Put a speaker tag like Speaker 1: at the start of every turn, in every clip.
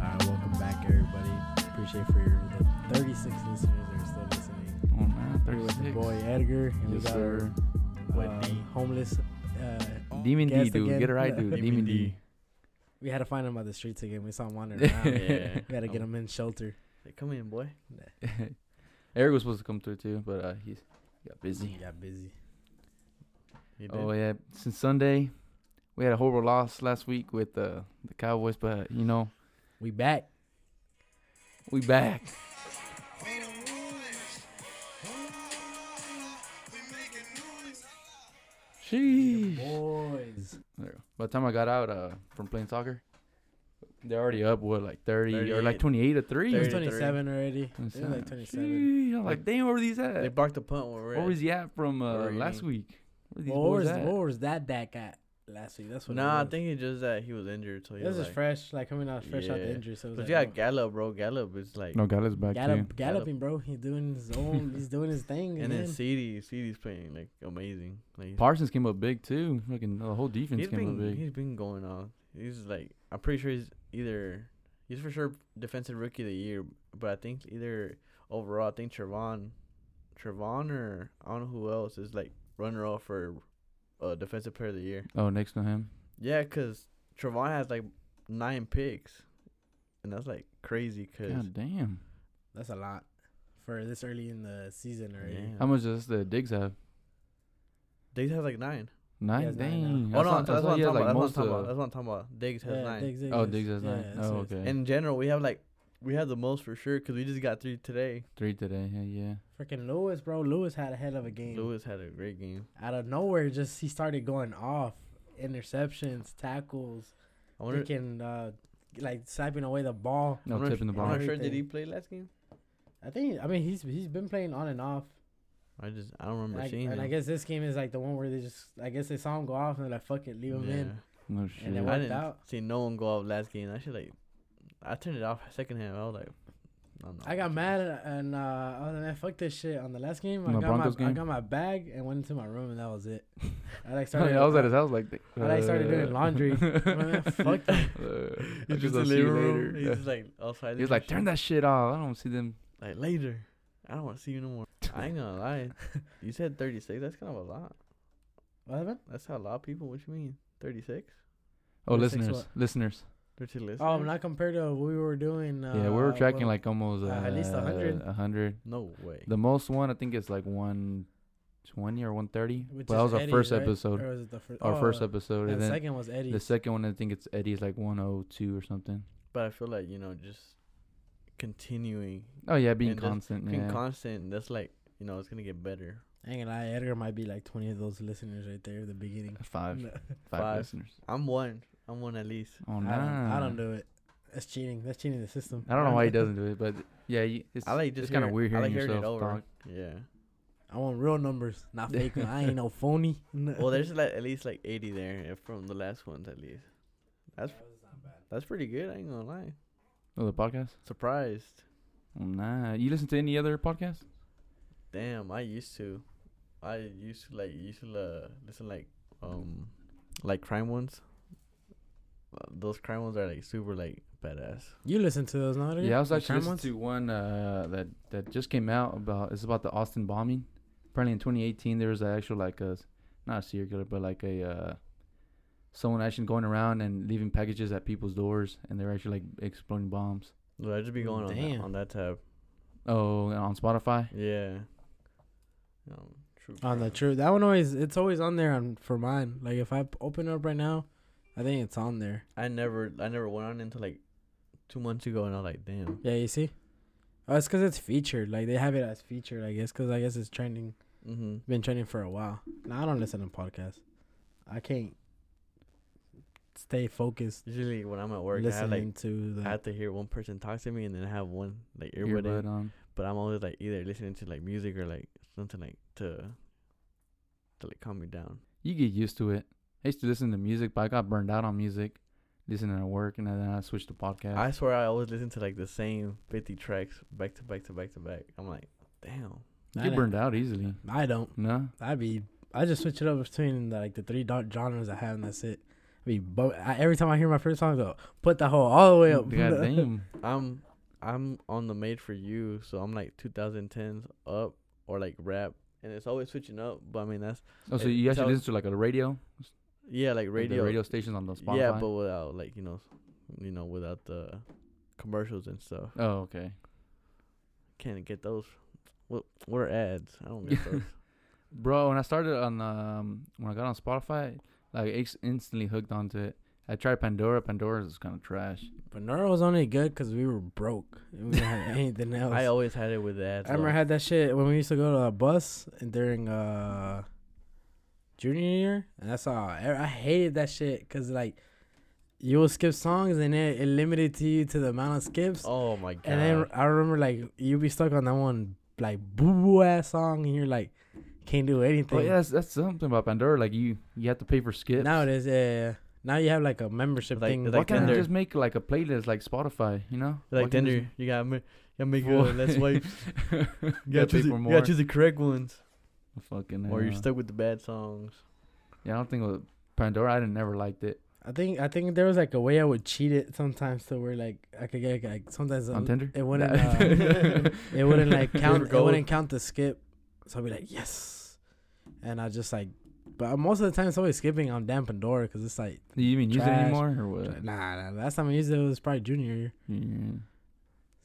Speaker 1: Oh,
Speaker 2: We're with the
Speaker 3: 36.
Speaker 2: boy Edgar, and we
Speaker 3: Yes,
Speaker 2: got our
Speaker 3: sir.
Speaker 2: uh,
Speaker 3: Wet D.
Speaker 2: homeless. Uh,
Speaker 1: Demon D,
Speaker 2: Guest
Speaker 1: dude.
Speaker 2: again.
Speaker 1: Get it right, dude.
Speaker 3: Demon
Speaker 1: Demon
Speaker 3: D.
Speaker 1: D.
Speaker 2: we had to find him by the streets again. We saw him wandering around.
Speaker 3: Yeah.
Speaker 2: we had
Speaker 1: Oh.
Speaker 2: to get him in shelter.
Speaker 3: Like, come in, boy.
Speaker 1: Eric was supposed to come through too, but uh, he's he got
Speaker 2: He
Speaker 1: busy.
Speaker 2: got busy.
Speaker 3: You
Speaker 1: Oh yeah, since Sunday, we had a horrible loss last week with uh, the Cowboys, but you know
Speaker 2: We back.
Speaker 1: we back. Sheesh.
Speaker 2: Boys.
Speaker 1: There. By the time I got out uh, from playing soccer, they're already up what like thirty or
Speaker 3: 38.
Speaker 1: like twenty eight to three.
Speaker 2: He was
Speaker 3: 33.
Speaker 2: 27 already. He was like 27.
Speaker 1: Sheesh, I'm like, damn, where were these
Speaker 3: They
Speaker 1: at?
Speaker 3: barked the punt where we're
Speaker 1: Where
Speaker 3: at.
Speaker 1: was he at from uh,
Speaker 3: Already.
Speaker 1: last week? Where these
Speaker 2: Well, What
Speaker 1: boys
Speaker 2: was,
Speaker 1: at?
Speaker 2: what was that that guy last week? That's what. it
Speaker 3: Nah, I
Speaker 2: was.
Speaker 3: think it's just that he was injured. So he
Speaker 2: This
Speaker 3: was
Speaker 2: is
Speaker 3: like,
Speaker 2: fresh, like coming out fresh out the
Speaker 3: Yeah.
Speaker 2: injury. So it was
Speaker 3: But
Speaker 2: like,
Speaker 3: you got
Speaker 2: oh,
Speaker 3: Gallup, bro. Gallup is like,
Speaker 1: No, God is back
Speaker 2: Gallup,
Speaker 1: too.
Speaker 2: galloping, bro. He's doing his own. he's doing his thing.
Speaker 3: and
Speaker 2: And
Speaker 3: then CD, CD's playing like amazing. Like he's-
Speaker 1: Parsons came up big too. Fucking the whole defense
Speaker 3: he's
Speaker 1: came
Speaker 3: been
Speaker 1: up big.
Speaker 3: he's been going on. He's like, I'm pretty sure he's either he's for sure defensive rookie of the year, but I think either overall, I think Trevon, Trevon or I don't know who else is like runner up for uh, defensive player of the year.
Speaker 1: Oh, next to him.
Speaker 3: Yeah, cause Trevon has like nine picks, and that's like crazy. Cause
Speaker 1: God damn.
Speaker 2: that's a lot for this early in the season already.
Speaker 3: yeah.
Speaker 1: How much does the Diggs have?
Speaker 3: Diggs has like nine.
Speaker 1: Nine.
Speaker 2: has nine now.
Speaker 1: Dang.
Speaker 3: Oh
Speaker 1: I
Speaker 3: no,
Speaker 1: thought- I
Speaker 3: that's
Speaker 1: thought
Speaker 3: what I'm
Speaker 1: he
Speaker 3: talking
Speaker 1: had,
Speaker 3: about.
Speaker 1: like,
Speaker 3: That's what I'm
Speaker 1: most
Speaker 3: talking
Speaker 1: of
Speaker 3: about. That's what I'm talking about. Diggs has
Speaker 2: Yeah,
Speaker 3: nine.
Speaker 2: Diggs,
Speaker 1: the- Oh, Diggs has nine.
Speaker 2: that's
Speaker 1: Oh,
Speaker 2: what it is.
Speaker 1: okay.
Speaker 3: In general, we have like we have the most for sure because we just got three today.
Speaker 1: Three today. Yeah, yeah.
Speaker 2: Freaking Lewis, bro. Lewis had a hell of a game.
Speaker 3: Lewis had a great game.
Speaker 2: Out of nowhere, just he started going off. Interceptions, tackles,
Speaker 3: I wonder.
Speaker 2: freaking uh, like slapping away the ball.
Speaker 1: No
Speaker 3: I'm not
Speaker 1: tipping the
Speaker 3: su- I'm
Speaker 1: ball.
Speaker 3: not sure. Did he
Speaker 2: Everything.
Speaker 3: play last game?
Speaker 2: I think. I mean, he's he's been playing on and off.
Speaker 3: I just I don't remember
Speaker 2: And I,
Speaker 3: seeing
Speaker 2: and I
Speaker 3: him.
Speaker 2: guess this game is like the one where they just. I guess they saw him go off and they're like, "Fuck it, leave him in."
Speaker 1: No
Speaker 2: And
Speaker 1: shit.
Speaker 2: then
Speaker 3: I
Speaker 2: worked
Speaker 3: didn't
Speaker 2: out.
Speaker 3: see no one go out last game. I should like I turned it off second half. I was like, I'm not
Speaker 2: I got
Speaker 3: watching
Speaker 2: mad and- and uh, I was like, man, fuck this shit. On the last game, I
Speaker 1: On the
Speaker 2: got
Speaker 1: Broncos
Speaker 2: my I
Speaker 1: game?
Speaker 2: got my bag and went into my room, and that was it. I like started.
Speaker 1: I was at his house like.
Speaker 2: I like started doing laundry. Man, fuck them.
Speaker 3: this.
Speaker 1: Fuck
Speaker 3: He's
Speaker 1: you,
Speaker 3: just
Speaker 1: Uh, I'll
Speaker 3: in
Speaker 1: see
Speaker 3: the
Speaker 1: you
Speaker 3: room.
Speaker 1: later.
Speaker 3: He's just like outside.
Speaker 1: He was like, turn that shit off. I don't see them.
Speaker 3: like later. I don't want to see you no more. I ain't gonna lie. You said 36. That's kind of a lot.
Speaker 2: What happened?
Speaker 3: That's how a lot of people. What you mean? 36?
Speaker 1: Oh,
Speaker 2: Thirty six
Speaker 1: listeners,
Speaker 2: what?
Speaker 1: listeners.
Speaker 3: 30 listeners?
Speaker 2: Oh, not compared to what we were doing. Uh,
Speaker 1: yeah, we were tracking
Speaker 2: when-
Speaker 1: like almost uh,
Speaker 2: uh, at least a hundred.
Speaker 1: A hundred.
Speaker 3: No way.
Speaker 1: The most one I think is like one twenty or one thirty.
Speaker 2: which
Speaker 1: But that
Speaker 2: is
Speaker 1: was our
Speaker 2: Eddie's,
Speaker 1: first
Speaker 2: right?
Speaker 1: episode.
Speaker 2: Or was it the first?
Speaker 1: Our first
Speaker 2: oh,
Speaker 1: episode,
Speaker 2: and
Speaker 1: and
Speaker 2: The
Speaker 1: then
Speaker 2: second was Eddie.
Speaker 1: the second one I think it's Eddie's like one oh two or something.
Speaker 3: But I feel like, you know, just continuing,
Speaker 1: Oh yeah, being
Speaker 3: And just
Speaker 1: constant.
Speaker 3: being
Speaker 1: yeah.
Speaker 3: constant, that's like, you know, it's going to get better.
Speaker 2: I ain't gonna lie, Edgar might be like twenty of those listeners right there at the beginning.
Speaker 1: five,
Speaker 2: No,
Speaker 1: five,
Speaker 3: Five.
Speaker 1: listeners.
Speaker 3: I'm one. I'm one at least.
Speaker 1: Oh no,
Speaker 2: I, don't, I don't do it. That's cheating. That's cheating the system.
Speaker 1: I don't know why he doesn't do it, but yeah, you, it's,
Speaker 3: I like just
Speaker 1: it's kind of
Speaker 3: hear-
Speaker 1: weird
Speaker 3: I
Speaker 1: hearing
Speaker 3: like hearing it
Speaker 1: yourself
Speaker 3: over.
Speaker 1: talk.
Speaker 3: Yeah.
Speaker 2: I want real numbers, not fake. ones. I ain't no phony.
Speaker 3: Well, there's like at least like 80 there eh, from the last ones at least. That's that's pretty good. I ain't gonna lie.
Speaker 1: Oh, the podcast?
Speaker 3: Surprised.
Speaker 1: Oh, nah, you listen to any other podcast?
Speaker 3: Damn, I used to. I used to like used to uh, listen like um like crime ones. Uh, those crime ones are like super like badass.
Speaker 2: You listen to those, not
Speaker 1: Yeah, I was
Speaker 2: Oh, The
Speaker 1: actually
Speaker 2: crime
Speaker 1: listening
Speaker 2: ones?
Speaker 1: to one uh, that that just came out about. It's about the Austin bombing. Apparently, in 2018, there was an actual like a s- not a serial killer, but like a uh, someone actually going around and leaving packages at people's doors, and they're actually like exploding bombs.
Speaker 3: Dude, I just be going on that,
Speaker 2: Damn.
Speaker 3: on that tab.
Speaker 1: Oh, and on Spotify.
Speaker 3: Yeah. Um, true.
Speaker 2: On the
Speaker 3: crime.
Speaker 2: truth, that one always it's always on there on for mine. Like if I p- open up right now, I think it's on there.
Speaker 3: I never I never went on until like two months ago, and I was like, damn.
Speaker 2: Yeah, you see. Oh, it's because it's featured. Like they have it as featured, I guess. Because I guess it's trending.
Speaker 3: Mm-hmm.
Speaker 2: Been trending for a while. Now I don't listen to podcasts. I can't stay focused
Speaker 3: Usually when I'm at work, I have,
Speaker 2: listening
Speaker 3: like
Speaker 2: to the.
Speaker 3: I have to hear one person talk to me, and then I have one like earbud. in.
Speaker 1: Earbud on.
Speaker 3: But I'm always like either listening to like music or like something like to to like calm me down.
Speaker 1: You get used to it. I used to listen to music, but I got burned out on music, listening at work, and then I switched to podcast.
Speaker 3: I swear I always listen to like the same 50 tracks back to back to back to back. I'm like, damn.
Speaker 1: you
Speaker 2: I
Speaker 1: get
Speaker 2: don't-
Speaker 1: burned out easily.
Speaker 2: I don't.
Speaker 1: No.
Speaker 2: I be. I just switch it up between the, like the three dark genres I have, and that's it. I be. bu- I, every time I hear my first song, I go put the whole all the way up.
Speaker 1: God damn.
Speaker 3: I'm I'm on the made for you, so I'm like 2010s up or like rap, and it's always switching up. But I mean, that's
Speaker 1: Oh, so
Speaker 3: It
Speaker 1: you actually
Speaker 3: tells-
Speaker 1: listen to like a radio, like
Speaker 3: yeah, like
Speaker 1: the
Speaker 3: radio.
Speaker 1: radio stations on the Spotify.
Speaker 3: yeah, but without like you know, you know, without the commercials and stuff.
Speaker 1: oh, okay.
Speaker 3: Can't get those. What what are ads? I don't get
Speaker 1: Yeah.
Speaker 3: those.
Speaker 1: Bro, when I started on um when I got on Spotify, like ex- instantly hooked onto it. I tried Pandora. Pandora is kind of trash.
Speaker 2: But Neuro was only good because we were broke. and We didn't have anything else.
Speaker 3: I always had it with the ads.
Speaker 2: I remember I
Speaker 3: though.
Speaker 2: had that shit when we used to go to a bus and during uh junior year, and that's all. I I hated that shit because like you will skip songs and it, it limited to you to the amount of skips.
Speaker 3: Oh my god.
Speaker 2: and then I remember like you be stuck on that one like boo boo ass song, and you're like can't do anything.
Speaker 1: Oh yeah, that's, that's something about Pandora. Like you, you have to pay for skips.
Speaker 2: Nowadays, yeah. Now you have like a membership
Speaker 3: Like-
Speaker 2: thing.
Speaker 3: like
Speaker 1: why
Speaker 2: now.
Speaker 1: can't they
Speaker 3: Tinder.
Speaker 1: just make like a playlist like Spotify? You know, Why can't
Speaker 3: like
Speaker 1: they
Speaker 3: Tinder,
Speaker 1: just-
Speaker 3: you gotta ma- you gotta make
Speaker 1: Well,
Speaker 3: a let's
Speaker 1: you
Speaker 3: wipe. You
Speaker 1: gotta pay
Speaker 3: gotta, choose the,
Speaker 1: for
Speaker 3: you
Speaker 1: more. Oh,
Speaker 3: gotta choose the correct ones,
Speaker 1: Fucking
Speaker 3: or you're
Speaker 1: hell.
Speaker 3: stuck with the bad songs.
Speaker 1: Yeah, I don't think with Pandora, I didn't never liked it
Speaker 2: I think I think there was like a way I would cheat it sometimes to where like I could get like sometimes
Speaker 1: on
Speaker 2: um,
Speaker 1: Tinder.
Speaker 2: it wouldn't uh,
Speaker 3: um,
Speaker 1: Nah.
Speaker 2: it wouldn't like
Speaker 3: Were
Speaker 2: count it
Speaker 3: gold.
Speaker 2: wouldn't count the skip. So I'd be like yes, and I just like but most of the time it's always skipping on damn Pandora because it's like
Speaker 1: Do you even use it
Speaker 2: Trash.
Speaker 1: anymore or what?
Speaker 2: nah, nah last time I used it was probably junior year.
Speaker 1: Yeah,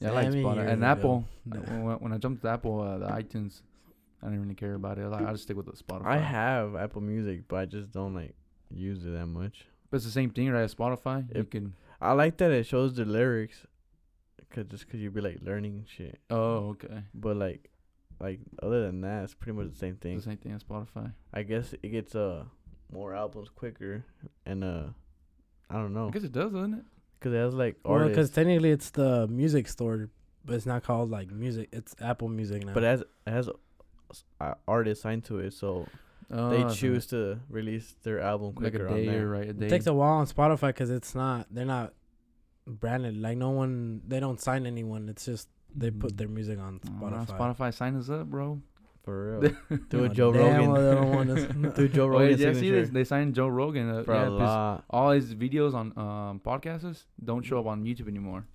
Speaker 1: yeah I like
Speaker 2: Seven
Speaker 1: Spotify
Speaker 2: years
Speaker 1: and
Speaker 2: ago.
Speaker 1: Apple.
Speaker 2: Nah.
Speaker 1: When, when- when I jumped to Apple, uh, the iTunes, I didn't really care about it. I, like, I just stick with the Spotify.
Speaker 3: I have Apple Music, but I just don't like use it that much.
Speaker 1: but it's the same thing, right? Spotify, you
Speaker 3: Yep.
Speaker 1: can.
Speaker 3: I like that it shows the lyrics, cause just cause you be like learning shit.
Speaker 1: Oh, okay.
Speaker 3: But like, like other than that, it's pretty much the same
Speaker 1: It's
Speaker 3: thing.
Speaker 1: the same thing as Spotify.
Speaker 3: I guess it gets uh more albums quicker, and uh, I don't know,
Speaker 1: I guess it does, doesn't it?
Speaker 3: cause it has like
Speaker 2: Well, because
Speaker 3: artists,
Speaker 2: technically it's the music store, but it's not called like music. It's Apple Music now.
Speaker 3: but it has it has uh, artists signed to it, so
Speaker 1: Oh,
Speaker 3: they
Speaker 1: so
Speaker 3: choose to release their album
Speaker 1: like
Speaker 3: quicker
Speaker 1: a day
Speaker 3: on there.
Speaker 1: or right a day.
Speaker 2: It takes a while on Spotify because it's not they're not branded like no one they don't sign anyone. It's just they put
Speaker 1: Mm.
Speaker 2: their music on
Speaker 1: Oh,
Speaker 2: Spotify.
Speaker 1: Spotify, sign us up, bro.
Speaker 3: For real. Do
Speaker 2: Oh,
Speaker 3: a Joe
Speaker 2: damn,
Speaker 3: Rogan.
Speaker 2: well, they don't want us-
Speaker 3: Do a Joe
Speaker 1: Oh, yeah,
Speaker 3: Rogan
Speaker 1: yeah, see, they,
Speaker 3: signature.
Speaker 1: they signed Joe Rogan uh,
Speaker 3: For
Speaker 1: yeah,
Speaker 3: a
Speaker 1: 'cause
Speaker 3: lot.
Speaker 1: All his videos on um, podcasts don't show up on YouTube anymore.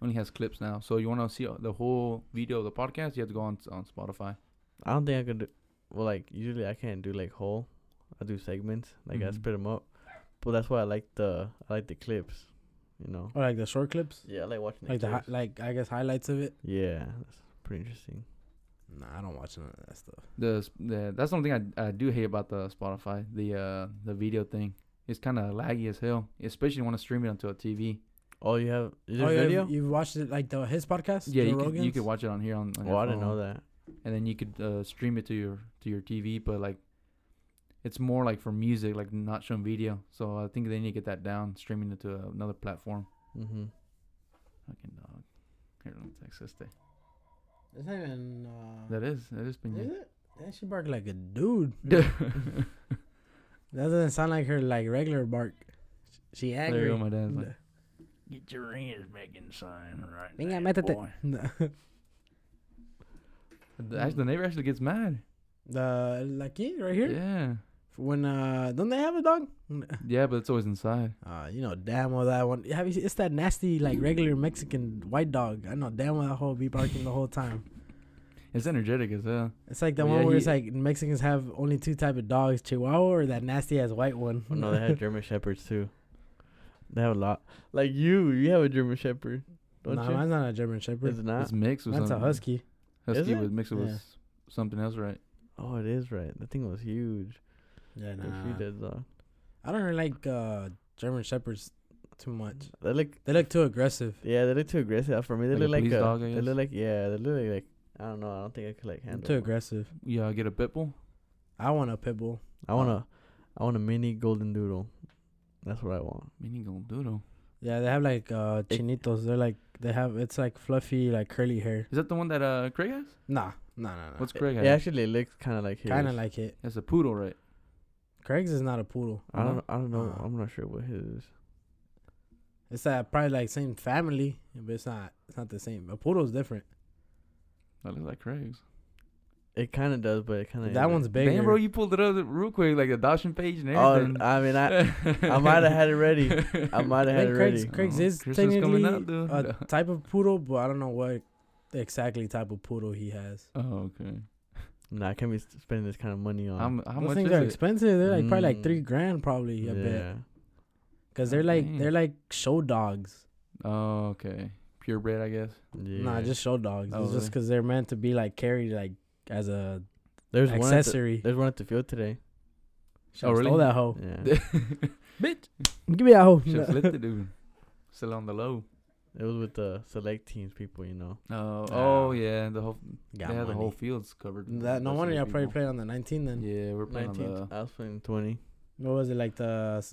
Speaker 1: Only has clips now. So you want to see uh, the whole video of the podcast, you have to go on on Spotify.
Speaker 3: I don't think I could do. Well, like, usually I can't do, like, whole. I do segments. Like, I
Speaker 2: Mm-hmm.
Speaker 1: Mhm.
Speaker 3: split them up. But that's why I like the, I like the clips, you know?
Speaker 2: or like the short clips,
Speaker 3: Yeah, I like watching the
Speaker 2: like the hi-
Speaker 3: clips.
Speaker 2: like I guess highlights of it.
Speaker 3: yeah, that's pretty interesting.
Speaker 2: Nah, I don't watch none of that stuff.
Speaker 1: the, s- the that's something I, I do hate about the Spotify the uh the video thing. It's kind of laggy as hell, especially when I stream it onto a TV.
Speaker 3: Oh, you have, is there
Speaker 2: yeah,
Speaker 3: video?
Speaker 2: you you watched it like the his podcast.
Speaker 1: Yeah,
Speaker 2: Joe
Speaker 1: you could, you
Speaker 2: Rogan's?
Speaker 1: could watch it on here on. on
Speaker 3: oh,
Speaker 1: your
Speaker 3: I didn't
Speaker 1: phone,
Speaker 3: know that.
Speaker 1: And then you could uh, stream it to your to your TV, but like, it's more like for music, like not showing video. So I think they need to get that down, streaming it to another platform.
Speaker 3: Mm-hmm.
Speaker 1: Fucking dog. Here, let me text this day.
Speaker 2: It's not even. Uh,
Speaker 1: That is that is
Speaker 2: is
Speaker 1: been.
Speaker 2: it? That she bark like a dude. that
Speaker 1: There
Speaker 2: doesn't sound like her like regular bark. She
Speaker 1: you
Speaker 2: angry.
Speaker 1: go, my dad's like,
Speaker 2: Nah.
Speaker 1: Get your ears back inside right
Speaker 2: Think I meant it to- Nah.
Speaker 1: The, actually, the neighbor actually gets mad.
Speaker 2: The lucky right here.
Speaker 1: Yeah.
Speaker 2: When uh, don't they have a dog?
Speaker 1: Yeah, but it's always inside.
Speaker 2: Uh, you know damn well that one. Have you seen, it's that nasty like regular Mexican white dog. I know damn well that whole be barking the whole time.
Speaker 1: It's energetic as hell.
Speaker 2: It's like the
Speaker 1: Yeah,
Speaker 2: one where it's
Speaker 1: he-
Speaker 2: like Mexicans have only two type of dogs, Chihuahua or that nasty ass white one.
Speaker 3: Oh, no, they had German Shepherds, too. They have a lot. Like, you, you have a German Shepherd, don't
Speaker 2: nah,
Speaker 3: you?
Speaker 2: mine's not a German
Speaker 3: Is
Speaker 2: Shepherd.
Speaker 3: it not?
Speaker 1: It's mixed with
Speaker 2: Mine's a
Speaker 1: something.
Speaker 2: husky.
Speaker 1: Husky
Speaker 3: Is it?
Speaker 1: with mixed with
Speaker 2: Yeah.
Speaker 1: s- something else, right?
Speaker 3: oh, it is right. That thing was huge.
Speaker 2: Yeah,
Speaker 3: They're
Speaker 2: nah.
Speaker 3: huge as, uh,
Speaker 2: I don't really like uh, German Shepherds too much.
Speaker 3: They look
Speaker 2: They look too aggressive.
Speaker 3: Yeah, they look too aggressive for me. They
Speaker 1: Like a
Speaker 3: look like
Speaker 1: police
Speaker 3: a,
Speaker 1: dog, I
Speaker 3: they
Speaker 1: guess?
Speaker 3: look like yeah, they look like, like I don't know. I don't think I could like
Speaker 2: They're
Speaker 3: handle.
Speaker 2: too
Speaker 3: one.
Speaker 2: aggressive.
Speaker 1: Yeah, I get a pit bull.
Speaker 2: I want a pit bull.
Speaker 3: I want
Speaker 2: oh.
Speaker 3: a, I want a mini golden doodle. That's what I want.
Speaker 1: Mini gold doodle.
Speaker 2: Yeah, they have like uh,
Speaker 3: It-
Speaker 2: chinitos. They're like they have it's like fluffy like curly hair.
Speaker 1: Is that the one that uh Craig has?
Speaker 2: Nah, nah, nah, nah.
Speaker 1: What's
Speaker 3: It-
Speaker 1: Craig
Speaker 3: It,
Speaker 1: has?
Speaker 3: Uh, actually looks kind of like his.
Speaker 2: kind of like it?
Speaker 1: It's a poodle, right?
Speaker 2: Craig's is not a poodle.
Speaker 3: I don't.
Speaker 1: no?
Speaker 3: I don't know.
Speaker 2: Uh.
Speaker 3: I'm not sure what his. is.
Speaker 2: It's that probably like same family, but it's not. It's not the same. A poodle's different.
Speaker 1: That looks like Craig's.
Speaker 3: It kind of does, but it kind of.
Speaker 2: that one's bigger.
Speaker 1: Damn, bro, you pulled it up real quick, like the adoption page and
Speaker 3: Oh,
Speaker 1: everything.
Speaker 3: I mean, I I might have had it ready. I might
Speaker 2: I think
Speaker 3: have had it
Speaker 2: Craig's,
Speaker 3: ready.
Speaker 2: Craig's
Speaker 1: Oh,
Speaker 2: is
Speaker 1: Christmas
Speaker 2: technically
Speaker 1: coming up, dude.
Speaker 2: a type of poodle, but I don't know what exactly type of poodle he has.
Speaker 1: Oh, okay.
Speaker 3: Nah, I can't be s- spending this kind of money on.
Speaker 1: How, m- how
Speaker 2: Those
Speaker 1: much
Speaker 2: things
Speaker 1: is
Speaker 2: are
Speaker 1: it?
Speaker 2: expensive. They're like probably like
Speaker 3: Mm.
Speaker 2: three grand, probably. I bet because they're like
Speaker 1: Dang.
Speaker 2: they're like show dogs.
Speaker 1: Oh, okay. Purebred, I guess.
Speaker 3: yeah.
Speaker 2: Nah, just show dogs.
Speaker 1: Oh,
Speaker 2: it's just
Speaker 1: really?
Speaker 2: because they're meant to be like carried like as a
Speaker 3: there's one. At the,
Speaker 2: accessory.
Speaker 3: there's one at the field today.
Speaker 2: Should've
Speaker 1: Oh, really?
Speaker 2: Stole that hoe.
Speaker 3: Yeah,
Speaker 1: Bitch.
Speaker 2: Give me that hoe.
Speaker 1: Should flip the dude. Still on the low.
Speaker 3: it was with the select teams people. You know.
Speaker 1: Oh,
Speaker 3: Ah.
Speaker 1: oh yeah, the whole
Speaker 2: Got
Speaker 1: yeah, the
Speaker 2: money.
Speaker 1: whole field's covered. with
Speaker 2: That no
Speaker 1: those
Speaker 2: wonder
Speaker 1: many
Speaker 2: y'all probably
Speaker 1: people.
Speaker 2: played on the 19 then.
Speaker 1: Yeah, we're playing on
Speaker 3: 19th.
Speaker 1: the.
Speaker 3: I was playing 20.
Speaker 2: What was it like the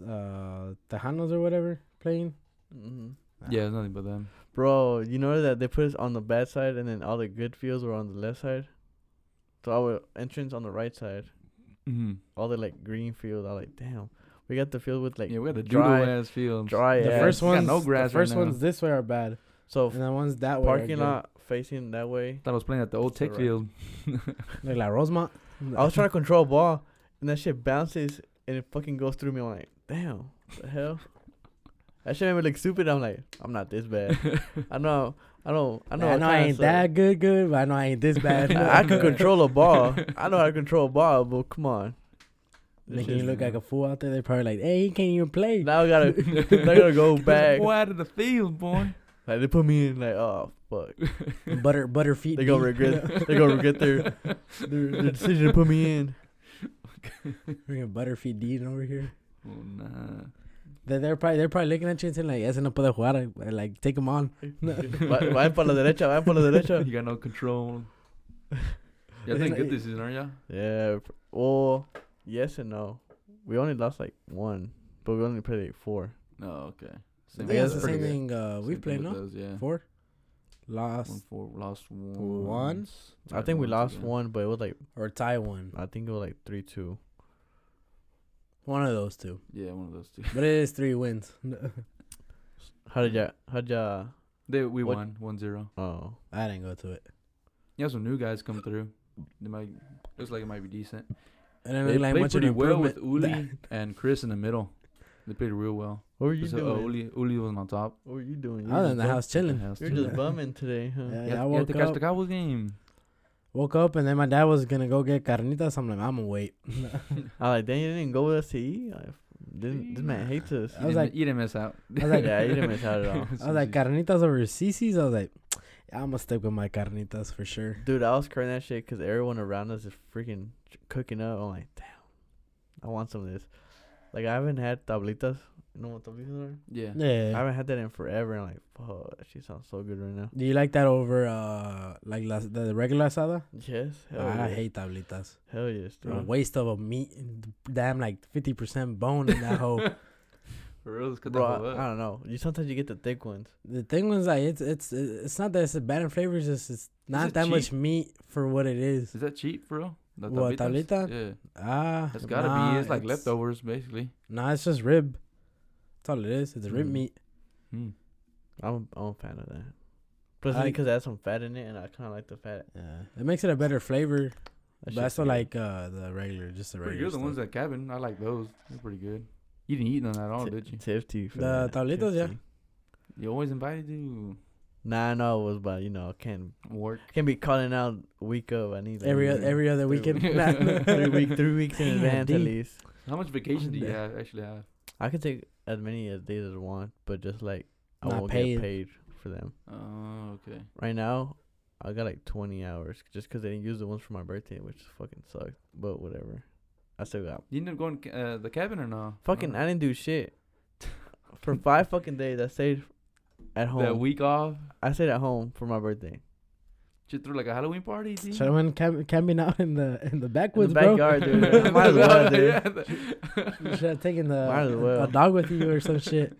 Speaker 2: uh Tejanos or whatever playing?
Speaker 3: Mm-hmm.
Speaker 1: Yeah, it's nothing but them.
Speaker 3: Bro, you know that they put us on the bad side and then all the good fields were on the left side? So our entrance on the right side,
Speaker 1: Mm-hmm.
Speaker 3: all the like green field, I was like, damn. We got the field with like
Speaker 1: yeah, we got the
Speaker 3: dry-
Speaker 1: dry ass field.
Speaker 3: dry
Speaker 2: The
Speaker 3: ass.
Speaker 2: first
Speaker 1: we got
Speaker 2: ones,
Speaker 1: no grass right
Speaker 2: the first
Speaker 1: now.
Speaker 2: ones this way are bad,
Speaker 3: So
Speaker 2: and the ones that way. are
Speaker 3: parking
Speaker 2: good.
Speaker 3: lot facing that way.
Speaker 1: Thought I was playing at the old
Speaker 3: It's the
Speaker 1: tech
Speaker 3: right.
Speaker 1: field.
Speaker 2: Look like Rosemont.
Speaker 3: I was trying to control ball and that shit bounces and it fucking goes through me. I'm like, damn, the hell? That shit made me look stupid. I'm like, I'm not this bad. I know, I know, I
Speaker 2: I
Speaker 3: know.
Speaker 2: know, I,
Speaker 3: kinda
Speaker 2: ain't
Speaker 3: suck.
Speaker 2: that good, good, but I know I ain't this bad.
Speaker 3: I I can control a ball. I know how to control a ball, but come on. This
Speaker 2: Making you
Speaker 3: shit's-
Speaker 2: look like a fool out there. They're probably like, "Hey, he can't even play."
Speaker 3: Now I gotta, they gotta go back.
Speaker 1: Boy, out of the field, boy.
Speaker 3: Like they put me in, like oh fuck,
Speaker 2: Butter, butter feet.
Speaker 3: they gonna
Speaker 2: B.
Speaker 3: regret, they gonna regret their, their, their decision to put me in.
Speaker 2: Bringing butter feet Dean over here.
Speaker 1: Oh, nah.
Speaker 2: They're, they're probably they're probably looking at you and saying like, "Ese no puede jugar." uh, Like, take him on.
Speaker 3: Va- Vayan para la derecha, vayan para la derecha.
Speaker 1: You got no control. Y'all
Speaker 2: It's
Speaker 1: doing
Speaker 2: like-
Speaker 1: good this season, aren't ya?
Speaker 3: Yeah, pr- well, yes and no. We only lost like one, but we only played like four.
Speaker 1: No, okay.
Speaker 2: I
Speaker 1: Same
Speaker 2: think
Speaker 3: Yeah,
Speaker 2: that's
Speaker 1: with
Speaker 2: the
Speaker 1: us.
Speaker 3: that's
Speaker 2: same
Speaker 3: pretty
Speaker 2: thing uh,
Speaker 1: Same
Speaker 2: we've
Speaker 1: thing
Speaker 2: played,
Speaker 1: with
Speaker 2: no?
Speaker 1: those, yeah.
Speaker 2: Four,
Speaker 1: One
Speaker 2: lost
Speaker 1: four lost one.
Speaker 2: once
Speaker 3: I think we lost
Speaker 1: one.
Speaker 3: one, but it was like
Speaker 2: or tie one.
Speaker 3: I think it was like three two.
Speaker 2: One of those two,
Speaker 1: Yeah, one of those two.
Speaker 2: but it is three wins.
Speaker 3: How did ya? How did ya?
Speaker 1: They we
Speaker 3: What-
Speaker 1: won one zero.
Speaker 3: Oh,
Speaker 2: I didn't go to it.
Speaker 1: Yeah, some new guys come through. They might looks like it might be decent.
Speaker 2: And it
Speaker 1: They
Speaker 2: looked like
Speaker 1: played
Speaker 2: much of
Speaker 1: pretty
Speaker 2: an
Speaker 1: well with
Speaker 2: improvement.
Speaker 1: Uli and Chris in the middle. They played real well.
Speaker 3: what were you
Speaker 1: So, uh,
Speaker 3: doing?
Speaker 1: Uli Uli was on top.
Speaker 3: What were you doing? You
Speaker 2: I was
Speaker 3: just
Speaker 2: in the
Speaker 3: bum-
Speaker 2: house chilling.
Speaker 1: What the
Speaker 3: You're
Speaker 1: hell's doing?
Speaker 3: just bumming today, huh?
Speaker 2: Yeah,
Speaker 1: You had-
Speaker 2: yeah, I
Speaker 1: you had
Speaker 2: woke
Speaker 1: to catch
Speaker 2: up.
Speaker 1: the Cowboys game.
Speaker 2: Woke up and then my dad was gonna go get carnitas. I'm like, I'm gonna wait.
Speaker 3: I like, dang, you didn't go with us to eat. Like, didn't, this man hates
Speaker 2: I was
Speaker 3: us.
Speaker 1: You didn't-
Speaker 2: like-
Speaker 1: you didn't miss out.
Speaker 2: I was like-
Speaker 3: Yeah, you didn't miss out at all. I
Speaker 2: I was like, carnitas over CC's. I was like, yeah, I'm gonna stick with my carnitas for sure.
Speaker 3: Dude, I was crying that shit because everyone around us is freaking ch- cooking up. I'm like, damn, I want some of this. Like, I haven't had tablitas. You know what tablitas are?
Speaker 1: yeah.
Speaker 3: I
Speaker 2: Yeah.
Speaker 3: haven't had that in forever. And I'm like, fuck, that shit sounds so good right now.
Speaker 2: Do you like that over uh like las- the regular asada? Ah,
Speaker 3: Yes.
Speaker 1: Oh,
Speaker 3: Hell
Speaker 2: I
Speaker 3: yeah.
Speaker 2: hate tablitas.
Speaker 3: Hell yes,
Speaker 2: They're A
Speaker 3: dude.
Speaker 2: waste of a meat. and Damn, like fifty percent bone in that hoe.
Speaker 1: For real, let's cut
Speaker 3: Bro,
Speaker 1: that whole
Speaker 3: I, I
Speaker 1: up.
Speaker 3: don't know. You sometimes you get the thick ones.
Speaker 2: The thing was like, it's it's it's not that it's a bad in flavor. It's just it's not
Speaker 1: it
Speaker 2: that much
Speaker 1: cheap?
Speaker 2: meat for what it is.
Speaker 1: Is that cheap, for real? The
Speaker 2: What,
Speaker 1: tablitas?
Speaker 2: tablita?
Speaker 1: Yeah,
Speaker 2: Ah,
Speaker 1: that's gotta
Speaker 2: nah,
Speaker 1: be. It's like
Speaker 2: it's-
Speaker 1: leftovers, basically.
Speaker 2: Nah, it's just rib. That's all it is. It's rib
Speaker 3: Mm.
Speaker 2: meat.
Speaker 1: Hmm.
Speaker 3: I'm, I'm a fan of that. Plus,
Speaker 2: I-
Speaker 3: because it has some fat in it, and I kind of like the fat.
Speaker 2: Yeah, it makes it a better flavor.
Speaker 3: That
Speaker 2: but I
Speaker 3: shit's
Speaker 2: still
Speaker 3: good.
Speaker 2: like uh, the regular, just the
Speaker 1: Pretty
Speaker 2: regular.
Speaker 1: good. The ones
Speaker 2: stuff.
Speaker 1: at cabin, I like those. They're pretty good. You didn't eat none at all,
Speaker 3: Ti-
Speaker 1: did you?
Speaker 3: Tifty. for
Speaker 2: Oh, The
Speaker 3: that,
Speaker 2: tablitas, yeah.
Speaker 3: Tifty.
Speaker 1: You always invited to
Speaker 3: Nah, I know it was, but you know, I can't
Speaker 1: work.
Speaker 3: can't be calling out week of. I need like,
Speaker 2: every
Speaker 3: you
Speaker 1: Mm-hmm.
Speaker 3: know,
Speaker 2: every other weekend.
Speaker 3: three week three weeks in
Speaker 2: Damn,
Speaker 3: advance at
Speaker 2: dude.
Speaker 3: least.
Speaker 1: How much vacation do you
Speaker 2: Monday.
Speaker 1: have? Actually, have
Speaker 3: I could take as many as days as I want, but just like I
Speaker 2: Not
Speaker 3: won't
Speaker 2: paid.
Speaker 3: get paid for them.
Speaker 1: oh okay.
Speaker 3: Right now, I got like twenty hours just because they didn't use the ones for my birthday, which fucking sucked. But whatever, I still got
Speaker 1: You ended up going ca- uh, the cabin or no?
Speaker 3: fucking.
Speaker 1: No.
Speaker 3: I didn't do shit for five fucking days. I stayed at home.
Speaker 1: that week off.
Speaker 3: I stayed at home for my birthday.
Speaker 1: You threw like a Halloween party. D?
Speaker 2: Should I went cam- camping out in the in the
Speaker 3: In
Speaker 2: backwoods,
Speaker 3: the
Speaker 2: bro?
Speaker 3: backyard, dude. I might as well, dude.
Speaker 1: Yeah, the-
Speaker 2: You should have taken
Speaker 3: Might as
Speaker 2: the
Speaker 3: well.
Speaker 2: a dog with you or some shit.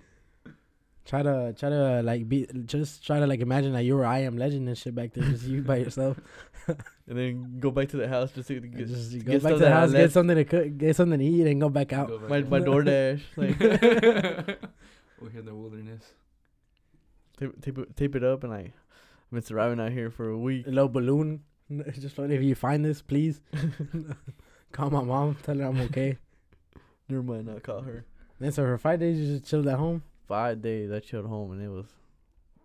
Speaker 2: Try to try to like be just try to like imagine that you were I am legend and shit back there, just you by yourself.
Speaker 3: And then go back to the house just to get,
Speaker 2: just
Speaker 3: to
Speaker 2: go
Speaker 3: get
Speaker 2: back
Speaker 3: stuff
Speaker 2: to the
Speaker 3: that I
Speaker 2: house, get
Speaker 3: left.
Speaker 2: something to cook, get something to eat, and go back out.
Speaker 1: Go back
Speaker 3: my
Speaker 1: down.
Speaker 3: my DoorDash like
Speaker 1: We're here in the wilderness.
Speaker 3: tape, tape, it- tape it up and like I've been surviving out here for a week.
Speaker 2: A little balloon. Just like, if you find this, please call my mom, tell her I'm okay.
Speaker 3: Never mind, I caught her.
Speaker 2: Then so for five days you just chilled at home.
Speaker 3: Five days I chilled home and it was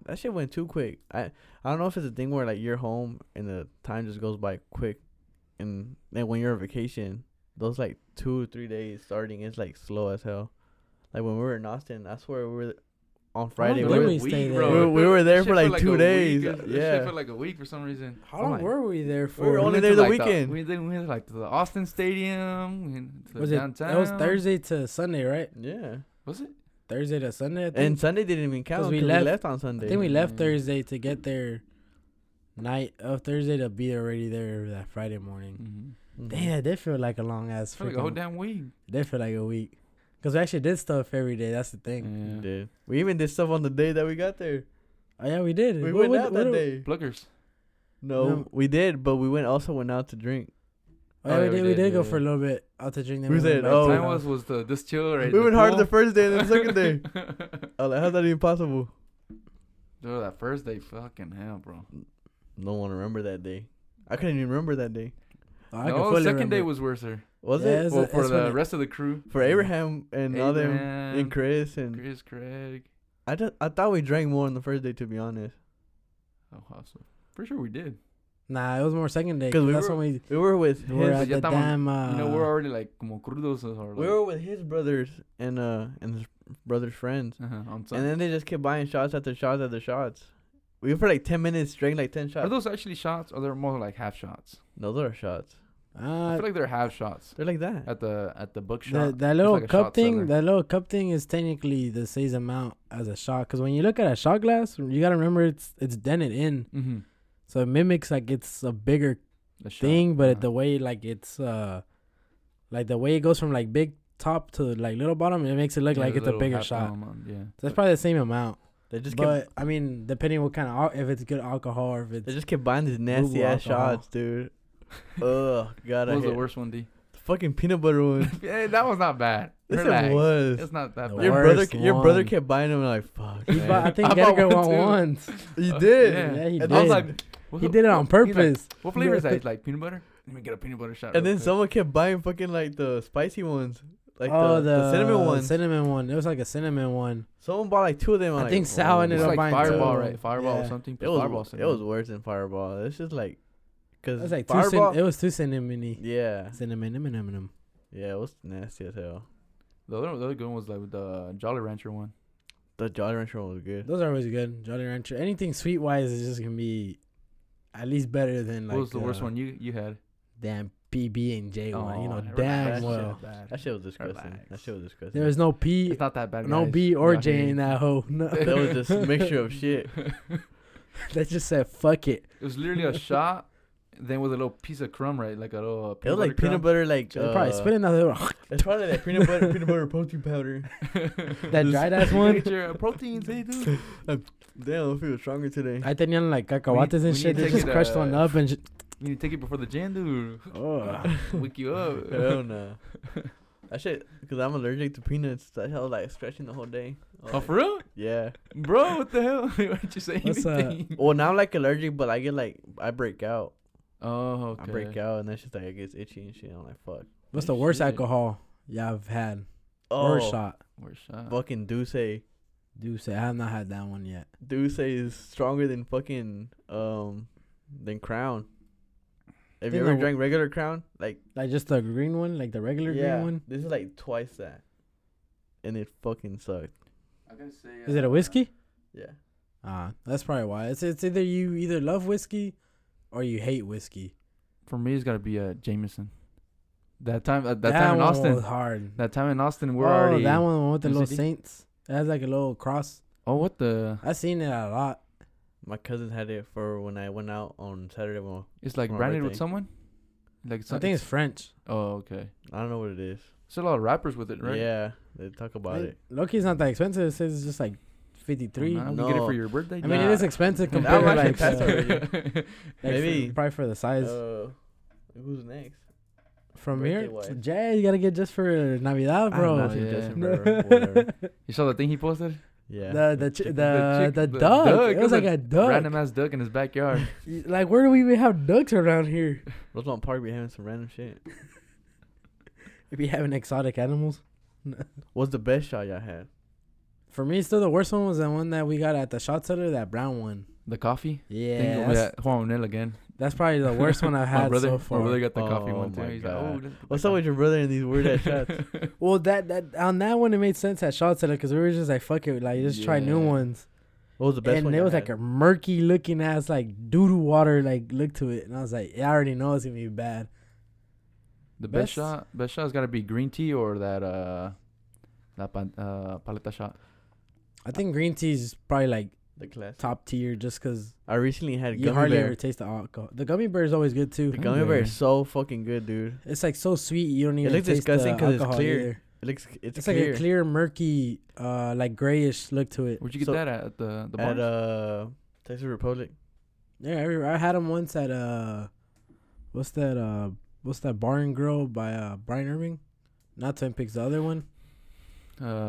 Speaker 3: that shit went too quick. I I don't know if it's a thing where like you're home and the time just goes by quick. and like when you're on vacation, those like two three days starting is like slow as hell. Like when we were in Austin, that's where we were on Friday.
Speaker 2: did we
Speaker 3: we were,
Speaker 2: we stay there?
Speaker 3: we were- we were there
Speaker 1: Shit
Speaker 3: for like,
Speaker 1: a
Speaker 3: two
Speaker 1: week. uh,
Speaker 3: days.
Speaker 1: That
Speaker 3: Yeah.
Speaker 1: Shit for like a week for some reason.
Speaker 2: How
Speaker 3: Oh
Speaker 2: long
Speaker 3: my-
Speaker 2: were we there for?
Speaker 3: were
Speaker 1: We
Speaker 3: only
Speaker 1: went
Speaker 3: there
Speaker 1: to,
Speaker 3: the
Speaker 1: like,
Speaker 3: weekend.
Speaker 1: we, then we went to like the Austin Stadium. We went to
Speaker 2: was it?
Speaker 1: downtown.
Speaker 2: That was Thursday to Sunday, right?
Speaker 3: Yeah.
Speaker 1: Was it?
Speaker 2: Thursday to Sunday. I think.
Speaker 3: And Sunday didn't even count
Speaker 2: 'Cause
Speaker 3: because
Speaker 2: we
Speaker 3: we,
Speaker 2: left-
Speaker 3: left on Sunday.
Speaker 2: I think we left
Speaker 1: Mm.
Speaker 2: Thursday to get there night of Thursday to be already there that Friday morning.
Speaker 1: Mm-hmm.
Speaker 3: Mhm.
Speaker 2: Damn, that did feel like a long ass.
Speaker 1: For like a whole
Speaker 2: freaking-
Speaker 1: damn week.
Speaker 2: Did feel like a week. Cause we actually did stuff every day. That's the thing.
Speaker 3: We
Speaker 1: Yeah.
Speaker 3: did. We even did stuff on the day that we got there.
Speaker 2: Oh yeah, we did.
Speaker 3: We
Speaker 2: What-
Speaker 3: went
Speaker 2: what-
Speaker 3: out
Speaker 2: what-
Speaker 3: that day.
Speaker 1: Pluggers.
Speaker 3: No,
Speaker 2: No.
Speaker 3: we did, but we went also went out to drink.
Speaker 2: Oh, yeah, we, did. We did go
Speaker 1: yeah.
Speaker 2: for a little bit out to drink. then
Speaker 3: We
Speaker 2: went
Speaker 3: said,
Speaker 2: back
Speaker 3: oh,
Speaker 2: to
Speaker 1: Time
Speaker 2: the
Speaker 1: was
Speaker 2: house.
Speaker 1: was the this chill right.
Speaker 3: we went hard the
Speaker 1: pool.
Speaker 3: first day and then the second day. I was like, how's that even possible?
Speaker 1: Dude, that first day, fucking hell, bro.
Speaker 3: No one remember that day. I couldn't even remember that day.
Speaker 2: Oh, I can
Speaker 1: no,
Speaker 2: fully
Speaker 1: second day
Speaker 2: remember.
Speaker 1: was worser.
Speaker 3: Was
Speaker 2: Yeah,
Speaker 3: it
Speaker 2: That's
Speaker 1: Well,
Speaker 2: a-
Speaker 1: for
Speaker 2: that's when
Speaker 1: the
Speaker 2: it-
Speaker 1: rest of the crew,
Speaker 3: for Abraham and all them
Speaker 1: Abraham,
Speaker 3: and Chris and
Speaker 1: Chris, Craig.
Speaker 3: I just I thought we drank more on the first day to be honest.
Speaker 1: Oh, awesome. Pretty sure we did.
Speaker 2: Nah, it was more second day.
Speaker 3: 'Cause
Speaker 2: 'cause
Speaker 3: we
Speaker 2: that's
Speaker 3: were-
Speaker 2: when we
Speaker 3: We were with
Speaker 2: we were
Speaker 3: his,
Speaker 2: at
Speaker 1: ya
Speaker 2: the
Speaker 1: estaban-
Speaker 2: damn. Uh,
Speaker 1: you know, we're already like como crudos or like,
Speaker 3: we were with his brothers and uh and his brother's friends.
Speaker 1: uh-huh, on
Speaker 3: And
Speaker 1: Sunday.
Speaker 3: then they just kept buying shots after shots after shots. We were for like ten minutes drank like ten
Speaker 1: Are
Speaker 3: shots.
Speaker 1: those actually shots or they're more like half shots?
Speaker 3: no, those are shots.
Speaker 1: I
Speaker 2: uh,
Speaker 1: feel like they're half shots
Speaker 3: They're like that.
Speaker 1: at the at the book
Speaker 2: the,
Speaker 1: shop.
Speaker 2: that little
Speaker 1: like a
Speaker 2: cup
Speaker 1: shot
Speaker 2: thing,
Speaker 1: seller.
Speaker 2: that little cup thing is technically the same amount as a shot. Because when you look at a shot glass, you gotta remember it's it's dented in,
Speaker 1: Mm-hmm.
Speaker 2: so it mimcs like it's a bigger
Speaker 1: The shot.
Speaker 2: thing, but
Speaker 1: uh-huh.
Speaker 2: the way like it's uh, like the way it goes from like big top to like little bottom, it makes it look
Speaker 1: Yeah,
Speaker 2: like
Speaker 1: the
Speaker 2: it's a
Speaker 1: little
Speaker 2: bigger
Speaker 1: half
Speaker 2: shot.
Speaker 1: dome on- yeah.
Speaker 2: So that's probably the same amount.
Speaker 3: They just kept
Speaker 2: but I mean, depending what kind of al- if it's good alcohol or if
Speaker 3: they
Speaker 2: it's
Speaker 3: just kept buying these nasty ass
Speaker 2: alcohol.
Speaker 3: shots, dude. Ugh,
Speaker 1: What
Speaker 3: god, I
Speaker 1: was the
Speaker 3: hate
Speaker 1: worst one, D?
Speaker 3: the fucking peanut butter one.
Speaker 1: hey, that was not bad.
Speaker 3: Yes,
Speaker 1: Relax.
Speaker 3: it was.
Speaker 1: It's not that
Speaker 2: The
Speaker 1: bad.
Speaker 3: Your
Speaker 2: worst
Speaker 3: brother, your brother
Speaker 2: one.
Speaker 3: kept buying them. Like fuck,
Speaker 2: He
Speaker 3: man.
Speaker 2: bought, I think
Speaker 1: I bought
Speaker 2: Edgar
Speaker 1: one
Speaker 2: won
Speaker 1: too.
Speaker 2: once.
Speaker 3: you did.
Speaker 1: Yeah.
Speaker 2: Yeah, he
Speaker 3: And
Speaker 2: did.
Speaker 1: And I was
Speaker 3: Yeah.
Speaker 1: like, what
Speaker 2: he
Speaker 1: the-
Speaker 2: did it on
Speaker 1: he's like,
Speaker 2: purpose.
Speaker 1: what flavor is that? He's like peanut butter. Let me get a peanut butter shot.
Speaker 3: And
Speaker 1: real
Speaker 3: then
Speaker 1: quick."
Speaker 3: someone kept buying fucking like the spicy ones, like
Speaker 2: oh,
Speaker 3: the, the cinnamon ones.
Speaker 2: Cinnamon one. It was like a cinnamon one.
Speaker 3: someone bought like two of them. I'm
Speaker 2: I
Speaker 3: like,
Speaker 2: think Sal
Speaker 3: "Whoa."
Speaker 2: ended
Speaker 1: it's
Speaker 2: up
Speaker 1: like
Speaker 2: buying
Speaker 1: Fireball,
Speaker 2: two.
Speaker 1: right? Fireball
Speaker 2: Yeah.
Speaker 1: or something.
Speaker 3: It was
Speaker 1: Fireball.
Speaker 3: it was worse than Fireball. It's just like
Speaker 2: It
Speaker 3: because
Speaker 2: was like two.
Speaker 3: Fireball.
Speaker 2: Cin- it was two cinnamony.
Speaker 3: yeah,
Speaker 2: Cinnamon, cinnamon, cinnamon.
Speaker 3: yeah, it was nasty as hell.
Speaker 1: The other, the other good one was like the Jolly Rancher one.
Speaker 3: The Jolly Rancher one was good.
Speaker 2: Those are always good. Jolly Rancher. Anything sweet wise is just gonna be at least better than like.
Speaker 1: what was the worst
Speaker 2: uh,
Speaker 1: one Oh, you you had?
Speaker 2: Damn PB and J one. You know
Speaker 1: relax,
Speaker 2: damn
Speaker 1: that's not
Speaker 2: well.
Speaker 1: bad.
Speaker 3: That shit was disgusting. That
Speaker 1: Relax.
Speaker 3: shit was disgusting.
Speaker 2: There was no P,
Speaker 1: It's not that bad.
Speaker 2: no
Speaker 1: guys.
Speaker 2: B or
Speaker 1: Y'all
Speaker 2: J
Speaker 1: hate
Speaker 2: in
Speaker 1: it.
Speaker 2: that hoe. No,
Speaker 3: that was just a mixture of shit.
Speaker 2: that just said fuck it.
Speaker 1: It was literally a shot, then with a little piece of crumb, right? Like a little. Uh,
Speaker 3: It was like peanut
Speaker 1: crumb.
Speaker 3: butter, like
Speaker 2: They're probably
Speaker 3: uh,
Speaker 2: spitting out there.
Speaker 3: It's probably that peanut butter, peanut butter protein powder.
Speaker 2: That dried ass
Speaker 1: You
Speaker 2: one?
Speaker 1: get your uh, proteins, hey dude.
Speaker 3: Damn, I feel stronger today.
Speaker 2: I tenían like cacahuates
Speaker 1: we
Speaker 2: and
Speaker 1: need
Speaker 2: shit.
Speaker 1: to
Speaker 2: They
Speaker 1: take
Speaker 2: just
Speaker 1: it,
Speaker 2: crushed
Speaker 1: uh,
Speaker 2: one up and. Sh-
Speaker 1: You need to take it before the jam, dude.
Speaker 2: oh.
Speaker 1: Wake you up.
Speaker 3: Hell no. That shit, because I'm allergic to peanuts. That hell, like stretching the whole day. I'm
Speaker 1: Oh,
Speaker 3: like,
Speaker 1: for real,
Speaker 3: yeah.
Speaker 1: bro? What the hell? Why didn't you say
Speaker 2: What's, uh,
Speaker 1: anything?
Speaker 3: Well, now I'm like allergic, but I get like I break out.
Speaker 1: Oh, okay.
Speaker 3: I break out, and that's just like it gets itchy and shit. I'm like, fuck.
Speaker 2: What's the worst
Speaker 1: Shit.
Speaker 2: alcohol y'all have had?
Speaker 3: Oh,
Speaker 2: Or shot?
Speaker 1: Or shot.
Speaker 3: fucking Douce.
Speaker 2: Do say I have not had that one yet.
Speaker 3: Douce is stronger than fucking um than Crown. Have you
Speaker 2: Then
Speaker 3: ever
Speaker 2: the-
Speaker 3: drank regular Crown? Like
Speaker 2: Like just the green one, like the regular green one.
Speaker 3: This is like twice that, and it fucking sucked.
Speaker 1: I gotta say,
Speaker 2: Is
Speaker 3: uh,
Speaker 2: it a whiskey?
Speaker 3: Yeah.
Speaker 2: Ah, that's probably why. It's it's either you either love whiskey, or you hate whiskey.
Speaker 1: For me, it's gotta be uh, Jameson. That time, uh, that,
Speaker 2: That,
Speaker 1: time in
Speaker 2: one
Speaker 1: Austin.
Speaker 2: was hard.
Speaker 1: That time in Austin, we're
Speaker 2: oh,
Speaker 1: already.
Speaker 2: that one the one with the
Speaker 1: Who's
Speaker 2: little
Speaker 1: it?
Speaker 2: saints. It has like a little cross.
Speaker 1: Oh, what the?
Speaker 2: I seen it a lot.
Speaker 3: My cousin had it for when I went out on Saturday. Well,
Speaker 1: It's like
Speaker 3: For my
Speaker 1: branded with
Speaker 3: birthday.
Speaker 1: someone. Like
Speaker 2: I think
Speaker 1: something.
Speaker 2: it's French.
Speaker 1: Oh, okay.
Speaker 3: I don't know what it is.
Speaker 1: There's a lot of rappers with it, right?
Speaker 3: Yeah, they talk about it.
Speaker 2: Loki is not that expensive. It says it's just like fifty three.
Speaker 1: Nah, we Oh, get it
Speaker 3: No.
Speaker 1: for your birthday.
Speaker 2: I mean,
Speaker 3: nah.
Speaker 2: it is expensive
Speaker 1: That
Speaker 2: compared to
Speaker 3: one
Speaker 2: like,
Speaker 3: should pass
Speaker 2: the-
Speaker 3: already.
Speaker 2: like,
Speaker 3: Maybe.
Speaker 2: for, probably for the size.
Speaker 3: Uh, who's next?
Speaker 2: From here,
Speaker 3: birthday-wise.
Speaker 2: Jay, you gotta get just for Navidad,
Speaker 3: I don't
Speaker 2: bro.
Speaker 3: know,
Speaker 1: yeah.
Speaker 3: it's Justin
Speaker 2: No.
Speaker 3: Bieber, whatever.
Speaker 1: you saw the thing he posted?
Speaker 3: Yeah.
Speaker 2: the the ch- the
Speaker 1: chick-
Speaker 2: the,
Speaker 1: chick-
Speaker 2: duck. It was like
Speaker 1: a
Speaker 2: a duck.
Speaker 1: Random ass duck in his backyard.
Speaker 2: Y- Like where do we even have ducks around here?
Speaker 3: Rosemont Park be having some random shit.
Speaker 2: If you having exotic animals.
Speaker 3: What's the best shot y'all had?
Speaker 2: For me, still the worst one was the one that we got at the shot seller, that brown one.
Speaker 1: the coffee.
Speaker 2: Yeah,
Speaker 1: Thing with
Speaker 2: that's-
Speaker 1: that Juan Manuel again.
Speaker 2: That's probably the worst one I've had
Speaker 1: my brother,
Speaker 2: so far.
Speaker 1: My brother got the coffee
Speaker 3: Oh
Speaker 1: one time.
Speaker 3: my
Speaker 1: He's like, oh,
Speaker 3: God.
Speaker 1: let's get
Speaker 3: What's
Speaker 1: the
Speaker 3: up with your brother and these weird ass shots?
Speaker 1: coffee."
Speaker 2: Well, that that on that one it made sense that Shaw said it because we were just like, "Fuck it, like just try new
Speaker 1: Yeah.
Speaker 2: ones."
Speaker 3: What was the best
Speaker 2: and
Speaker 3: one?
Speaker 2: it
Speaker 3: you
Speaker 2: was
Speaker 3: had?
Speaker 2: like a murky looking ass like doo doo water like look to it, and I was like, "Yeah, I already know it's gonna be bad."
Speaker 1: The best,
Speaker 2: Best-
Speaker 1: shot, best shot's got to be green tea or that uh, that pan, uh, paleta shot.
Speaker 2: I think green tea is probably like
Speaker 3: the class.
Speaker 2: top tier just because
Speaker 3: I recently had
Speaker 2: you
Speaker 3: gummy
Speaker 2: hardly
Speaker 3: bear.
Speaker 2: ever taste the alcohol. The gummy bear is always good too.
Speaker 3: The
Speaker 1: Gummy
Speaker 3: gummy bear
Speaker 1: bear.
Speaker 3: is so fucking good, dude.
Speaker 2: It's like so sweet you don't even
Speaker 3: looks
Speaker 2: taste
Speaker 3: disgusting
Speaker 2: the
Speaker 3: 'cause it's
Speaker 2: alcohol
Speaker 3: clear.
Speaker 2: either.
Speaker 3: It looks it's,
Speaker 2: It's
Speaker 3: clear.
Speaker 2: like a clear murky, uh, like grayish look to it.
Speaker 1: Where'd you get
Speaker 3: So-
Speaker 1: that at? At the the
Speaker 3: at
Speaker 1: bar?
Speaker 3: uh Texas Republic.
Speaker 2: Yeah, I, I had them once at uh, what's that uh, what's that Bar and Grill by uh Brian Irving? Not Twin Peaks, the other one.
Speaker 1: uh,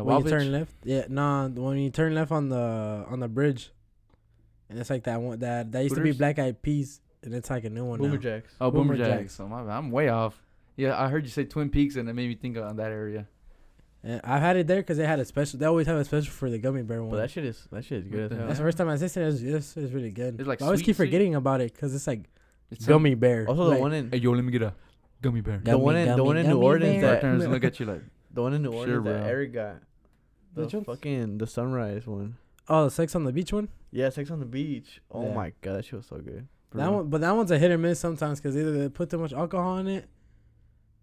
Speaker 2: when you
Speaker 1: Wild
Speaker 2: turn
Speaker 1: Bitch?
Speaker 2: left, yeah, nah, the one you turn left on the on the bridge, and it's like that one that that used to be
Speaker 1: Hooters?
Speaker 2: Black Eyed Peas, and it's like a new one
Speaker 3: Boomer
Speaker 2: now.
Speaker 3: Jacks.
Speaker 1: Oh, Boomer
Speaker 2: Boomer
Speaker 1: Jacks.
Speaker 2: Jacks.
Speaker 1: Oh, my bad. I'm way off. Yeah, I heard you say Twin Peaks, and it made me think on that area.
Speaker 2: And I've had it there because they had a special. They always have a special for the gummy bear one.
Speaker 3: But that shit is that shit is
Speaker 1: What
Speaker 3: good.
Speaker 1: the
Speaker 3: as hell.
Speaker 2: That's the first time I tasted it. It's, it's, it's really good.
Speaker 1: It's like
Speaker 2: But I always
Speaker 1: sweet,
Speaker 2: keep
Speaker 1: sweet?
Speaker 2: forgetting about it because it's like
Speaker 1: It's some-
Speaker 2: gummy bear.
Speaker 3: Also the
Speaker 2: Like,
Speaker 3: one in
Speaker 1: Hey, yo, let me get a gummy bear.
Speaker 3: the one in- the one in New Orleans
Speaker 2: bear.
Speaker 3: that-
Speaker 1: Bartenders look at you like,
Speaker 3: the one in New Orleans
Speaker 1: Sure,
Speaker 3: that
Speaker 1: bro.
Speaker 3: Eric got. The
Speaker 2: Which one's-
Speaker 3: fucking the sunrise one.
Speaker 2: oh, the sex on the beach one.
Speaker 3: Yeah, sex on the beach. Oh
Speaker 2: Yeah.
Speaker 3: my god, that shit was so good.
Speaker 2: That
Speaker 1: "Bro,
Speaker 2: one, but that one's a hit or miss sometimes because either they put too much alcohol in it,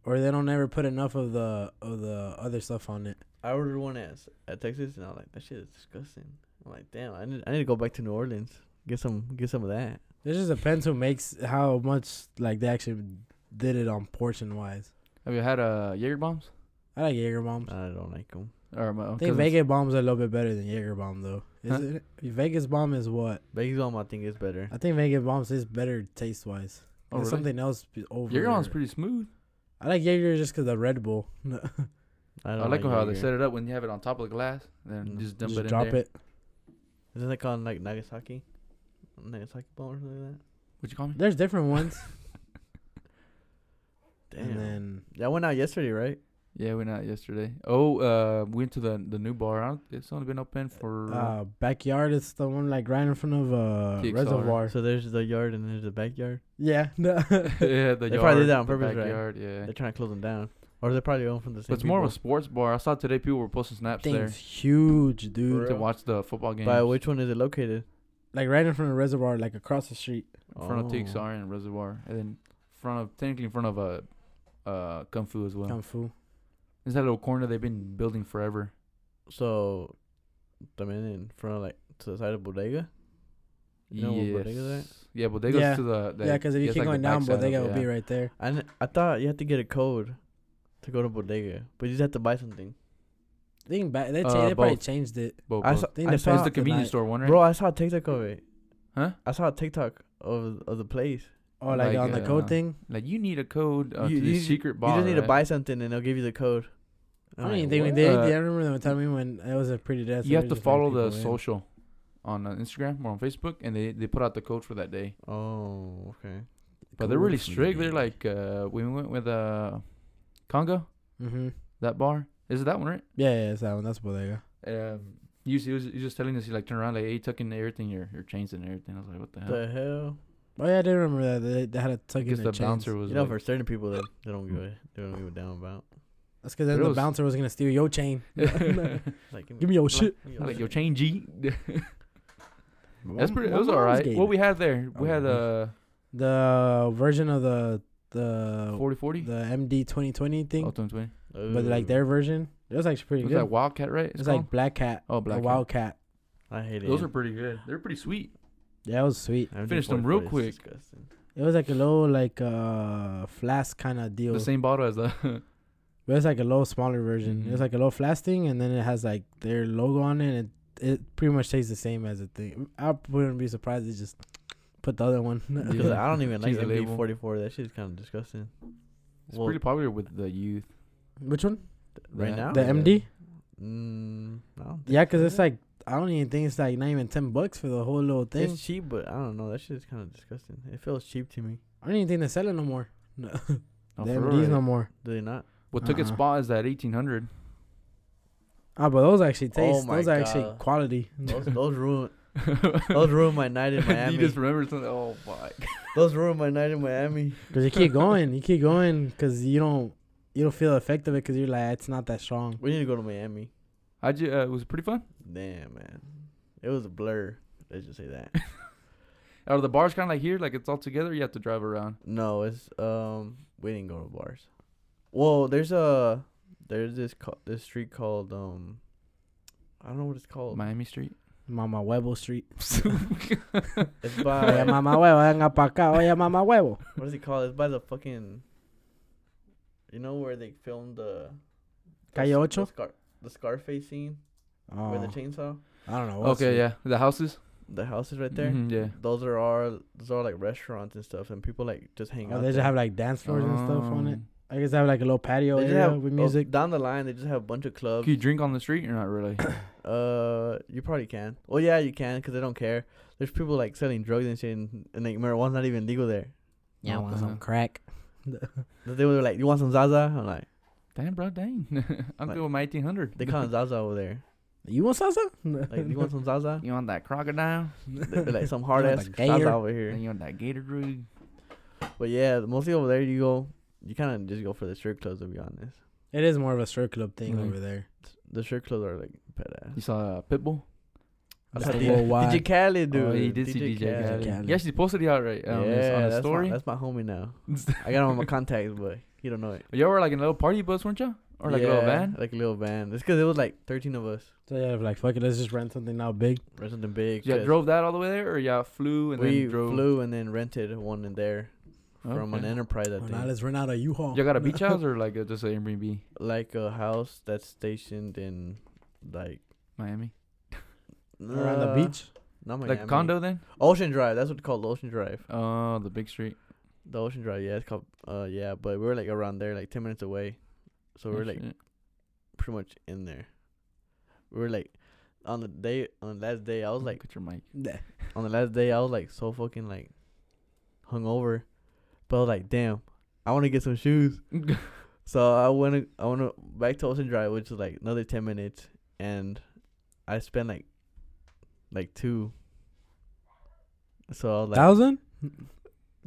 Speaker 2: or they don't ever put enough of the of the other stuff on it.
Speaker 3: I ordered one at s- at Texas and I was like, that shit is disgusting. I'm like, damn, I need I need to go back to New Orleans. Get some get some of that.
Speaker 2: It just depends who makes how much like they actually did it on portion wise.
Speaker 1: Have you had uh, Jaeger bombs?
Speaker 2: I like Jaeger
Speaker 1: Uh,
Speaker 2: bombs.
Speaker 3: I don't like them.
Speaker 1: Or um, uh, my
Speaker 2: I think
Speaker 1: cousin's-
Speaker 2: Vegas bombs are a little bit better than Jaeger bomb though. Is
Speaker 1: Huh?
Speaker 2: it Vegas bomb is what?
Speaker 3: Vegas bomb I think is better.
Speaker 2: I think Vegas bombs is better taste wise.
Speaker 1: Oh, really?
Speaker 2: Something else be- over.
Speaker 1: Jaeger bomb's pretty smooth.
Speaker 2: I like Jaeger just because the Red Bull.
Speaker 3: I,
Speaker 1: I
Speaker 3: don't
Speaker 1: like how they
Speaker 3: Jaeger.
Speaker 1: set it up when you have it on top of the glass, then
Speaker 3: Mm.
Speaker 1: just dump
Speaker 2: Oh, just
Speaker 1: it in
Speaker 2: drop
Speaker 1: there.
Speaker 2: it.
Speaker 3: Isn't that called like Nagasaki? Nagasaki bomb or something like
Speaker 1: What you call me?
Speaker 2: There's different ones,
Speaker 3: that? Damn.
Speaker 2: and then
Speaker 3: that went out yesterday, right?
Speaker 1: Yeah, we went out yesterday. Oh, uh, we went to the the new bar. I don't, it's only been open for
Speaker 2: uh, backyard is the one like right in front of uh
Speaker 1: TXR.
Speaker 2: reservoir.
Speaker 3: So there's the yard and there's the backyard.
Speaker 2: Yeah, no.
Speaker 1: yeah the
Speaker 3: They
Speaker 1: yard,
Speaker 3: probably did that on
Speaker 1: the
Speaker 3: purpose, right?
Speaker 1: backyard, Yeah,
Speaker 3: They're trying to close them down, or they're probably owned from the same.
Speaker 1: but it's more of a
Speaker 3: people.
Speaker 1: sports bar. I saw today people were posting snaps
Speaker 2: things huge, dude.
Speaker 3: For
Speaker 1: there to
Speaker 3: real?
Speaker 1: watch the football game.
Speaker 3: By which one is it located?
Speaker 2: Like right in front of reservoir, like across the street.
Speaker 1: in front
Speaker 3: Oh.
Speaker 1: of TXR and Reservoir, and then in front of technically in front of a uh, uh, Kung Fu as well.
Speaker 2: Kung Fu.
Speaker 1: It's that little corner they've been building forever.
Speaker 3: So, the man in front of like to the side of bodega. You know where Bodega's at?
Speaker 1: Yeah, Bodega's
Speaker 2: Yeah.
Speaker 1: to the, the
Speaker 2: Yeah, because if you
Speaker 1: it's
Speaker 2: keep going
Speaker 1: like the
Speaker 2: down,
Speaker 1: backside of-
Speaker 2: Bodega will
Speaker 1: yeah.
Speaker 2: be right there.
Speaker 3: I kn- I thought you had to get a code to go to bodega, but you just have to buy something.
Speaker 2: I think back, they, cha-
Speaker 1: Uh,
Speaker 2: they probably
Speaker 1: both.
Speaker 2: changed it.
Speaker 1: Bo-
Speaker 3: I
Speaker 1: Bo-
Speaker 3: saw,
Speaker 2: Think
Speaker 3: I
Speaker 2: the
Speaker 1: It's
Speaker 3: saw
Speaker 1: the
Speaker 2: tonight.
Speaker 1: convenience store one, right?
Speaker 3: bro, I saw a TikTok of it.
Speaker 1: Huh?
Speaker 3: I saw a TikTok of of the place.
Speaker 2: Oh, like,
Speaker 1: Like,
Speaker 2: on the
Speaker 1: uh,
Speaker 2: code thing.
Speaker 1: Like you need a code uh,
Speaker 3: You-
Speaker 1: to this
Speaker 3: you-
Speaker 1: secret bar.
Speaker 3: you just need
Speaker 1: right?
Speaker 3: to buy something and they'll give you the code.
Speaker 2: I
Speaker 3: I'm
Speaker 2: don't
Speaker 3: like,
Speaker 2: even think we
Speaker 3: "What?"
Speaker 2: did.
Speaker 1: Uh,
Speaker 2: yeah, I remember the time we went. It was a pretty death.
Speaker 1: you have to follow the social on uh, Instagram or on Facebook, and they, they put out the code for that day.
Speaker 3: Oh, okay.
Speaker 1: But they're really
Speaker 2: Code for
Speaker 1: strict. They're
Speaker 2: day.
Speaker 1: like, uh, we went with uh, Congo,
Speaker 2: Mm-hmm.
Speaker 1: that bar. Is it that one, right?
Speaker 2: Yeah, yeah, it's that one. That's Bodega.
Speaker 1: Um, he was, he was, he was just telling us, he like turn around, like, hey, tuck in everything, your your chains and everything. I was like, what the hell?
Speaker 3: The hell.
Speaker 2: Oh yeah, I do remember that. They, they had a tuck in
Speaker 1: because
Speaker 2: the,
Speaker 1: the
Speaker 2: chains.
Speaker 1: bouncer was
Speaker 3: You know,
Speaker 1: like-
Speaker 3: for certain people, they, they don't give a they don't give a damn about.
Speaker 2: That's because then
Speaker 1: But it
Speaker 2: the
Speaker 1: was-
Speaker 2: bouncer was gonna steal your chain.
Speaker 1: Not
Speaker 3: Like,
Speaker 2: Give me your shit.
Speaker 1: like your chain G. That's
Speaker 2: My-
Speaker 1: pretty. It
Speaker 2: my
Speaker 1: was all
Speaker 2: mom's
Speaker 1: right.
Speaker 2: gave
Speaker 1: What
Speaker 2: it.
Speaker 1: we had there, we
Speaker 3: Oh,
Speaker 1: had
Speaker 3: nice.
Speaker 1: uh
Speaker 2: The uh, version of the the
Speaker 1: forty forty.
Speaker 2: the MD twenty twenty thing,
Speaker 1: Ultimate Twin.
Speaker 2: but like their version, it was actually
Speaker 1: It
Speaker 2: pretty
Speaker 1: was
Speaker 2: good.
Speaker 1: like Wildcat, right?
Speaker 2: It's like Black Cat.
Speaker 1: Oh, Black
Speaker 2: a
Speaker 1: Cat.
Speaker 2: Wildcat.
Speaker 3: I hate it.
Speaker 1: Those are pretty good. They're pretty sweet.
Speaker 2: Yeah, it was sweet.
Speaker 3: MD
Speaker 1: finish them real
Speaker 3: 44 is
Speaker 1: quick.
Speaker 3: disgusting.
Speaker 2: It was like a low like uh flask kind of deal.
Speaker 1: The same bottle as the.
Speaker 2: But it's like a little smaller version.
Speaker 1: Mhm.
Speaker 2: It's like a little flask thing, and then it has like their logo on it. And it, it pretty much tastes the same as a thing. I wouldn't be surprised if just put the other one.
Speaker 1: Yeah.
Speaker 3: 'Cause I don't even like
Speaker 1: Change the label.
Speaker 3: MD forty four. That shit's kind of disgusting.
Speaker 1: it's
Speaker 3: Well,
Speaker 1: pretty popular with the youth.
Speaker 2: Which one?
Speaker 3: right now,
Speaker 2: The
Speaker 1: yeah.
Speaker 2: MD.
Speaker 3: mm, I don't think
Speaker 2: Yeah, because
Speaker 3: so.
Speaker 2: it's like I don't even think it's like not even ten bucks for the whole little thing.
Speaker 3: it's cheap, but I don't know. That shit's kind of disgusting. It feels cheap to me.
Speaker 2: I don't even think they sell it no more. No,
Speaker 1: Oh,
Speaker 2: the
Speaker 1: for
Speaker 2: MDs
Speaker 1: real.
Speaker 2: no more.
Speaker 3: Do they not?
Speaker 1: What took its
Speaker 3: Uh-huh.
Speaker 2: Uh-uh.
Speaker 1: spot is that eighteen hundred.
Speaker 2: Ah, but those actually
Speaker 3: Oh
Speaker 2: taste.
Speaker 3: my
Speaker 2: those are actually
Speaker 3: God.
Speaker 2: quality.
Speaker 3: Those those ruin Those ruined my night in Miami.
Speaker 1: you just remember something. Oh my.
Speaker 3: Those ruined my night in Miami.
Speaker 2: Because you keep going, you keep going, because you don't you don't feel the effect of it, because you're like it's not that strong.
Speaker 3: We need to go to Miami.
Speaker 1: I ju- uh, it was pretty fun.
Speaker 3: Damn, man. It was a blur. Let's just say that.
Speaker 1: Are the bars kind of like here? Like it's all together. You have to drive around.
Speaker 3: no, it's um we didn't go to bars. Well, there's a there's this ca- this street called um I don't know what it's called.
Speaker 1: Miami Street.
Speaker 2: Mama Huevo Street.
Speaker 3: It's by
Speaker 2: Oye, mama huevo, venga pa acá. Oye, mama huevo.
Speaker 3: what is it called? It's by the fucking you know where they filmed the
Speaker 2: Calle
Speaker 3: the,
Speaker 2: Ocho?
Speaker 3: the, Scar- the Scarface scene with
Speaker 2: Oh,
Speaker 3: the chainsaw.
Speaker 2: I don't know. what
Speaker 1: okay,
Speaker 2: street.
Speaker 1: yeah. The houses.
Speaker 3: The houses right there.
Speaker 2: Mm-hmm.
Speaker 1: Mhm, yeah.
Speaker 3: Those are all those are like restaurants and stuff, and people like just hang
Speaker 2: Oh,
Speaker 3: out.
Speaker 2: they just
Speaker 3: there.
Speaker 2: have like dance floors and stuff on it.
Speaker 1: Um,
Speaker 2: I guess they have like a little patio
Speaker 3: They just
Speaker 2: area
Speaker 3: have-
Speaker 2: with
Speaker 3: oh,
Speaker 2: music.
Speaker 3: down the line, they just have a bunch of clubs.
Speaker 1: Um, Can you drink on the street? You're not really.
Speaker 3: Uh, you probably can. Well, yeah, you can because they don't care. There's people like selling drugs and shit, and, and like marijuana's not even legal there.
Speaker 2: Yeah, I want
Speaker 1: Uh-huh.
Speaker 2: some crack.
Speaker 3: They were like, "You want some Zaza?" I'm like,
Speaker 1: Damn, bro, dang. I'm
Speaker 3: Like,
Speaker 1: good with my 1800.
Speaker 3: "They call it Zaza over there."
Speaker 2: You want salsa?
Speaker 3: Like, "You want some Zaza?"
Speaker 1: You want that crocodile?
Speaker 3: They be like some hard ass
Speaker 2: the gator?
Speaker 3: Zaza over here.
Speaker 1: And you want that gator drug?
Speaker 3: But yeah, mostly over there you go. You kind of just go for the strip clubs to be honest.
Speaker 2: It is more of a strip club thing
Speaker 1: Mhm.
Speaker 2: over there.
Speaker 3: The strip clubs are like pet
Speaker 1: You
Speaker 3: ass.
Speaker 1: saw uh, Pitbull?
Speaker 3: I
Speaker 2: Mr.
Speaker 3: saw D-
Speaker 2: Worldwide.
Speaker 3: DJ Khaled, dude.
Speaker 1: Oh, he did see DJ Khaled.
Speaker 2: Khaled.
Speaker 1: Yeah, she's posted it out right um, his-
Speaker 3: yeah,
Speaker 1: on his
Speaker 3: that's
Speaker 1: story.
Speaker 3: My, that's my homie now. I got him on my contacts, but he don't know it.
Speaker 1: Y'all were like in a little party bus, weren't you? Or like a little
Speaker 3: Yeah,
Speaker 1: van?
Speaker 3: Like a little van. It's because it was like 13 of us.
Speaker 2: So yeah, like fuck it, let's just rent something out big.
Speaker 3: Or something big.
Speaker 1: Yeah,
Speaker 3: 'cause
Speaker 1: drove that all the way there, or y'all flew and
Speaker 3: we
Speaker 1: then drove? Oh,
Speaker 3: flew and then rented one in there from an
Speaker 1: Okay.
Speaker 3: enterprise, I
Speaker 2: Well,
Speaker 3: think.
Speaker 2: now let's rent out a U-Haul.
Speaker 1: Y'all got a beach house or like a, just an Airbnb?
Speaker 3: like a house that's stationed in, like,
Speaker 1: Miami,
Speaker 2: around
Speaker 3: uh,
Speaker 2: the beach.
Speaker 3: Not Miami.
Speaker 1: like a condo then?
Speaker 3: Ocean Drive. That's what it's called, Ocean Drive.
Speaker 1: Oh, the big street.
Speaker 3: The Ocean Drive, yeah, it's called, uh, yeah, but we were like around there, like 10 minutes away. So we
Speaker 1: Oh,
Speaker 3: we're like
Speaker 1: shit.
Speaker 3: pretty much in there. We were like, on the day, on the last day, I was like,
Speaker 1: Put your mic.
Speaker 2: Yeah.
Speaker 3: on the last day, I was like so fucking like hungover, but I was like, damn, I want to get some shoes. so I went, to, I went to back to Ocean Drive, which is like another ten minutes, and I spent like, like two. So I was like
Speaker 2: Thousand?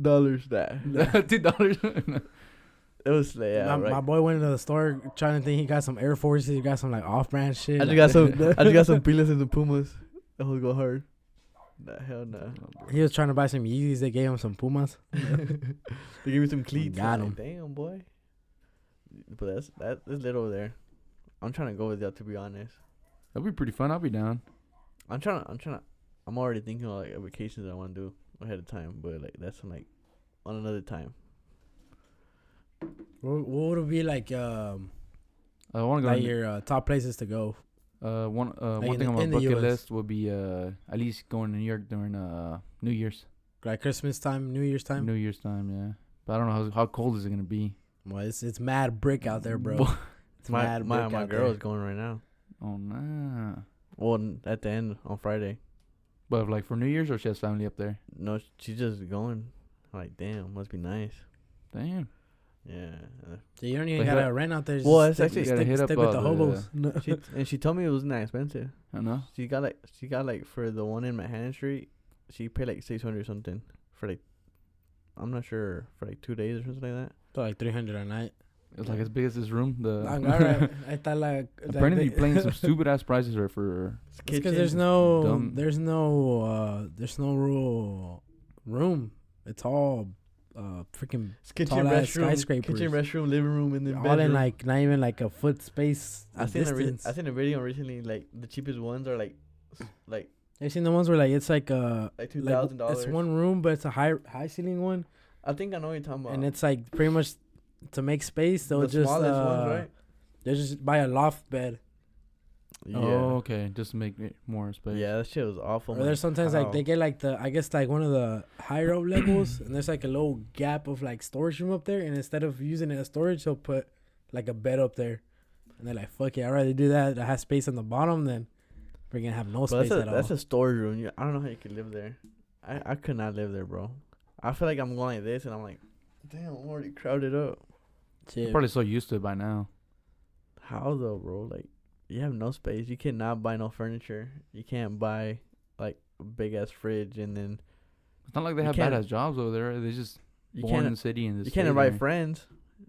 Speaker 3: dollars there.
Speaker 1: Two dollars.
Speaker 3: It was like yeah,
Speaker 2: my,
Speaker 3: right.
Speaker 2: my boy went into the store trying to think he got some Air Forces, he got some like off-brand shit.
Speaker 3: I just
Speaker 2: like-
Speaker 3: got some, I just got some pilas and some pumas. That will go hard. Nah, hell no.
Speaker 2: he was trying to buy some Yeezys. They gave him some Pumas.
Speaker 3: they give me some cleats.
Speaker 2: got
Speaker 3: I'm
Speaker 2: 'em.
Speaker 3: like, Damn boy. But that's that, that's lit over there. I'm trying to go with y'all to be honest.
Speaker 1: That'd be pretty fun. I'll be down.
Speaker 3: I'm trying to I'm trying to I'm already thinking of like vacations I want to do ahead of time, but like that's on like on another time.
Speaker 2: What, what would it be like? Um,
Speaker 1: I want to go.
Speaker 2: like
Speaker 1: on-
Speaker 2: your uh, top places to go.
Speaker 1: Uh, one uh,
Speaker 2: Like
Speaker 1: one
Speaker 2: in
Speaker 1: thing
Speaker 2: the-
Speaker 1: on my
Speaker 2: in the
Speaker 1: bucket
Speaker 2: US.
Speaker 1: list would be uh at least going to New York during uh New Year's
Speaker 2: Like Christmas time, New Year's time.
Speaker 1: New Year's time, yeah. But I don't know how how cold is it gonna be.
Speaker 2: Well, it's it's mad brick out there, bro. It's
Speaker 3: my
Speaker 2: mad
Speaker 3: my
Speaker 2: brick
Speaker 3: my
Speaker 2: out
Speaker 3: girl
Speaker 2: there.
Speaker 3: is going right now.
Speaker 1: Oh nah.
Speaker 3: Well, n- at the end on Friday.
Speaker 1: But like for New Year's, or she has family up there.
Speaker 3: No, sh- she's just going. I'm like, damn, must be nice.
Speaker 1: Damn.
Speaker 3: Yeah. uh,
Speaker 2: So you don't even
Speaker 1: But
Speaker 2: gotta
Speaker 1: hit-
Speaker 2: rent out there.
Speaker 3: Well,
Speaker 2: just
Speaker 3: it's actually-
Speaker 2: stick,
Speaker 1: Gotta
Speaker 2: stick,
Speaker 1: hit up
Speaker 2: stick with the
Speaker 1: all the-
Speaker 2: hobos.
Speaker 3: She and she told me it wasn't that expensive.
Speaker 1: I don't know.
Speaker 3: She got like she got like for the one in Manhattan Street, she paid like six hundred something for like I'm not sure for like two days or something like that.
Speaker 2: So like three hundred a night.
Speaker 1: It's like as big as this room. The
Speaker 3: Uh.
Speaker 2: Like, all right. I thought like like
Speaker 1: apparently
Speaker 2: they-
Speaker 1: you're playing some stupid ass prizes right for.
Speaker 2: It's because there's no,
Speaker 1: dumb.
Speaker 2: there's no, uh, there's no real room. It's all uh, freaking
Speaker 3: It's kitchen
Speaker 2: tall ass
Speaker 3: restroom, kitchen
Speaker 2: skyscrapers.
Speaker 3: restroom, living room, and then
Speaker 2: all
Speaker 3: bedroom.
Speaker 2: in like not even like a foot space
Speaker 3: I seen a re-
Speaker 2: distance.
Speaker 3: I seen a video recently like the cheapest ones are like s- like
Speaker 2: I've seen the ones where like it's like a
Speaker 3: like two
Speaker 2: like,
Speaker 3: thousand
Speaker 2: it's
Speaker 3: dollars.
Speaker 2: one room, but it's a high high ceiling one,
Speaker 3: I think I know what you're talking about.
Speaker 2: and it's like pretty much to make space.
Speaker 3: the
Speaker 2: They'll just
Speaker 3: smallest
Speaker 2: uh,
Speaker 3: ones, right?
Speaker 2: they just buy a loft bed,
Speaker 3: Yeah.
Speaker 1: Oh, okay. Just to make it more space.
Speaker 3: yeah, that shit was awful.
Speaker 2: or
Speaker 3: man.
Speaker 2: there's sometimes like they
Speaker 3: How?
Speaker 2: get like the I guess like one of the higher up levels, and there's like a little gap of like storage room up there, and instead of using it as storage, they'll put like a bed up there, and they're like, "Fuck it, I'd rather do that. I have space on the bottom than we're gonna have no
Speaker 3: But
Speaker 2: space
Speaker 3: that's a
Speaker 2: at
Speaker 3: that's
Speaker 2: all."
Speaker 3: a storage room. You, I don't know how you could live there. I I could not live there, bro. I feel like I'm going like this, and I'm like, damn, I'm already crowded up.
Speaker 2: Shit.
Speaker 1: You're probably so used to it by now.
Speaker 3: How though, bro? Like, you have no space. You cannot buy no furniture. You can't buy like big ass fridge, and then
Speaker 1: It's not like they
Speaker 3: You
Speaker 1: have
Speaker 3: can't-
Speaker 1: badass jobs over there. They just
Speaker 3: you
Speaker 1: born in
Speaker 3: can't
Speaker 1: the city and
Speaker 3: you
Speaker 1: just
Speaker 3: can't
Speaker 1: stay
Speaker 3: invite
Speaker 1: there.
Speaker 3: friends.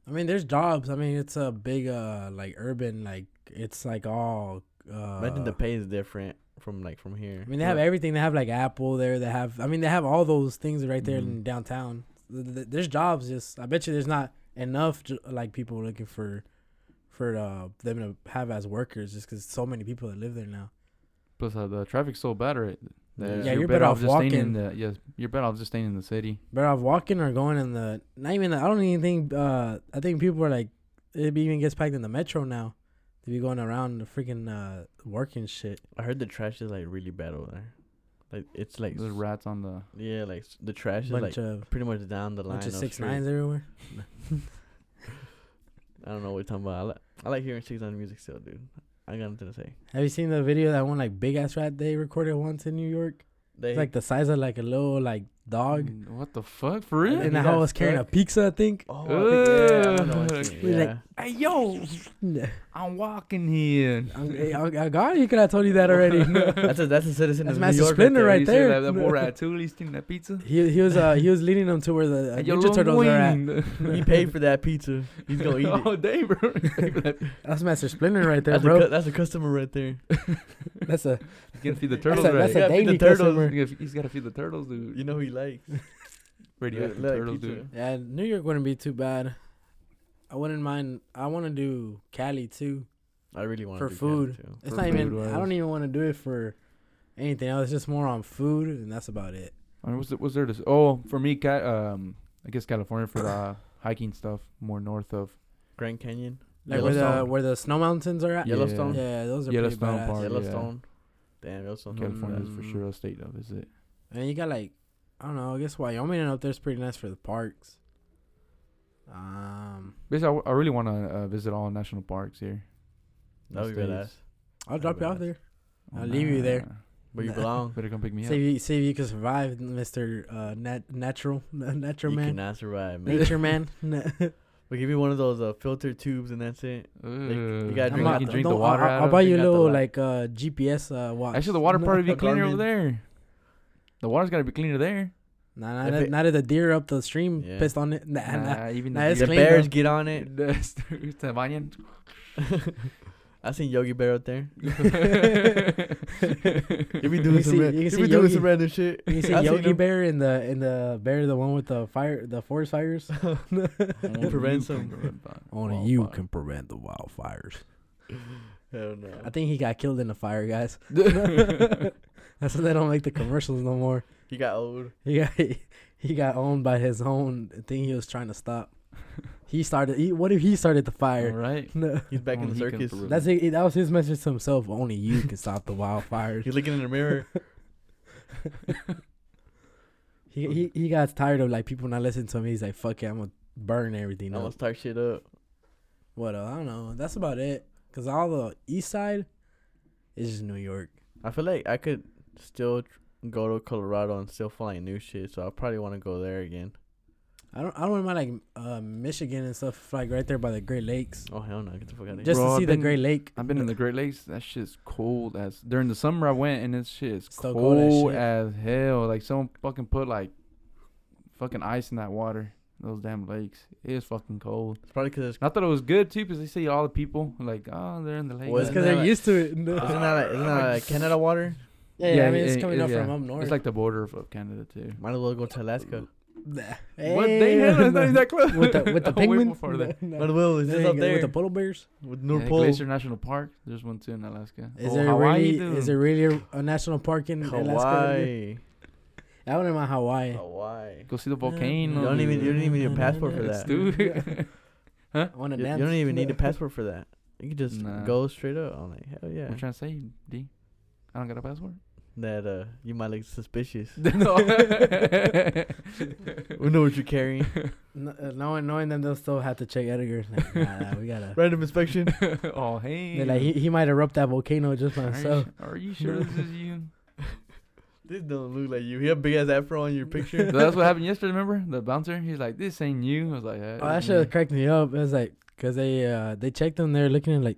Speaker 2: I mean, there's jobs. I mean, it's a big uh like urban like it's like all. Uh,
Speaker 3: I think the pay is different from like from here.
Speaker 2: I mean, they have everything. They have like Apple there. They have. I mean, they have all those things right there in
Speaker 3: Mm-hmm.
Speaker 1: Mhm.
Speaker 2: downtown. Th- th- There's jobs. Just I bet you there's not enough j- like people looking for, for uh, them to have as workers just because so many people that live there now.
Speaker 1: Plus, uh, the traffic's so bad right. that
Speaker 3: Yeah. Yeah,
Speaker 2: you're better off
Speaker 1: just staying in the. Yes, you're better off just staying in the city.
Speaker 2: Better off walking or going in the. Not even. I don't even think. Uh, I think people are like, it even gets packed in the metro now. To be going around the freaking uh working shit.
Speaker 3: I heard the trash is like really bad over there. Like it's like
Speaker 1: There's
Speaker 3: s-
Speaker 1: rats on the.
Speaker 3: yeah, like s- the trash is like
Speaker 2: bunch of
Speaker 3: pretty much down the line.
Speaker 2: bunch of
Speaker 3: of
Speaker 2: six
Speaker 3: street.
Speaker 2: nines everywhere.
Speaker 3: I don't know what you're talking about. I, li- I like hearing six nine music still, dude. I got nothing to say.
Speaker 2: Have you seen the video that one like big ass rat they recorded once in New York?
Speaker 3: They
Speaker 2: It's like the size of like a little like dog.
Speaker 1: Mm, What the fuck? For real?
Speaker 2: And
Speaker 3: he
Speaker 2: the hoe
Speaker 3: got
Speaker 2: was carrying a
Speaker 3: stuck?
Speaker 2: pizza, I think.
Speaker 3: oh I think- yeah, I don't know what
Speaker 1: Ugh.
Speaker 3: you mean,
Speaker 2: We're like-
Speaker 3: yeah.
Speaker 1: Hey yo,
Speaker 2: I'm-
Speaker 1: I'm walking here.
Speaker 2: I I got you. Could have told you that already.
Speaker 3: that's a that's a citizen
Speaker 2: That's
Speaker 3: of New
Speaker 2: Master
Speaker 3: York
Speaker 2: Splinter right
Speaker 1: You see
Speaker 2: there.
Speaker 1: That, that poor ratatouille eating that pizza.
Speaker 2: he he was uh he was leading them to where the uh,
Speaker 1: Hey, yo,
Speaker 2: Ninja
Speaker 1: little
Speaker 2: Turtles are at.
Speaker 1: wing.
Speaker 3: there. He paid for that pizza. He's gonna eat it.
Speaker 1: oh, damn, bro. He paid for that pizza.
Speaker 2: That's Master Splinter right there,
Speaker 3: That's a, cu-
Speaker 2: bro.
Speaker 3: that's a customer right there.
Speaker 2: That's a
Speaker 1: You can feed the
Speaker 2: that's
Speaker 1: turtles.
Speaker 2: a,
Speaker 1: right?
Speaker 2: that's a
Speaker 3: Gotta feed the
Speaker 2: daily
Speaker 3: turtles.
Speaker 2: customer.
Speaker 1: You gotta- He's got to feed the turtles, dude.
Speaker 3: You know he likes.
Speaker 1: Radioactive
Speaker 3: like
Speaker 1: turtles,
Speaker 3: pizza.
Speaker 1: dude.
Speaker 2: Yeah, New York wouldn't be too bad. I wouldn't mind. I want to do Cali too.
Speaker 3: I really want
Speaker 2: For
Speaker 3: to do
Speaker 2: food.
Speaker 3: Cali, too.
Speaker 2: It's
Speaker 1: For
Speaker 2: not even.
Speaker 1: food-wise.
Speaker 2: I don't even want to do it for anything else. It's just more on food, and that's about it.
Speaker 1: I mean, what's, the, what's there to? s- Oh, for me, ca- um, I guess California for the hiking stuff more north of
Speaker 3: Grand Canyon,
Speaker 2: Like where the
Speaker 1: Yellowstone.
Speaker 2: where the snow mountains are at.
Speaker 1: Yeah.
Speaker 3: Yellowstone,
Speaker 2: Yeah, those are
Speaker 1: Yellowstone
Speaker 2: pretty badass.
Speaker 1: Park. Oh, yeah.
Speaker 3: Yellowstone. Damn, Yellowstone.
Speaker 1: California is for
Speaker 2: Mm.
Speaker 1: sure a state of is it?
Speaker 2: And you got like, I don't know. I guess Wyoming and up there's pretty nice for the parks. Um,
Speaker 1: Basically, I, w- I really want to uh, visit all national parks here. in
Speaker 3: That
Speaker 1: the
Speaker 3: would be badass.
Speaker 1: States.
Speaker 2: I'll drop you off
Speaker 3: Otherwise.
Speaker 2: there. I'll leave you there.
Speaker 1: Nah.
Speaker 3: But you
Speaker 2: Nah.
Speaker 3: belong.
Speaker 1: Uh, Better come pick me
Speaker 2: See if you see if you can survive, Mister uh, Nat Natural Natural
Speaker 3: you
Speaker 2: Man
Speaker 3: cannot survive, man.
Speaker 2: Nature Man. I'm
Speaker 3: we give you one of those uh, filter tubes and that's it.
Speaker 1: up.
Speaker 3: you
Speaker 1: Ugh.
Speaker 3: gotta drink
Speaker 2: not-
Speaker 3: out
Speaker 1: you can
Speaker 3: the-
Speaker 1: drink the
Speaker 2: don't-
Speaker 1: water.
Speaker 2: I'll,
Speaker 1: out
Speaker 2: I'll
Speaker 1: of
Speaker 2: buy
Speaker 1: it.
Speaker 2: you a
Speaker 3: drink out the
Speaker 2: little
Speaker 3: wa-
Speaker 2: like uh, GPS uh, watch.
Speaker 1: Actually, the water probably be
Speaker 3: Garmin.
Speaker 1: cleaner over there. The water's gotta be cleaner there.
Speaker 2: Nah, nah,
Speaker 3: If
Speaker 2: nah,
Speaker 3: it-
Speaker 2: not if the deer up the stream
Speaker 3: Yeah.
Speaker 2: pissed on it. Nah, nah.
Speaker 1: even
Speaker 2: uh, nah,
Speaker 1: the
Speaker 2: it's
Speaker 3: the
Speaker 2: clean,
Speaker 3: bears
Speaker 2: though.
Speaker 3: get on it.
Speaker 1: beer- the banyan.
Speaker 3: I seen Yogi Bear out there.
Speaker 1: you
Speaker 3: You be
Speaker 2: You
Speaker 3: doing
Speaker 2: can see-
Speaker 3: some, ra-
Speaker 2: you can
Speaker 3: you
Speaker 2: see
Speaker 3: be doing
Speaker 2: Yogi-
Speaker 3: some random shit.
Speaker 2: You see
Speaker 3: I seen
Speaker 2: Yogi
Speaker 3: him.
Speaker 2: Bear in the in the bear, the one with the fire, the forest fires.
Speaker 3: prevent some-
Speaker 1: Well, fuck.
Speaker 2: prevent the wildfires.
Speaker 3: Hell no.
Speaker 2: I think he got killed in a fire, guys.
Speaker 1: Damn.
Speaker 2: That's why they don't make the commercials no more.
Speaker 3: He got old.
Speaker 2: He got he got owned by his own thing he was trying to stop. He started. He, what if he started the
Speaker 1: All
Speaker 2: fire?
Speaker 1: right.
Speaker 2: No,
Speaker 3: He's back in
Speaker 1: Only
Speaker 3: the
Speaker 1: he can
Speaker 3: circus.
Speaker 1: throw
Speaker 2: that's it, that was his message to himself. Only you can stop the wildfires.
Speaker 3: He's looking in the mirror.
Speaker 2: He he, he got tired of like people not listening to him. He's like, fuck it, I'm gonna burn everything.
Speaker 3: I'm
Speaker 2: up."
Speaker 3: gonna start shit up.
Speaker 2: What uh, I don't know. That's about it. Cause all the east side is just New York.
Speaker 3: I feel like I could still tr- go to Colorado and still find new shit. So I probably want to go there again.
Speaker 2: I don't I don't mind like uh, Michigan and stuff like right there by the Great Lakes.
Speaker 3: Oh hell no! Get the fuck out of here.
Speaker 2: Just
Speaker 1: Bro,
Speaker 2: to
Speaker 1: I've
Speaker 2: see the
Speaker 1: been-
Speaker 2: Great Lake.
Speaker 1: I've been in the Great Lakes. That shit's cold as during the summer. I went and this shit is
Speaker 2: Still cold
Speaker 1: cold,
Speaker 2: as shit.
Speaker 1: as hell. Like someone fucking put like fucking ice in that water. Those damn lakes. It is fucking cold.
Speaker 3: it's probably because
Speaker 1: And I thought it was good too because they see all the people like oh they're in the lake.
Speaker 3: Well,
Speaker 2: It's
Speaker 3: it's
Speaker 2: because
Speaker 3: isn't
Speaker 2: they're
Speaker 3: that like-
Speaker 2: used to it. No.
Speaker 3: isn't that like, isn't that like Canada water?
Speaker 2: yeah, yeah, I mean, it's
Speaker 1: it-
Speaker 2: coming
Speaker 1: it-
Speaker 2: up
Speaker 1: yeah.
Speaker 2: from up north.
Speaker 1: It's like the border of, of Canada too.
Speaker 3: Might as well go to Alaska.
Speaker 2: Nah.
Speaker 1: What the
Speaker 2: Hey,
Speaker 1: hell? It's not even that close.
Speaker 2: with the with the
Speaker 1: I'm way
Speaker 2: penguins.
Speaker 1: far there.
Speaker 2: No, no.
Speaker 3: Might as well. It's
Speaker 2: They
Speaker 3: just
Speaker 2: ain't
Speaker 3: up
Speaker 2: gonna-
Speaker 3: there
Speaker 2: With the
Speaker 3: with,
Speaker 2: polar bears.
Speaker 3: North
Speaker 1: Yeah,
Speaker 3: Pole.
Speaker 1: Glacier National Park. There's one too in Alaska.
Speaker 2: Is
Speaker 1: Oh,
Speaker 2: there
Speaker 1: Hawaii,
Speaker 2: really is
Speaker 1: dude.
Speaker 2: there really a- a national park in Alaska?
Speaker 3: Hawaii.
Speaker 2: I wouldn't mind Hawaii.
Speaker 3: Hawaii.
Speaker 1: Go see the
Speaker 2: Yeah.
Speaker 1: volcano.
Speaker 3: You don't even you don't even need a
Speaker 2: No, no,
Speaker 3: passport for
Speaker 2: no,
Speaker 3: that.
Speaker 2: dude.
Speaker 1: Stupid.
Speaker 2: I want to
Speaker 3: You,
Speaker 2: dance.
Speaker 3: you don't even need a passport for that. You can just
Speaker 1: Nah.
Speaker 3: go straight up. I'm like, hell yeah.
Speaker 1: What you trying to say, D? I don't got a passport.
Speaker 3: That uh, you might look suspicious.
Speaker 1: No.
Speaker 3: we know what you're carrying.
Speaker 2: No, uh, knowing knowing them, they'll still have to check Edgar. Like, nah, nah, we gotta.
Speaker 3: Random inspection.
Speaker 1: oh hey.
Speaker 2: They're like he, he might erupt that volcano just by
Speaker 1: are,
Speaker 2: himself.
Speaker 1: you, are you sure this is you?
Speaker 3: this don't look like you. He have big ass afro on your picture.
Speaker 1: That's what happened yesterday. Remember the bouncer? He's like, "This ain't you." I was like, "Yeah,
Speaker 2: Oh, that
Speaker 1: it's
Speaker 2: should
Speaker 1: me."
Speaker 2: have cracked me up. It was like, cause they uh they checked him. They're looking at like,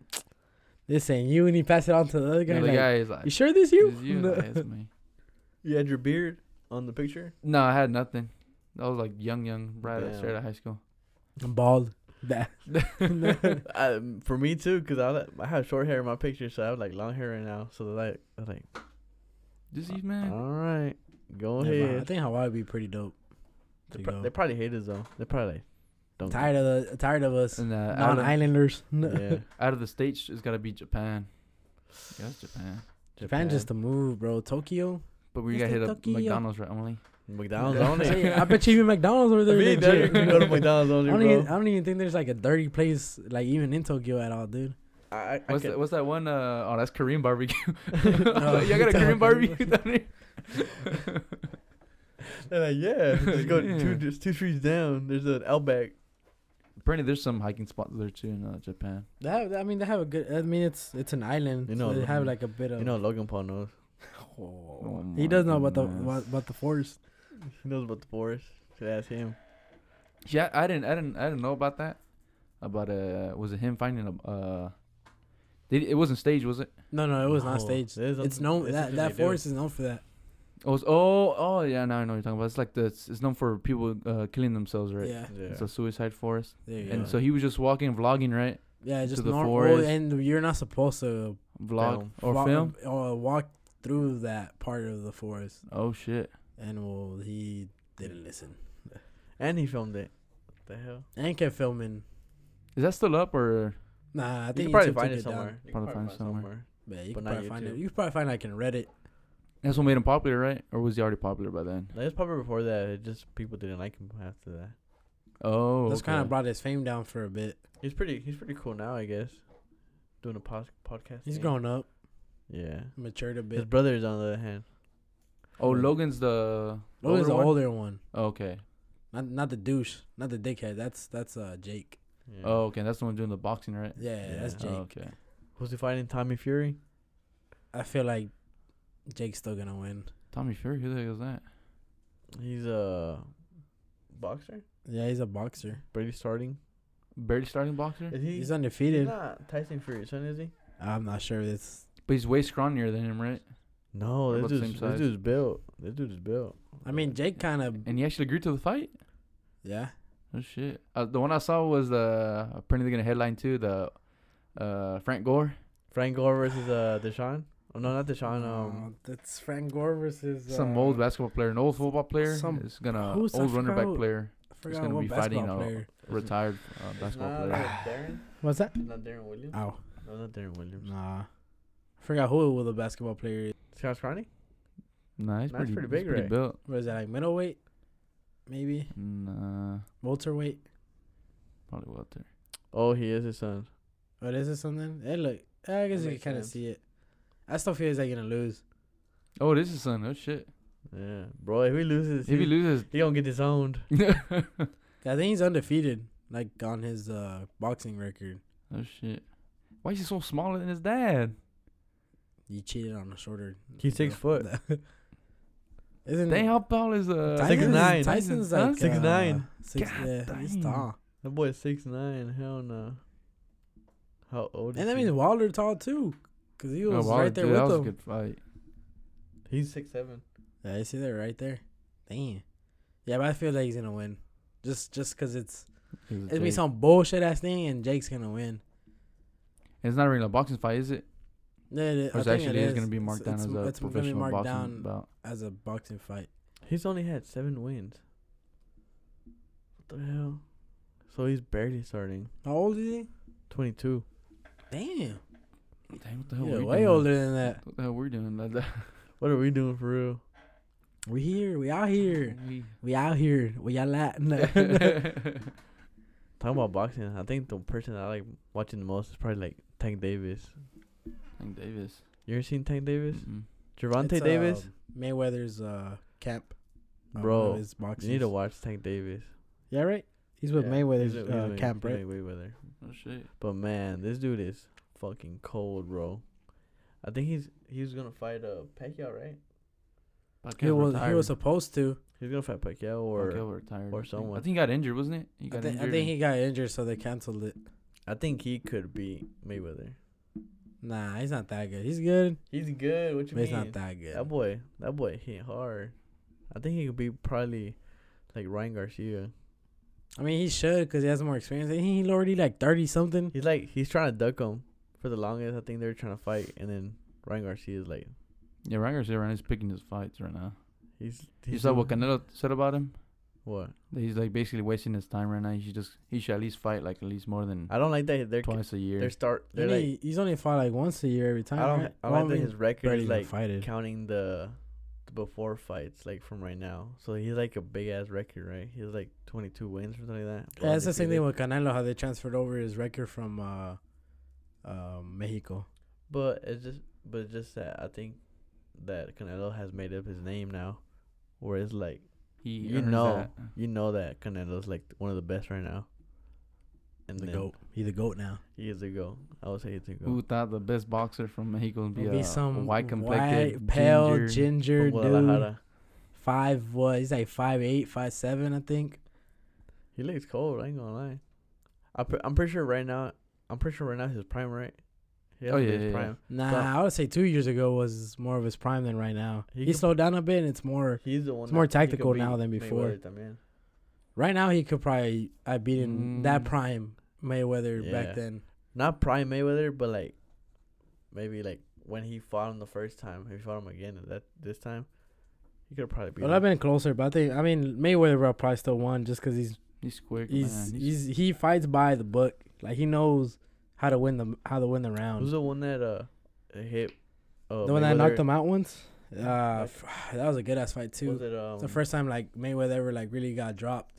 Speaker 2: this ain't you, and he passed it on to the other guy.
Speaker 1: And the
Speaker 2: like,
Speaker 1: guy is like,
Speaker 2: you sure this you?
Speaker 1: "This is you?"
Speaker 2: No.
Speaker 1: I was like, "It's me."
Speaker 3: You had your beard on the picture.
Speaker 1: No, I had nothing. I was like young, young, right
Speaker 3: Damn.
Speaker 1: straight out of high school.
Speaker 2: I'm bald. That
Speaker 3: I, for me too, cause I had- I had short hair in my picture, so I have like long hair right now. So they're like, they're like,
Speaker 1: Just you,
Speaker 2: Mm.
Speaker 1: man.
Speaker 3: all right,
Speaker 2: Yeah,
Speaker 3: go
Speaker 2: but I
Speaker 3: ahead.
Speaker 2: think Hawaii would be pretty dope. to
Speaker 3: They, pro-
Speaker 2: go.
Speaker 3: they probably hate us though. They probably like, don't.
Speaker 2: tired of the, tired of us
Speaker 1: And uh, out,
Speaker 2: non
Speaker 1: of,
Speaker 2: islanders.
Speaker 3: Yeah.
Speaker 1: out of the states, it's gotta be Japan. Yeah, it's Japan.
Speaker 2: Japan just a move, bro. Tokyo.
Speaker 1: But we
Speaker 2: It's
Speaker 1: got
Speaker 2: the
Speaker 1: hit up
Speaker 2: Tokyo.
Speaker 1: McDonald's right only.
Speaker 3: McDonald's
Speaker 2: Hey,
Speaker 3: only.
Speaker 2: I bet you even McDonald's over there.
Speaker 3: Me,
Speaker 2: is
Speaker 3: there you
Speaker 2: legit.
Speaker 3: can go to McDonald's
Speaker 2: I
Speaker 3: only,
Speaker 2: don't,
Speaker 3: bro.
Speaker 2: even, I don't even think there's like a dirty place like even in Tokyo at all, dude.
Speaker 3: I, I, I
Speaker 1: What's
Speaker 3: could-
Speaker 1: that, what's that one? Uh, oh, that's Korean barbecue. I was
Speaker 2: Oh,
Speaker 1: like, Y'all got
Speaker 2: Korean
Speaker 1: a Korean
Speaker 2: barbecue.
Speaker 1: barbecue down here?
Speaker 3: They're like, yeah, just go
Speaker 1: Yeah.
Speaker 3: two, just two trees down. There's an Outback.
Speaker 1: Apparently, there's some hiking spots there too in uh, Japan.
Speaker 2: They have, I mean, they have a good. I mean, it's it's an island.
Speaker 3: You know,
Speaker 2: so they have
Speaker 3: um,
Speaker 2: like a bit of.
Speaker 3: You know, Logan Paul knows.
Speaker 2: Oh,
Speaker 1: Oh
Speaker 2: he does know
Speaker 1: my
Speaker 2: about the
Speaker 1: goodness.
Speaker 2: about, about the forest.
Speaker 3: He knows about the forest. Should ask him.
Speaker 1: Yeah, I didn't, I didn't, I didn't know about that. About uh, was it him finding a uh, did, it wasn't staged, was it?
Speaker 2: No, no, it was not
Speaker 3: No,
Speaker 2: staged.
Speaker 3: it is
Speaker 2: It's
Speaker 3: something-
Speaker 2: known
Speaker 3: it's
Speaker 2: that
Speaker 3: something
Speaker 2: that
Speaker 3: they do.
Speaker 2: forest is known for that.
Speaker 1: It was oh oh yeah, now I know what you're talking about. It's like the it's, it's known for people uh, killing themselves, right?
Speaker 2: Yeah,
Speaker 3: Yeah.
Speaker 1: It's a suicide forest,
Speaker 2: there you
Speaker 1: and
Speaker 2: go.
Speaker 1: so he was just walking, vlogging, right?
Speaker 2: Yeah, just
Speaker 1: the
Speaker 2: normal,
Speaker 1: forest.
Speaker 2: and you're not supposed to
Speaker 1: Vlog
Speaker 3: Film.
Speaker 1: or
Speaker 2: walk,
Speaker 1: film?
Speaker 2: or walk through that part of the forest.
Speaker 1: Oh shit!
Speaker 2: And well, he didn't listen
Speaker 3: and he filmed it. What the hell?
Speaker 2: and kept filming.
Speaker 1: Is that still up or
Speaker 2: Nah, I
Speaker 3: you
Speaker 2: think
Speaker 3: can
Speaker 2: YouTube
Speaker 3: probably
Speaker 2: took
Speaker 3: find
Speaker 2: it
Speaker 3: it
Speaker 2: down.
Speaker 3: somewhere. You can
Speaker 1: Probably find it somewhere.
Speaker 2: Yeah, you
Speaker 3: But
Speaker 2: can
Speaker 3: not
Speaker 2: probably find it.
Speaker 3: YouTube.
Speaker 2: You can probably find like in Reddit.
Speaker 1: that's what made him popular, right? Or was he already popular by then?
Speaker 3: That was probably before that. It just people didn't like him after that.
Speaker 1: Oh,
Speaker 2: That's kind
Speaker 1: okay.
Speaker 2: of brought his fame down for a bit.
Speaker 3: He's pretty. He's pretty cool now, I guess. Doing a pod, podcast.
Speaker 2: He's
Speaker 3: thing.
Speaker 2: grown up,
Speaker 3: Yeah.
Speaker 2: matured a
Speaker 3: His
Speaker 2: bit.
Speaker 3: brother is on the other hand.
Speaker 1: Oh, Logan's the
Speaker 2: What was the
Speaker 1: one?
Speaker 2: older one?
Speaker 1: Okay.
Speaker 2: Not not the douche, not the dickhead. That's that's uh Jake.
Speaker 3: Yeah.
Speaker 1: Oh, okay. That's the one doing the boxing, right?
Speaker 2: Yeah, that's
Speaker 3: Yeah.
Speaker 2: Jake.
Speaker 1: Oh, okay.
Speaker 3: Was he fighting Tommy Fury?
Speaker 2: I feel like Jake's still gonna win.
Speaker 1: Tommy Fury, who the heck is that?
Speaker 3: He's a boxer.
Speaker 2: Yeah, he's a boxer.
Speaker 3: Brady starting.
Speaker 1: Barely starting boxer,
Speaker 3: Is he?
Speaker 2: He's
Speaker 3: he's
Speaker 2: undefeated.
Speaker 3: not Tyson Fury's son, is he?
Speaker 2: I'm not sure. It's.
Speaker 1: but he's way scrawnier than him, right?
Speaker 3: No,
Speaker 1: They're
Speaker 3: this
Speaker 1: about the same
Speaker 3: dude's, this
Speaker 1: size.
Speaker 3: dude's built. This dude is built.
Speaker 2: I mean, Jake kind of.
Speaker 1: And he actually agreed to the fight.
Speaker 2: Yeah.
Speaker 1: Oh shit! Uh, the one I saw was the apparently they're gonna headline too the uh, Frank Gore,
Speaker 3: Frank Gore versus uh Deshaun. Oh no, not Deshaun. Um,
Speaker 2: Um, that's Frank Gore versus uh,
Speaker 1: some old basketball player, an old football player,
Speaker 2: some-
Speaker 1: is gonna
Speaker 2: who's- I
Speaker 1: old running back
Speaker 2: forgot who-
Speaker 1: player,
Speaker 2: I forgot
Speaker 1: gonna
Speaker 2: what
Speaker 1: be fighting
Speaker 2: basketball
Speaker 1: a-
Speaker 2: player.
Speaker 1: retired uh, basketball player.
Speaker 3: Darren.
Speaker 2: What's that?
Speaker 3: Not Darren Williams.
Speaker 2: Ow.
Speaker 3: Ah. No, not Darren Williams.
Speaker 2: Nah. I forgot who the basketball player is.
Speaker 3: Scott Scrawny?
Speaker 1: Nah, he's
Speaker 3: That's
Speaker 1: pretty,
Speaker 3: pretty
Speaker 1: he's
Speaker 3: big,
Speaker 1: pretty
Speaker 3: right?
Speaker 1: built.
Speaker 2: What is that like middleweight? Maybe
Speaker 1: Nah,
Speaker 2: welterweight.
Speaker 1: probably welter.
Speaker 3: Oh, he is his son.
Speaker 2: What is it something? Hey, look. I guess you can
Speaker 3: makes
Speaker 2: kind of
Speaker 3: sense.
Speaker 2: see it. I still feel he's like gonna lose.
Speaker 1: Oh, it is his son. Oh shit!
Speaker 3: Yeah, bro. If he loses,
Speaker 1: If
Speaker 3: he,
Speaker 1: he loses,
Speaker 3: he gonna get disowned.
Speaker 1: oh
Speaker 2: I think he's undefeated, like on his uh, boxing record.
Speaker 1: Oh, shit! Why is he so smaller than his dad?
Speaker 2: You cheated on a shorter.
Speaker 3: He's six foot.
Speaker 2: Isn't
Speaker 1: Dang, how tall is uh?
Speaker 2: Mm. Tyson's-
Speaker 3: Six nine.
Speaker 2: Tyson's
Speaker 1: Huh?
Speaker 2: like
Speaker 3: Six
Speaker 2: uh,
Speaker 3: nine.
Speaker 2: Six,
Speaker 1: God
Speaker 2: yeah, he's
Speaker 1: dang.
Speaker 2: tall.
Speaker 3: That boy is six nine. Hell no. How old?
Speaker 2: And
Speaker 3: is
Speaker 2: that
Speaker 3: he?
Speaker 2: means Wilder tall too, cause he
Speaker 1: Oh,
Speaker 2: was
Speaker 1: wow,
Speaker 2: right there
Speaker 1: dude, that
Speaker 2: with
Speaker 1: was a
Speaker 2: him.
Speaker 1: good fight.
Speaker 3: he's six seven.
Speaker 2: Yeah, you see that right there. Damn. Yeah, but I feel like he's gonna win, just just cause it's
Speaker 1: It was
Speaker 2: it's gonna be
Speaker 1: Jake.
Speaker 2: some bullshit ass thing, and Jake's gonna win.
Speaker 1: It's not really a boxing fight, is it?
Speaker 2: Yeah, it-
Speaker 1: Or
Speaker 2: I
Speaker 1: it's
Speaker 2: think
Speaker 1: actually
Speaker 2: it
Speaker 1: is going to be
Speaker 2: It's-
Speaker 1: marked down
Speaker 2: it's-
Speaker 1: as a
Speaker 2: it's gonna be
Speaker 1: professional
Speaker 2: marked
Speaker 1: boxing
Speaker 2: down
Speaker 1: bout.
Speaker 2: as a boxing fight.
Speaker 3: He's only had seven wins. What the hell? So he's barely starting.
Speaker 2: How old is he?
Speaker 3: Twenty two.
Speaker 2: Damn,
Speaker 1: Dang, what the hell?
Speaker 2: yeah,
Speaker 1: were we
Speaker 2: way
Speaker 1: doing?
Speaker 2: older than that.
Speaker 1: What the hell we're doing? Like that?
Speaker 3: What are we doing for real?
Speaker 2: We here, we out here,
Speaker 1: We-
Speaker 2: we out here, we y'all at. No.
Speaker 3: Talking about boxing, I think the person I like watching the most is probably like Tank Davis.
Speaker 1: Hank Davis. Mm-hmm.
Speaker 3: You ever seen Tank Davis?
Speaker 1: Mm-mm.
Speaker 3: Javante
Speaker 2: It's, uh,
Speaker 3: Davis?
Speaker 2: Mayweather's uh, camp. uh,
Speaker 3: Bro,
Speaker 2: one of his boxes.
Speaker 3: You need to watch Tank Davis.
Speaker 2: yeah, right. He's with
Speaker 3: Yeah,
Speaker 2: Mayweather's
Speaker 3: he's with-
Speaker 2: uh,
Speaker 3: he's with-
Speaker 2: camp,
Speaker 3: he's
Speaker 2: right?
Speaker 3: with Mayweather.
Speaker 1: Oh shit!
Speaker 3: But man, this dude is fucking cold, bro. I think he's he was gonna fight uh Pacquiao, right?
Speaker 2: He was he was supposed to.
Speaker 3: He's gonna fight Pacquiao or
Speaker 1: retired.
Speaker 3: or
Speaker 1: I think.
Speaker 3: someone.
Speaker 1: I think he got injured, wasn't it? He
Speaker 2: I,
Speaker 1: got
Speaker 2: think I
Speaker 1: injured.
Speaker 2: think he got injured, so they canceled it.
Speaker 3: I think he could beat Mayweather.
Speaker 2: Nah, he's not that good. He's good,
Speaker 3: He's good. What you
Speaker 2: but he's
Speaker 3: mean?
Speaker 2: not that good.
Speaker 3: That boy, that boy hit hard. I think he could be probably like Ryan Garcia.
Speaker 2: I mean, he should because he has more experience. He he already like thirty something.
Speaker 3: He's like he's trying to duck him for the longest. I think they're trying to fight, and then Ryan Garcia is like
Speaker 1: Yeah, Ryan Garcia right now is picking his fights right now.
Speaker 3: he's
Speaker 1: You
Speaker 3: he's
Speaker 1: saw
Speaker 3: doing-
Speaker 1: what Canelo said about him?
Speaker 3: what?
Speaker 1: That He's like basically wasting his time right now. He should just he should at least fight like at least more than
Speaker 3: I don't like that they're
Speaker 1: twice a
Speaker 3: they're
Speaker 1: year.
Speaker 3: start they're
Speaker 2: Only-
Speaker 3: like
Speaker 2: he's only fought like once a year every time.
Speaker 3: I don't
Speaker 2: right?
Speaker 3: I
Speaker 2: Well,
Speaker 3: don't think
Speaker 2: mean,
Speaker 3: his record
Speaker 2: barely
Speaker 3: is
Speaker 2: even
Speaker 3: like
Speaker 2: fighted.
Speaker 3: counting the, the before fights like from right now. So he's like a big ass record, right? He's like twenty two wins or something like that.
Speaker 2: Yeah, that's the same thing
Speaker 3: Undefeated.
Speaker 2: with Canelo. How they transferred over his record from uh, uh, Mexico.
Speaker 3: But it's just, but it's just that I think that Canelo has made up his name now, where it's like
Speaker 1: He
Speaker 3: you
Speaker 1: earns
Speaker 3: know.
Speaker 1: that.
Speaker 3: you know that Canelo's like one of the best right now, and
Speaker 2: The
Speaker 3: then
Speaker 2: goat. He's the goat now.
Speaker 3: years ago, I would say years ago.
Speaker 1: who thought the best boxer from Mexico would be,
Speaker 2: He'll
Speaker 1: a
Speaker 2: be some
Speaker 1: white complected,
Speaker 2: white, pale,
Speaker 1: ginger.
Speaker 2: ginger,
Speaker 3: from
Speaker 2: dude.
Speaker 3: Guadalajara.
Speaker 2: Five what? He's like five eight, five seven, I think.
Speaker 3: He looks cold. I ain't gonna lie. I pre- I'm pretty sure right now. I'm pretty sure right now his prime right. He has
Speaker 1: Oh,
Speaker 3: to be
Speaker 1: yeah,
Speaker 3: his
Speaker 1: yeah, yeah.
Speaker 3: prime.
Speaker 2: Nah,
Speaker 3: So-
Speaker 2: I would say two years ago was more of his prime than right now.
Speaker 3: He
Speaker 2: He,
Speaker 3: could-
Speaker 2: slowed down a bit, and it's more.
Speaker 3: He's the one.
Speaker 2: It's
Speaker 3: that-
Speaker 2: more
Speaker 3: he could
Speaker 2: tactical
Speaker 3: beat
Speaker 2: now than before.
Speaker 3: Mayweather también.
Speaker 2: Right now, he could probably I beat in that
Speaker 1: Mm.
Speaker 2: prime Mayweather
Speaker 3: Yeah.
Speaker 2: back then.
Speaker 3: Not prime Mayweather, but like maybe like when he fought him the first time. If he fought him again that this time, he could probably beat
Speaker 2: Well,
Speaker 3: him.
Speaker 2: I've been closer, but I think I mean Mayweather would probably still won just because he's
Speaker 1: He's quick,
Speaker 2: he's,
Speaker 1: man.
Speaker 2: he's he fights by the book. Like he knows how to win the how to win the round.
Speaker 3: Who's the one that uh hit? Uh,
Speaker 2: the one that knocked
Speaker 3: Mayweather?
Speaker 2: him out once. Uh,
Speaker 3: Like-
Speaker 2: f- that was a good ass fight
Speaker 3: Was
Speaker 2: too.
Speaker 3: it, um,
Speaker 2: It's the first time like Mayweather ever like really got dropped.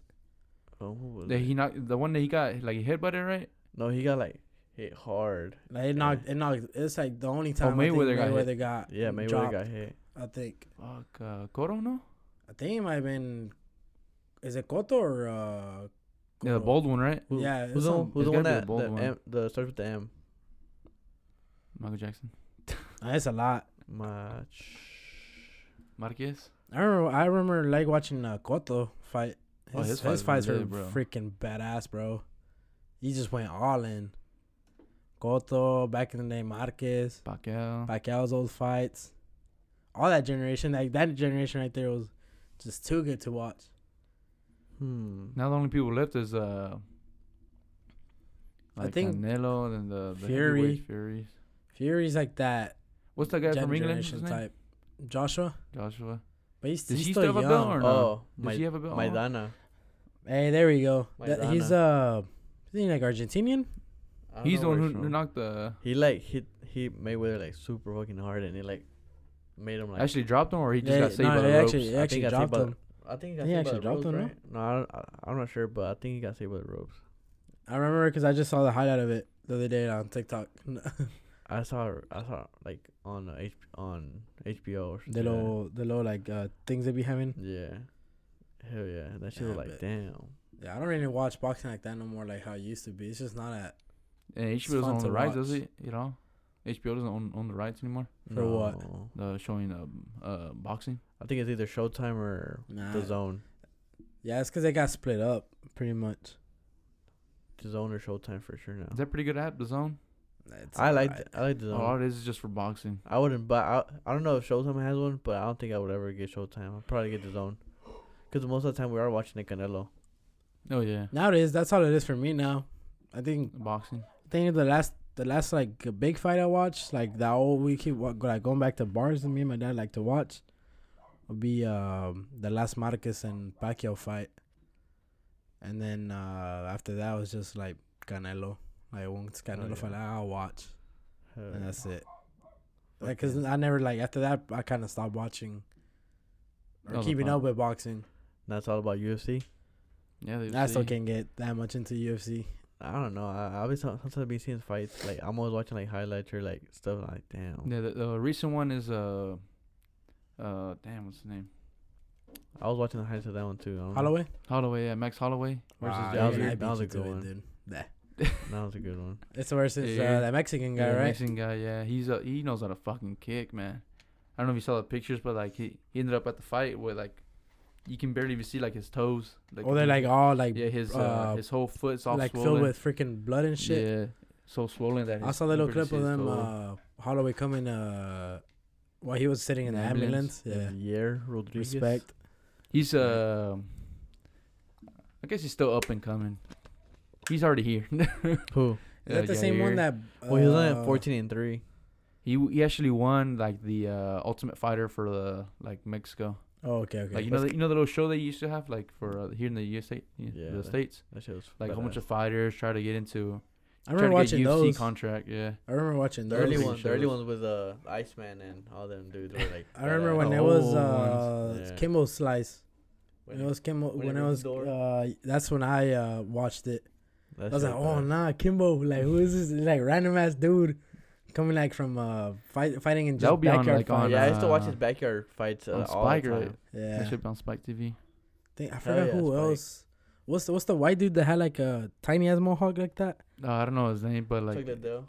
Speaker 3: oh, who was
Speaker 1: That
Speaker 3: it?
Speaker 1: he knocked the one that he got like he headbutted, right?
Speaker 3: no, he got like hit hard.
Speaker 2: Like it knocked it knocked. It's like the only time
Speaker 1: Oh, Mayweather
Speaker 2: Mayweather,
Speaker 1: got
Speaker 2: I
Speaker 1: hit.
Speaker 2: think Mayweather got
Speaker 3: Yeah, Mayweather
Speaker 2: dropped,
Speaker 3: got hit.
Speaker 2: I think
Speaker 1: Fuck, uh, Coro, no?
Speaker 2: I think it might have been. Is it Cotto or? Uh,
Speaker 1: Yeah, the
Speaker 2: Cotto?
Speaker 1: bold one, right?
Speaker 3: Who-
Speaker 2: Yeah,
Speaker 3: who's
Speaker 2: it's
Speaker 3: the one,
Speaker 2: some-
Speaker 3: who's
Speaker 1: it's
Speaker 3: the
Speaker 1: gotta
Speaker 3: one
Speaker 1: be
Speaker 3: that
Speaker 1: the bold
Speaker 3: the,
Speaker 1: one.
Speaker 3: M, the starts with the M?
Speaker 1: Michael Jackson,
Speaker 2: Uh, It's a lot.
Speaker 3: Match.
Speaker 1: Marquez.
Speaker 2: I remember. I remember like watching uh, Cotto fight. His,
Speaker 1: Oh, his
Speaker 2: his,
Speaker 1: fights were
Speaker 2: fights were
Speaker 1: good, bro.
Speaker 2: freaking badass, bro. He just went all in. Cotto back in the day, Marquez,
Speaker 1: Pacquiao.
Speaker 2: Pacquiao's old fights, all that generation. Like that generation right there was just too good to watch.
Speaker 3: Hmm.
Speaker 1: Now the only people left is uh.
Speaker 2: I
Speaker 1: Like
Speaker 2: think
Speaker 1: Canelo and the, the
Speaker 2: Fury.
Speaker 1: Fury. Furies.
Speaker 2: Fury's like that
Speaker 1: What's that guy
Speaker 2: gen-
Speaker 1: from England? His
Speaker 2: generation
Speaker 1: name?
Speaker 2: type. Joshua,
Speaker 1: Joshua.
Speaker 2: but he's,
Speaker 1: Does
Speaker 2: he's
Speaker 1: he
Speaker 2: still,
Speaker 1: still have a
Speaker 2: young.
Speaker 1: belt or no?
Speaker 3: Oh,
Speaker 1: Does
Speaker 3: my,
Speaker 1: he have a belt? on?
Speaker 3: Maidana.
Speaker 2: Hey, there we go.
Speaker 3: Like
Speaker 2: That, he's uh, isn't he like Argentinian?
Speaker 3: I don't
Speaker 1: He's the
Speaker 3: know
Speaker 1: one
Speaker 3: where
Speaker 1: who,
Speaker 3: he's
Speaker 1: who
Speaker 3: from.
Speaker 1: knocked the.
Speaker 3: He like hit he Mayweather like super fucking hard, and he like made him like.
Speaker 1: Actually dropped him, or he just
Speaker 2: Yeah,
Speaker 1: got saved
Speaker 2: no,
Speaker 1: by the
Speaker 2: they
Speaker 1: ropes.
Speaker 2: actually- they
Speaker 3: I
Speaker 2: actually
Speaker 3: think I think
Speaker 2: dropped
Speaker 3: about-
Speaker 2: him.
Speaker 3: I think got
Speaker 2: He
Speaker 3: saved
Speaker 2: actually
Speaker 3: by the
Speaker 2: dropped
Speaker 3: ropes,
Speaker 2: him, no?
Speaker 3: right? No, I don't, I, am not sure, but I think he got saved by the ropes.
Speaker 2: I remember because I just saw the highlight of it the other day on TikTok.
Speaker 3: I saw I saw like on uh, H, on HBO or
Speaker 2: the
Speaker 3: something. like that.
Speaker 2: little, the little like uh, things they be having.
Speaker 3: Yeah. Hell yeah. That shit
Speaker 2: Yeah,
Speaker 3: was
Speaker 2: I
Speaker 3: like,
Speaker 2: bet.
Speaker 3: damn.
Speaker 2: Yeah, I don't really watch boxing like that no more, like how it used to be. It's just not at
Speaker 1: And HBO doesn't
Speaker 2: fun
Speaker 1: own
Speaker 2: to
Speaker 1: the rights, does
Speaker 2: watch.
Speaker 1: it? You know, HBO doesn't own, own the rights anymore.
Speaker 2: For what?
Speaker 3: No.
Speaker 1: The showing um, uh boxing.
Speaker 3: I think it's either Showtime or
Speaker 2: nah.
Speaker 3: The Zone.
Speaker 2: Yeah, it's because they got split up pretty much.
Speaker 3: The Zone or Showtime for sure now.
Speaker 1: Is that pretty good app, the zone?
Speaker 2: It's
Speaker 3: I like
Speaker 2: alright.
Speaker 3: th- I like The
Speaker 1: Oh, all
Speaker 3: Zone.
Speaker 1: it is is just for boxing.
Speaker 3: I wouldn't buy. I, I don't know if Showtime has one, but I don't think I would ever get Showtime. I'd probably get The Zone. Because most of the time we are watching the Canelo.
Speaker 1: Oh yeah,
Speaker 2: Nowadays, that's all it is for me now. I think
Speaker 1: boxing.
Speaker 2: I think the last the last like big fight I watched, like that old we keep wa- like going back to bars and me and my dad like to watch, would be um the last Marquez and Pacquiao fight, and then uh after that was just like Canelo, like once Canelo
Speaker 3: Oh, yeah.
Speaker 2: fight I'll watch,
Speaker 3: Hell
Speaker 2: and
Speaker 3: yeah.
Speaker 2: that's it.
Speaker 3: Fuck
Speaker 2: Like, cause
Speaker 3: yeah.
Speaker 2: I never like after that I kind of stopped watching or
Speaker 3: Oh,
Speaker 1: That was a
Speaker 2: keeping
Speaker 1: fun-
Speaker 2: up with boxing.
Speaker 3: And that's all about UFC.
Speaker 1: Yeah, they
Speaker 2: I still
Speaker 1: say-
Speaker 2: can't get that much into UFC.
Speaker 3: I don't know. I I've been sometimes be seeing fights. Like I'm always watching like highlights or like stuff. Like damn.
Speaker 1: Yeah, the, the recent one is uh, uh, damn, what's his name?
Speaker 3: I was watching the highlights of that one too. I don't know.
Speaker 2: Holloway
Speaker 1: Holloway. Yeah, Max Holloway versus
Speaker 2: Wow,
Speaker 3: Jose.
Speaker 2: yeah, I
Speaker 1: Jair.
Speaker 3: That
Speaker 2: beat
Speaker 3: was
Speaker 2: you
Speaker 3: a
Speaker 2: to
Speaker 3: good
Speaker 2: it,
Speaker 3: one.
Speaker 2: dude. Nah.
Speaker 3: That was a good one.
Speaker 2: It's worse since
Speaker 1: Yeah.
Speaker 2: uh, that Mexican guy,
Speaker 1: Yeah,
Speaker 2: right?
Speaker 1: Mexican guy. Yeah, he's a he knows how to fucking kick, man. I don't know if you saw the pictures, but like he, he ended up at the fight where like you can barely even see like his toes.
Speaker 2: or Oh, they're like all like
Speaker 1: yeah, his uh,
Speaker 2: uh,
Speaker 1: his whole foot's all
Speaker 2: like
Speaker 1: swollen.
Speaker 2: filled with freaking blood and shit.
Speaker 1: Yeah, so swollen that
Speaker 2: I
Speaker 1: his
Speaker 2: saw that little
Speaker 1: liver
Speaker 2: clip of
Speaker 1: disease
Speaker 2: them
Speaker 1: told.
Speaker 2: uh, Holloway coming uh, while he was sitting in
Speaker 1: In
Speaker 2: the
Speaker 1: the ambulance?
Speaker 2: ambulance.
Speaker 3: Yeah.
Speaker 2: Yeah,
Speaker 3: Rodriguez.
Speaker 2: respect.
Speaker 1: He's uh, I guess he's still up and coming. He's already here.
Speaker 3: Who?
Speaker 2: Is that the same one
Speaker 1: Yair.
Speaker 2: that?
Speaker 3: Well, he was only at
Speaker 2: uh,
Speaker 3: 14 and 3.
Speaker 1: he he actually won like the uh, Ultimate Fighter for the like Mexico.
Speaker 2: Oh, okay, okay.
Speaker 1: Like you know the, you know the little show they used to have like for uh, here in the USA, yeah, uh,
Speaker 3: Yeah,
Speaker 1: the
Speaker 3: that-
Speaker 1: states.
Speaker 3: That shit was
Speaker 1: Like a whole
Speaker 3: badass.
Speaker 1: bunch of fighters try to get into
Speaker 2: I
Speaker 1: try to
Speaker 2: remember watching
Speaker 1: get UFC
Speaker 2: those.
Speaker 1: contract. Yeah,
Speaker 2: I remember watching
Speaker 3: The
Speaker 2: those.
Speaker 3: early
Speaker 1: Those
Speaker 3: ones, the early
Speaker 1: shows.
Speaker 3: ones with uh, Iceman and all them dudes were like.
Speaker 2: I remember
Speaker 3: badass.
Speaker 2: when
Speaker 1: the
Speaker 2: it was
Speaker 1: old
Speaker 2: uh,
Speaker 3: ones. Yeah.
Speaker 2: Kimbo Slice. When it
Speaker 3: When-
Speaker 2: was Kimbo,
Speaker 3: when it
Speaker 2: when it was,
Speaker 3: was door.
Speaker 2: uh, that's when I uh, watched it.
Speaker 3: that
Speaker 2: I was
Speaker 3: shit
Speaker 2: like, oh
Speaker 3: badass.
Speaker 2: nah, Kimbo, like who is this? Like random ass dude coming like from uh fight fighting in
Speaker 1: That
Speaker 2: just
Speaker 1: would be on,
Speaker 2: backyard
Speaker 1: like,
Speaker 2: fight.
Speaker 1: on,
Speaker 3: yeah, I used to watch
Speaker 1: uh,
Speaker 3: his backyard fights uh,
Speaker 1: on
Speaker 3: all the
Speaker 1: Spike, right?
Speaker 3: time.
Speaker 2: yeah.
Speaker 1: that should be on Spike TV.
Speaker 2: Think, I
Speaker 3: Hell
Speaker 2: forgot
Speaker 3: yeah,
Speaker 2: who
Speaker 3: Spike.
Speaker 2: else. What's the what's the white dude that had like a tiny ass mohawk like that?
Speaker 1: No, Uh, I don't know his name, but
Speaker 3: Like,
Speaker 1: like
Speaker 3: that
Speaker 1: the
Speaker 3: deal.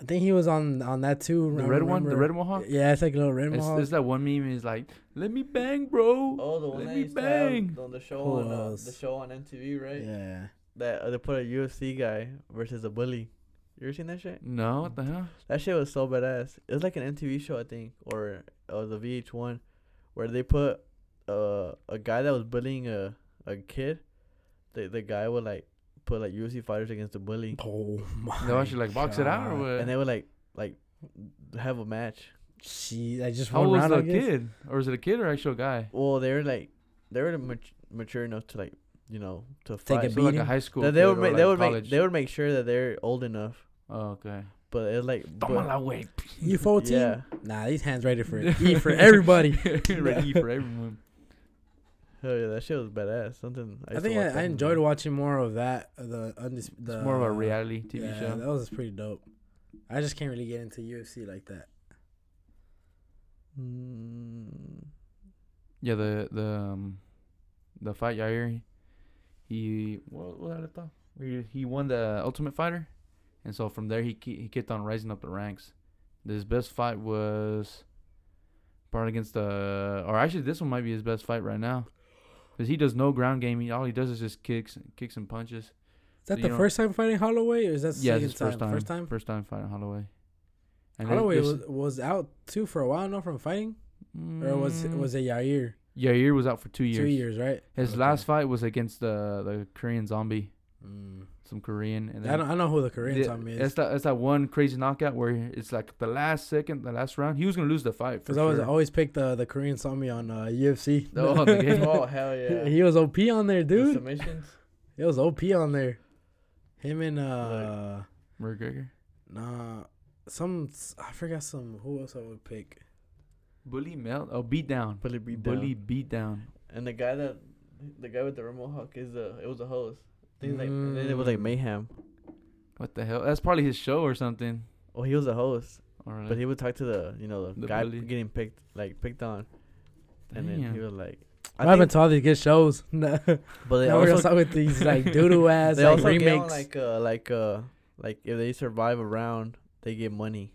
Speaker 2: I think he was on on that too. I
Speaker 1: red one, the
Speaker 2: remember.
Speaker 1: red mohawk.
Speaker 2: Yeah, it's like a little red
Speaker 1: It's,
Speaker 2: mohawk.
Speaker 1: it's that one meme. Is like, let me bang, bro.
Speaker 3: Oh, the one
Speaker 1: Let
Speaker 3: that
Speaker 1: me
Speaker 3: used to have
Speaker 1: bang.
Speaker 3: on the show
Speaker 2: Who
Speaker 3: on uh, the
Speaker 2: else?
Speaker 3: show on MTV, right?
Speaker 2: yeah.
Speaker 3: That uh, they put a UFC guy versus a bully. You ever seen that shit?
Speaker 1: No, what the hell?
Speaker 3: That shit was so badass. It was like an MTV show, I think, or or the VH1, where they put uh, a guy that was bullying a a kid. The the guy would like put like UFC fighters against the bully,
Speaker 2: Oh my.
Speaker 1: They actually like box it out or
Speaker 2: God.
Speaker 1: what?
Speaker 3: and they would like like have a match.
Speaker 2: She, I just
Speaker 1: How
Speaker 2: one
Speaker 1: old is
Speaker 2: round. I
Speaker 1: the
Speaker 2: guess.
Speaker 1: kid? Or is it a kid or actual guy?
Speaker 3: Well, they were like they were mat- mature enough to like you know to
Speaker 2: Take
Speaker 3: fight.
Speaker 2: a
Speaker 1: So like
Speaker 2: Beating.
Speaker 1: a high school.
Speaker 3: That they
Speaker 1: kid
Speaker 3: would
Speaker 1: or,
Speaker 3: make
Speaker 1: like,
Speaker 3: they would make
Speaker 1: college?
Speaker 3: they would make sure that they're old enough.
Speaker 1: Oh, okay.
Speaker 3: But it's like but-
Speaker 1: Toma la wey.
Speaker 2: You fourteen?
Speaker 3: Yeah.
Speaker 2: Nah, these hands ready for E for everybody.
Speaker 1: Right, E for everyone.
Speaker 3: Hell yeah, that shit was badass. Something
Speaker 2: I
Speaker 3: used to
Speaker 2: think
Speaker 3: watch
Speaker 2: I, I
Speaker 3: that
Speaker 2: enjoyed
Speaker 3: movie.
Speaker 2: watching more of that. uh, The, undis- the uh,
Speaker 1: It's more of a reality TV
Speaker 2: yeah,
Speaker 1: show.
Speaker 2: That was pretty dope. I just can't really get into UFC like that.
Speaker 3: Mm,
Speaker 1: Yeah, the the um, the fight Yair, he what what I thought he he won the Ultimate Fighter, and so from there he ke- he kept on rising up the ranks. His best fight was probably against the or actually this one might be his best fight right now, because he does no ground game. He, all he does is just kicks kicks and punches.
Speaker 2: Is that
Speaker 1: So you
Speaker 2: the
Speaker 1: don't-
Speaker 2: first time fighting Holloway, or is that the
Speaker 1: yeah,
Speaker 2: second
Speaker 1: it's his first time.
Speaker 2: First time.
Speaker 1: First time fighting Holloway. And there's-
Speaker 2: Holloway
Speaker 1: there's-
Speaker 2: was, was out too for a while now from fighting, or was
Speaker 1: Mm,
Speaker 2: was it Yair?
Speaker 1: Yair was out for two years.
Speaker 2: Two years, right?
Speaker 1: His
Speaker 2: Okay.
Speaker 1: last fight was against the the Korean zombie, some Korean. And then
Speaker 2: Mm. I don't I know who the Korean
Speaker 1: the-
Speaker 2: time
Speaker 1: It's
Speaker 2: is
Speaker 1: that it's that one crazy knockout where it's like the last second, the last round. He was gonna lose the fight for
Speaker 2: because I was
Speaker 1: sure.
Speaker 2: always picked the the Korean zombie on uh, UFC.
Speaker 1: Oh, the game.
Speaker 3: oh hell yeah,
Speaker 2: he was OP on there,
Speaker 3: The
Speaker 2: dude.
Speaker 3: submissions.
Speaker 2: It was OP on there. Him and uh
Speaker 1: McGregor.
Speaker 2: nah some I forgot some who else I would pick.
Speaker 1: Bully melt. Oh, beat down.
Speaker 3: Bully beat down.
Speaker 1: Bully beat down.
Speaker 3: And the guy that the guy with the remote hawk is a it was a host. Things like and then it was like
Speaker 2: Mm.
Speaker 3: mayhem.
Speaker 1: What the hell? That's probably his show or something.
Speaker 3: Oh, he was a host,
Speaker 1: Or
Speaker 2: Mm.
Speaker 3: but he would talk to the you know the,
Speaker 1: The
Speaker 3: guy
Speaker 1: bully.
Speaker 3: getting picked like picked on, and then he was like.
Speaker 2: I, haven't told these good shows. No,
Speaker 3: but they
Speaker 2: now we're gonna
Speaker 3: also
Speaker 2: start with these like doodoo ass
Speaker 3: they
Speaker 2: like
Speaker 3: also get on
Speaker 2: remakes.
Speaker 3: like uh like uh like if they survive a round they get money.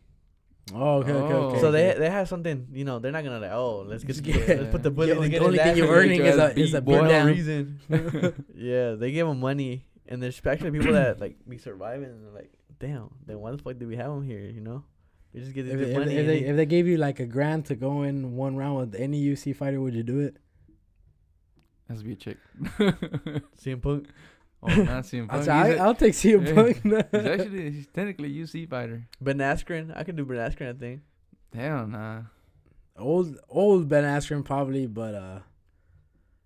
Speaker 2: oh, okay, okay,
Speaker 1: Oh.
Speaker 2: okay.
Speaker 3: so they they have something you know they're not gonna like oh let's get
Speaker 2: Just
Speaker 3: the-
Speaker 2: get-
Speaker 3: let's put the
Speaker 2: Yeah.
Speaker 3: bully
Speaker 2: Yeah,
Speaker 3: to
Speaker 2: the
Speaker 3: get
Speaker 2: only
Speaker 3: his
Speaker 2: thing
Speaker 3: ass
Speaker 2: you're
Speaker 3: kicked.
Speaker 2: earning is a-
Speaker 3: Beat
Speaker 2: is a
Speaker 3: boy, no
Speaker 2: beatdown.
Speaker 3: reason. yeah, they give them money, and there's actually people that like be surviving, and they're like, damn, then why the fuck did we have them here? You know, they just get
Speaker 2: if,
Speaker 3: the
Speaker 2: if,
Speaker 3: money.
Speaker 2: if
Speaker 3: and
Speaker 2: they
Speaker 3: they-
Speaker 2: if they gave you like a grand to go in one round with any UFC fighter, would you do it?
Speaker 1: has to be a chick.
Speaker 3: CM Punk.
Speaker 1: oh, not CM
Speaker 2: I
Speaker 1: Punk.
Speaker 2: said, I,
Speaker 1: he's, a-
Speaker 2: I'll take CM
Speaker 1: Yeah.
Speaker 2: Punk.
Speaker 1: he's actually he's technically a UC fighter.
Speaker 3: Ben Askren, I can do Ben Askren. I think
Speaker 1: Hell nah.
Speaker 2: old old Ben Askren probably, but uh,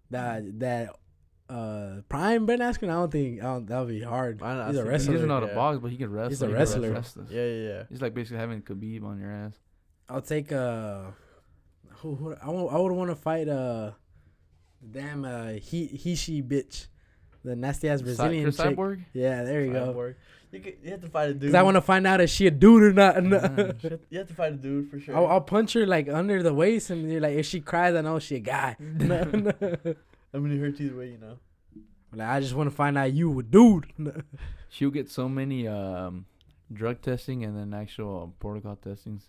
Speaker 2: that that uh prime Ben Askren, I don't think I don't, that'll be hard.
Speaker 3: I don't- I
Speaker 2: He's a
Speaker 3: think-
Speaker 1: He
Speaker 2: wrestler.
Speaker 1: doesn't know how to
Speaker 3: yeah.
Speaker 1: box, but he can wrestle.
Speaker 2: He's a
Speaker 1: he can wrestle
Speaker 2: wrestler.
Speaker 1: wrestlers.
Speaker 3: Yeah, yeah, yeah.
Speaker 1: He's like basically having Khabib on your ass.
Speaker 2: I'll take uh, who, who I want, I would want to fight uh, the damn uh he he she bitch, the nasty ass
Speaker 1: Cy-
Speaker 2: Brazilian
Speaker 1: Chris
Speaker 2: chick.
Speaker 1: Cyborg.
Speaker 2: Yeah, there you go.
Speaker 3: Cyborg. You, could, you have to fight a dude.
Speaker 2: Cause I want to find out if she a dude or not.
Speaker 1: Yeah.
Speaker 3: to. You have to fight a dude for sure.
Speaker 2: I'll, I'll punch her like under the waist, and you're like, if she cries, I know she a guy. No, no.
Speaker 3: I'm gonna hurt either way, you know.
Speaker 2: Like, I just want to find out you a dude.
Speaker 1: She'll get so many um, drug testing and then actual um, protocol testings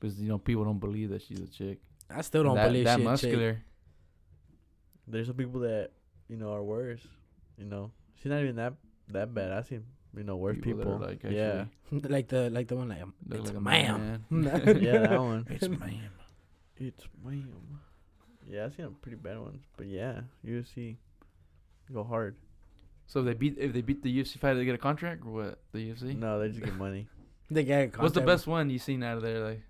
Speaker 1: because you know people don't believe that she's a chick.
Speaker 2: I still don't
Speaker 1: that,
Speaker 2: believe
Speaker 1: that
Speaker 2: she a chick.
Speaker 1: muscular.
Speaker 3: There's some people that you know are worse. You know, she's not even that that bad. I seen you know, work people.
Speaker 1: that are, like actually
Speaker 3: yeah,
Speaker 2: like the like the one like
Speaker 1: look
Speaker 2: it's
Speaker 1: like
Speaker 2: a
Speaker 1: a
Speaker 2: ma'am.
Speaker 1: man.
Speaker 3: yeah, that one.
Speaker 1: it's ma'am.
Speaker 3: It's ma'am. Yeah, I've seen a pretty bad ones, but yeah, UFC go hard.
Speaker 1: So if they beat if they beat the UFC fight, they get a contract or what? The UFC.
Speaker 3: No, they just get money.
Speaker 2: They get
Speaker 1: What's the best one you seen out of there? Like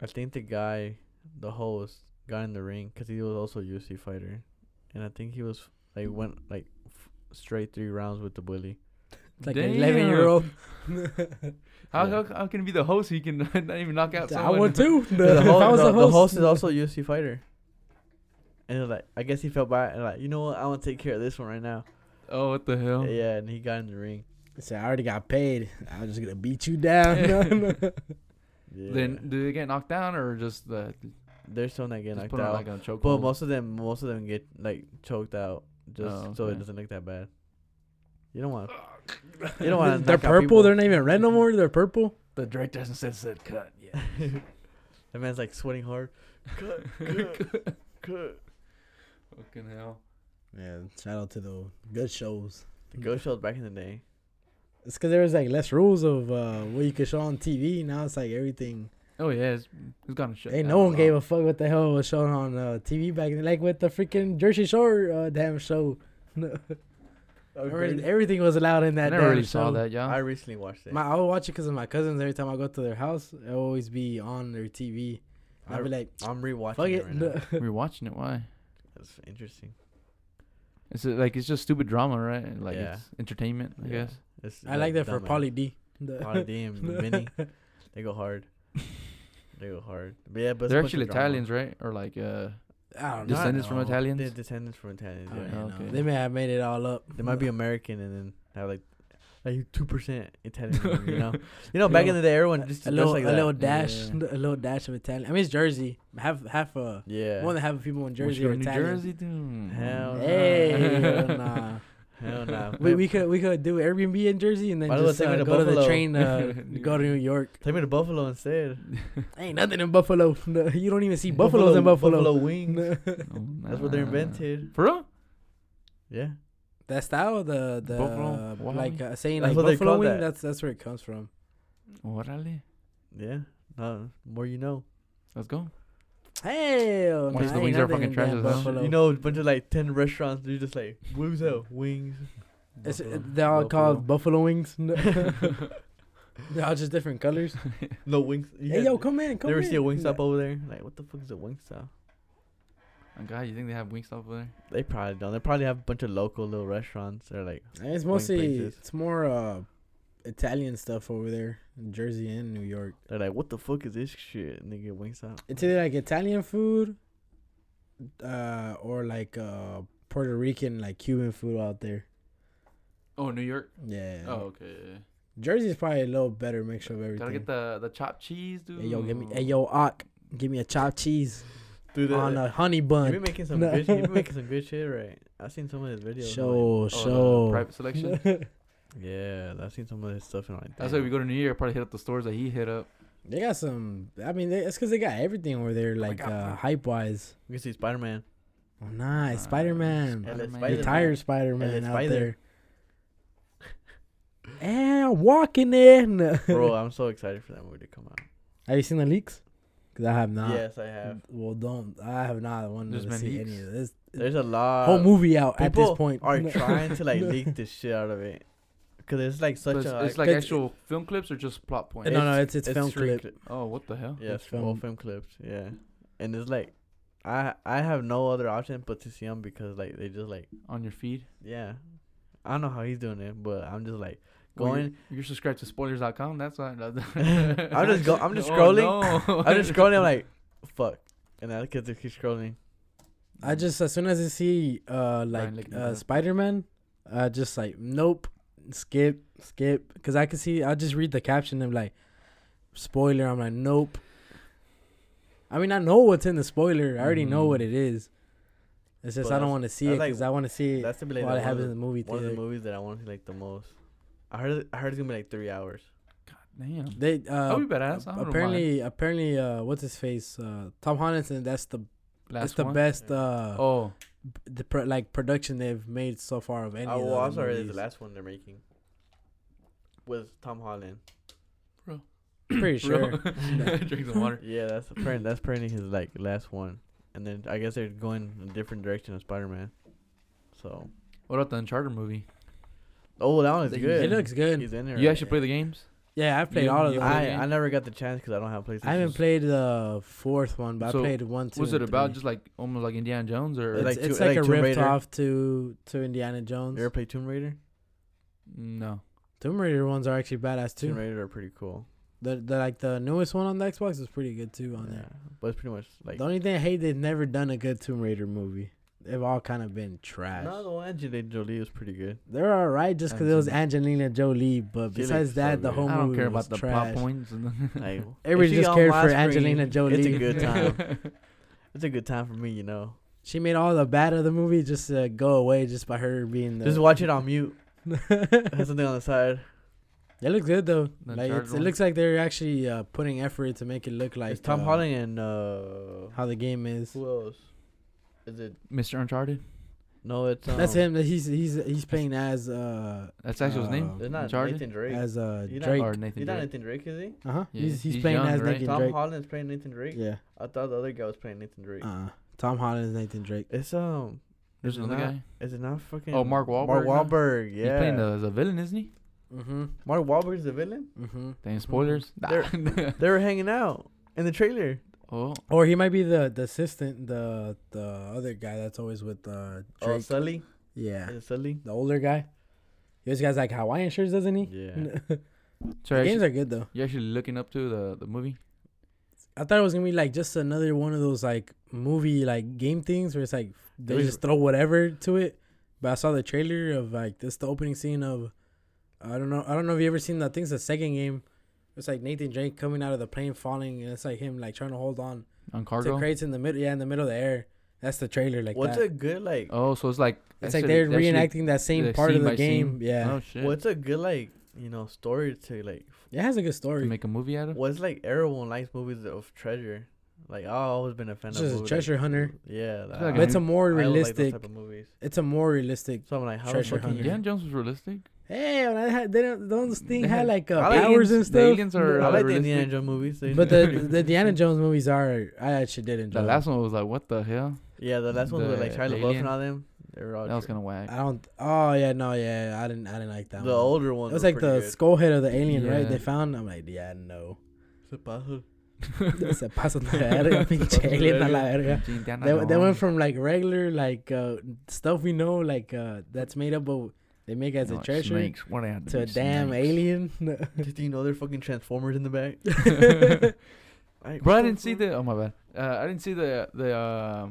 Speaker 3: I think the guy, the host, got in the ring because he was also a UFC fighter, and I think he was like went like f- straight three rounds with the bully.
Speaker 2: like an eleven year old.
Speaker 1: How,
Speaker 3: Yeah.
Speaker 1: how, how can it be the host? He can not even knock out
Speaker 2: I
Speaker 1: someone.
Speaker 2: would too.
Speaker 3: the,
Speaker 2: if
Speaker 3: host,
Speaker 2: I was
Speaker 3: the,
Speaker 2: the
Speaker 3: the
Speaker 2: host,
Speaker 3: host is also a UFC fighter. And like, I guess he felt bad. And like, you know what? I want to take care of this one right now.
Speaker 1: Oh, what the hell?
Speaker 3: Yeah, and he got in the ring.
Speaker 2: Say, I already got paid. I'm just gonna beat you down. No, no.
Speaker 3: Yeah.
Speaker 1: Then do they get knocked down or just the
Speaker 3: there's some that get
Speaker 1: just
Speaker 3: knocked
Speaker 1: put on
Speaker 3: out,
Speaker 1: like a choke?
Speaker 3: but
Speaker 2: Oh.
Speaker 1: hold?
Speaker 3: most of them, most of them get like choked out just
Speaker 1: Oh,
Speaker 3: so it
Speaker 1: okay.
Speaker 3: doesn't look that bad. You don't want. you don't want.
Speaker 2: they're purple. They're not even red no more. They're purple.
Speaker 1: the director hasn't said said cut. Yeah.
Speaker 3: that man's like sweating hard. Cut, cut, cut.
Speaker 1: Fucking hell.
Speaker 2: Yeah. Shout out to the good shows.
Speaker 3: The ghost shows back in the day.
Speaker 2: It's because there was like less rules of uh, what you could show on TV. Now it's like everything.
Speaker 1: Oh yeah, it's, it's gonna shut.
Speaker 2: Hey,
Speaker 1: down
Speaker 2: no one
Speaker 1: a
Speaker 2: gave
Speaker 1: lot.
Speaker 2: a fuck what the hell was shown on uh, TV back then. Like with the freaking Jersey Shore uh, damn show. Oh, Every- Everything was allowed in
Speaker 1: I
Speaker 2: that.
Speaker 1: never
Speaker 2: damn
Speaker 1: really saw
Speaker 2: show.
Speaker 1: that, y'all.
Speaker 3: I recently watched it.
Speaker 2: My, I would watch it because of my cousins. Every time I go to their house, it'll always be on their TV. And
Speaker 3: I-
Speaker 2: I'll be like,
Speaker 3: I'm rewatching
Speaker 2: fuck
Speaker 3: it
Speaker 2: it.
Speaker 3: right now.
Speaker 1: we were watching it. Why?
Speaker 3: That's interesting.
Speaker 1: It's uh, like it's just stupid drama, right? Like
Speaker 3: Yeah.
Speaker 1: it's entertainment, I
Speaker 3: Yeah.
Speaker 1: guess.
Speaker 3: It's
Speaker 2: I like that for
Speaker 3: dumbass.
Speaker 2: Polly D. The-
Speaker 3: Polly D and Vinny. They go hard. They go hard. But yeah, but it's
Speaker 1: They're
Speaker 3: a bunch
Speaker 1: actually
Speaker 3: of drama.
Speaker 1: Italians, right? Or like uh,
Speaker 2: I don't know.
Speaker 1: descendants from
Speaker 2: No.
Speaker 1: Italians.
Speaker 3: They're descendants from Italians.
Speaker 2: I
Speaker 3: Yeah.
Speaker 2: don't know.
Speaker 1: Okay.
Speaker 2: They may have made it all up.
Speaker 3: They might be American and then have like like two percent Italian. in them, you know, you know, back in the day, everyone just
Speaker 2: a
Speaker 3: dressed
Speaker 2: little,
Speaker 3: like
Speaker 2: a
Speaker 3: that.
Speaker 2: little dash,
Speaker 1: Yeah.
Speaker 2: a little dash of Italian. I mean, it's Jersey. Half, half a
Speaker 3: yeah.
Speaker 2: more than half of people in
Speaker 1: Once
Speaker 2: Jersey
Speaker 1: you go
Speaker 2: are
Speaker 1: to New
Speaker 2: Italian.
Speaker 1: Jersey, dude.
Speaker 3: Hell no.
Speaker 2: Hey, hell nah.
Speaker 3: Hell nah.
Speaker 2: we, we could we could do Airbnb in Jersey and then
Speaker 3: Why don't we
Speaker 2: just
Speaker 3: take me
Speaker 2: uh,
Speaker 3: to
Speaker 2: go to the
Speaker 3: Buffalo?
Speaker 2: train, uh, go to New York.
Speaker 3: take me to Buffalo instead.
Speaker 2: Ain't nothing in Buffalo. you don't even see buffaloes in Buffalo.
Speaker 3: Buffalo wings.
Speaker 1: Oh,
Speaker 3: That's what they're
Speaker 1: nah.
Speaker 3: invented.
Speaker 1: For real?
Speaker 3: Yeah.
Speaker 2: That style, the the
Speaker 1: Buffalo?
Speaker 2: uh,
Speaker 1: Wow.
Speaker 2: like uh, saying
Speaker 3: That's
Speaker 2: like
Speaker 3: what they
Speaker 2: buffalo
Speaker 3: call
Speaker 2: wing.
Speaker 3: that.
Speaker 2: That's that's where it comes from.
Speaker 1: Orale.
Speaker 3: Yeah. No, more you know.
Speaker 1: Let's go.
Speaker 2: Hell,
Speaker 1: Wings-
Speaker 2: nah,
Speaker 1: the
Speaker 2: ain't
Speaker 1: wings are
Speaker 2: nothing
Speaker 1: fucking
Speaker 2: in damn
Speaker 1: trash as hell.
Speaker 2: Buffalo.
Speaker 3: You know, a bunch of like ten restaurants. They're just like wings out wings.
Speaker 2: It's,
Speaker 1: Buffalo.
Speaker 2: they're all called buffalo wings.
Speaker 1: Buffalo.
Speaker 2: they're all just different colors.
Speaker 3: No wings. You
Speaker 2: Hey,
Speaker 3: guys-
Speaker 2: yo, come in, come
Speaker 3: Never
Speaker 2: in.
Speaker 3: see a Wingstop over there. Like, what the fuck is a Wingstop?
Speaker 1: Oh, God, you think they have Wingstop over there?
Speaker 3: They probably don't. They probably have a bunch of local little restaurants. They're like,
Speaker 2: Yeah. It's mostly
Speaker 3: places.
Speaker 2: it's more uh, Italian stuff over there, in Jersey and New York.
Speaker 3: they're like, what the fuck is this shit? And they get Wingstop.
Speaker 2: It's either like Italian food, uh, or like uh Puerto Rican like Cuban food out there.
Speaker 1: Oh, New York.
Speaker 2: Yeah.
Speaker 1: Oh, okay.
Speaker 2: Jersey's probably a little better mixture of everything.
Speaker 1: Gotta get the the chopped cheese, dude.
Speaker 2: Hey yo, give me hey yo, Ock, give me a chopped cheese
Speaker 3: Dude,
Speaker 2: on
Speaker 3: they-
Speaker 2: a honey
Speaker 3: you be
Speaker 2: bun.
Speaker 3: making some
Speaker 2: No.
Speaker 3: good. You be making some good shit, right? I've seen some of his videos. I'm like-
Speaker 2: Show,
Speaker 1: Oh, the
Speaker 2: show.
Speaker 1: private selection.
Speaker 3: yeah, I've seen some of his stuff and I'm like.
Speaker 1: That's why
Speaker 3: damn.
Speaker 1: we go to New York. Probably hit up the stores that he hit up.
Speaker 2: They got some. I mean, they, it's because they got everything over there,
Speaker 1: my
Speaker 2: like
Speaker 1: God,
Speaker 2: uh,
Speaker 1: bro.
Speaker 2: hype wise.
Speaker 3: We can see Spider Man.
Speaker 2: Oh, nice, Spider Man.
Speaker 3: Spider-Man.
Speaker 2: Retired Spider Man out
Speaker 3: Spider.
Speaker 2: there. And walking in.
Speaker 3: Bro, I'm so excited for that movie to come out.
Speaker 2: Have you seen the leaks? Cause I have not.
Speaker 3: Yes, I have.
Speaker 2: Well, don't. I have not wanted
Speaker 1: There's
Speaker 2: to
Speaker 1: been
Speaker 2: see
Speaker 1: leaks?
Speaker 2: any of this.
Speaker 3: There's a lot.
Speaker 2: Whole movie out at this
Speaker 3: Uh, people
Speaker 2: point.
Speaker 3: are trying to like leak the shit out of it, cause it's like
Speaker 1: But
Speaker 3: such
Speaker 1: it's,
Speaker 3: a.
Speaker 1: it's like
Speaker 2: Cause-
Speaker 1: actual film clips or just plot points.
Speaker 2: no, no, it's it's, film
Speaker 3: straight
Speaker 2: clip.
Speaker 3: cli-
Speaker 1: Oh, what the hell?
Speaker 3: Yeah,
Speaker 2: It's
Speaker 3: it's film.
Speaker 2: film.
Speaker 3: film clips. Yeah, and it's like, I I have no other option but to see him because like they just like
Speaker 1: On your feed.
Speaker 3: yeah, I don't know how he's doing it, but I'm just like
Speaker 1: Well, you're-
Speaker 3: going.
Speaker 1: You're subscribed to spoilers.com. That's why.
Speaker 3: I'm just go. I'm just
Speaker 1: Oh,
Speaker 3: scrolling.
Speaker 1: no.
Speaker 3: I'm just scrolling. I'm like, fuck, and I because keep scrolling.
Speaker 2: I just as soon as I see uh
Speaker 1: Brian
Speaker 2: like
Speaker 1: Lee-
Speaker 2: uh Spider Man, uh just like nope, skip, skip, because I can see I just read the caption and like spoiler. I'm like nope. I mean I know what's in the spoiler. I already know
Speaker 1: Mhm.
Speaker 2: what it is. It's just
Speaker 3: But
Speaker 2: I don't
Speaker 3: that's-
Speaker 2: want to see it
Speaker 3: that's like-
Speaker 2: because I want to see it
Speaker 3: That's to be like
Speaker 2: while
Speaker 3: the
Speaker 2: it
Speaker 3: one, of
Speaker 2: happens in
Speaker 3: the,
Speaker 2: the movie
Speaker 3: one of the
Speaker 2: theater.
Speaker 3: movies that I want to see like the most. I heard I heard it's gonna be like three hours.
Speaker 1: Damn.
Speaker 2: They uh,
Speaker 1: That'd be badass. I don't mind.
Speaker 2: apparently apparently uh what's his face uh Tom Hollinson. That's the that's
Speaker 1: Last
Speaker 2: the
Speaker 1: one?
Speaker 2: best uh
Speaker 1: Oh,
Speaker 2: the pro- like production they've made so far of any.
Speaker 3: Oh,
Speaker 2: of the
Speaker 3: well,
Speaker 2: other
Speaker 3: I'm sorry, it's
Speaker 2: movies.
Speaker 3: the last one they're making. with Tom Holland.
Speaker 2: Pretty sure.
Speaker 1: Drink some water.
Speaker 3: Yeah, that's apparently that's apparently his like last one, and then I guess they're going in a different direction of Spider Man. So,
Speaker 1: What about the Uncharted movie?
Speaker 3: oh, that one is
Speaker 1: They-
Speaker 3: good.
Speaker 2: It looks good.
Speaker 3: He's in there.
Speaker 1: You actually play the games?
Speaker 2: Yeah, I've played
Speaker 1: You-
Speaker 2: all of
Speaker 1: you-
Speaker 2: them.
Speaker 1: play the
Speaker 3: I
Speaker 1: game?
Speaker 3: I never got the chance because I don't have PlayStation.
Speaker 2: I haven't played the fourth one, but
Speaker 1: So,
Speaker 2: I played one, two.
Speaker 1: Was it
Speaker 2: and
Speaker 1: about
Speaker 2: three.
Speaker 1: just like almost like Indiana Jones or
Speaker 2: It's
Speaker 3: like
Speaker 2: like,
Speaker 3: Tomb-
Speaker 2: it's like,
Speaker 3: like
Speaker 2: a
Speaker 3: Tomb
Speaker 2: ripped
Speaker 3: Raider?
Speaker 2: off to to Indiana Jones.
Speaker 3: You ever play Tomb Raider?
Speaker 1: no?
Speaker 2: Tomb Raider ones are actually badass
Speaker 3: Tomb
Speaker 2: too.
Speaker 3: Raider are pretty cool.
Speaker 2: The, the like the newest one on the Xbox is pretty good too on
Speaker 3: yeah,
Speaker 2: there.
Speaker 3: but it's pretty much like
Speaker 2: the only thing I hate they've never done a good Tomb Raider movie. They've all kind of been trash.
Speaker 3: no, the one Angelina Jolie was pretty good.
Speaker 2: They're all right just because it was Angelina Jolie, but
Speaker 3: She
Speaker 2: besides
Speaker 3: looks so
Speaker 2: that, the
Speaker 3: good.
Speaker 2: whole
Speaker 1: I
Speaker 2: movie
Speaker 1: don't care
Speaker 2: was
Speaker 1: about the
Speaker 2: trash.
Speaker 1: plot points. And
Speaker 3: Like,
Speaker 2: Everybody
Speaker 3: if she
Speaker 2: just
Speaker 3: on
Speaker 2: cared
Speaker 3: my
Speaker 2: for
Speaker 3: screen,
Speaker 2: Angelina
Speaker 3: It's a
Speaker 2: Jolie.
Speaker 3: good time. it's a good time for me, you know.
Speaker 2: She made all the bad of the movie just uh, go away just by her being the.
Speaker 3: Just watch it on mute. Have something on the side.
Speaker 2: It looks good though.
Speaker 1: The
Speaker 2: like
Speaker 1: Uncharted
Speaker 2: it's, it
Speaker 1: one?
Speaker 2: looks like they're actually uh, putting effort to make it look like
Speaker 3: it's Tom
Speaker 2: uh,
Speaker 3: Holland and uh,
Speaker 2: How the game is.
Speaker 3: who else? Is it?
Speaker 1: Mr. Uncharted.
Speaker 3: No, it's um,
Speaker 2: That's him. that He's he's he's playing as uh
Speaker 1: That's actually his name.
Speaker 2: Um,
Speaker 3: It's not
Speaker 1: Uncharted?
Speaker 3: Nathan Drake.
Speaker 2: as uh
Speaker 3: You're not-
Speaker 2: Drake.
Speaker 1: Or
Speaker 2: Uh
Speaker 1: Nathan
Speaker 3: he's not
Speaker 1: Drake.
Speaker 3: Nathan Drake, is he?
Speaker 2: huh.
Speaker 1: Yeah,
Speaker 2: he's he's
Speaker 1: he's
Speaker 2: playing
Speaker 1: young,
Speaker 2: as
Speaker 1: right?
Speaker 2: Nathan
Speaker 3: Tom
Speaker 2: Drake.
Speaker 3: Holland's playing Nathan Drake.
Speaker 2: Yeah.
Speaker 3: I thought the other guy was playing Nathan Drake.
Speaker 2: Uh. Tom Holland is Nathan Drake.
Speaker 3: It's um.
Speaker 1: There's
Speaker 3: is it
Speaker 1: another
Speaker 3: not-
Speaker 1: guy.
Speaker 3: Is it not fucking?
Speaker 1: Oh, Mark
Speaker 3: Mark
Speaker 1: Wahlberg. now?
Speaker 3: Wahlberg. Yeah.
Speaker 1: He's playing the, as a villain, isn't he?
Speaker 2: Mhm.
Speaker 3: Mark Wahlberg's the villain.
Speaker 2: Mhm.
Speaker 1: Damn spoilers. Nah.
Speaker 3: They were hanging out in the trailer.
Speaker 1: oh,
Speaker 2: Or he might be the the assistant, the the other guy that's always with uh
Speaker 3: Oh,
Speaker 2: Drake.
Speaker 3: Sully.
Speaker 2: yeah.
Speaker 3: Is it Sully?
Speaker 2: The older guy. This guy's like Hawaiian shirts, doesn't he?
Speaker 3: Yeah.
Speaker 2: the
Speaker 1: sorry.
Speaker 2: games
Speaker 1: Actually,
Speaker 2: are good though.
Speaker 1: you actually looking up to the the movie?
Speaker 2: I thought it was gonna be like just another one of those like movie like game things where it's like they
Speaker 3: These-
Speaker 2: just throw whatever to it. But I saw the trailer of like this the opening scene of I don't know I don't know if you ever seen that thing's the second game. It's like Nathan Drake coming out of the plane falling and it's like him like trying to hold on
Speaker 1: On
Speaker 2: to
Speaker 1: cargo.
Speaker 2: crates in the middle yeah in the middle of the air. That's the trailer like
Speaker 3: What's
Speaker 2: that.
Speaker 3: a good like?
Speaker 1: Oh, so it's like
Speaker 2: it's
Speaker 1: actually-
Speaker 2: like they're
Speaker 1: actually-
Speaker 2: reenacting that same
Speaker 1: like
Speaker 2: part of
Speaker 1: scene
Speaker 2: the
Speaker 1: by
Speaker 2: game.
Speaker 1: scene?
Speaker 2: Yeah.
Speaker 1: Oh shit.
Speaker 3: What's a good like? You know, story to like.
Speaker 2: It has a good
Speaker 1: to
Speaker 2: story.
Speaker 1: make a movie out of?
Speaker 3: What's like everyone likes movies of treasure. Like I've always been a fan
Speaker 2: It's
Speaker 3: of.
Speaker 2: just a
Speaker 3: movies,
Speaker 2: treasure
Speaker 3: like,
Speaker 2: hunter.
Speaker 3: Yeah.
Speaker 1: It's
Speaker 3: that-
Speaker 1: like
Speaker 2: But it's a more
Speaker 3: I like those
Speaker 2: realistic
Speaker 3: type of movies.
Speaker 2: it's a more realistic
Speaker 3: So I'm like, how
Speaker 2: Treasure
Speaker 3: treasure
Speaker 2: Hunter.
Speaker 3: hunter.
Speaker 1: Indiana Jones was realistic.
Speaker 2: Hey, when I had they don't those thing
Speaker 1: They
Speaker 2: had
Speaker 1: had-
Speaker 2: like uh,
Speaker 3: I like
Speaker 2: powers and
Speaker 1: aliens- the
Speaker 2: stuff.
Speaker 1: aliens are-
Speaker 3: I
Speaker 1: Uh,
Speaker 3: like the
Speaker 1: realistic.
Speaker 3: Indiana Jones movies. they-
Speaker 2: But the the Indiana Jones movies are I actually did enjoy.
Speaker 1: The last one was like, what the hell?
Speaker 3: yeah, the last ones were like
Speaker 1: the
Speaker 3: Shia LaBeouf
Speaker 1: alien.
Speaker 3: and all them. They were all.
Speaker 1: That was
Speaker 3: tr-
Speaker 1: kind of whack.
Speaker 2: I don't. Oh yeah, no, yeah, yeah, I didn't. I didn't like that.
Speaker 3: the
Speaker 2: one.
Speaker 3: older ones.
Speaker 2: It was
Speaker 3: were
Speaker 2: like the
Speaker 3: pretty
Speaker 2: skull head of the alien, right?
Speaker 1: Yeah.
Speaker 2: They found. I'm like, yeah, no.
Speaker 3: good.
Speaker 2: Se pasan de verga, pinche alien a la verga.
Speaker 1: Indiana
Speaker 2: They, they went
Speaker 1: Jones.
Speaker 2: from like regular like uh, stuff we know like uh, that's made up of they make as
Speaker 1: You
Speaker 2: a
Speaker 1: know,
Speaker 2: treasure
Speaker 1: snakes. What they had
Speaker 2: to a
Speaker 1: be
Speaker 2: damn
Speaker 1: snakes.
Speaker 2: alien.
Speaker 3: Did you know they're fucking Transformers in the back? Like,
Speaker 1: Bro,
Speaker 3: what
Speaker 1: I
Speaker 3: the
Speaker 1: didn't see
Speaker 3: fuck?
Speaker 1: the. Oh my bad. Uh, I didn't see the the uh,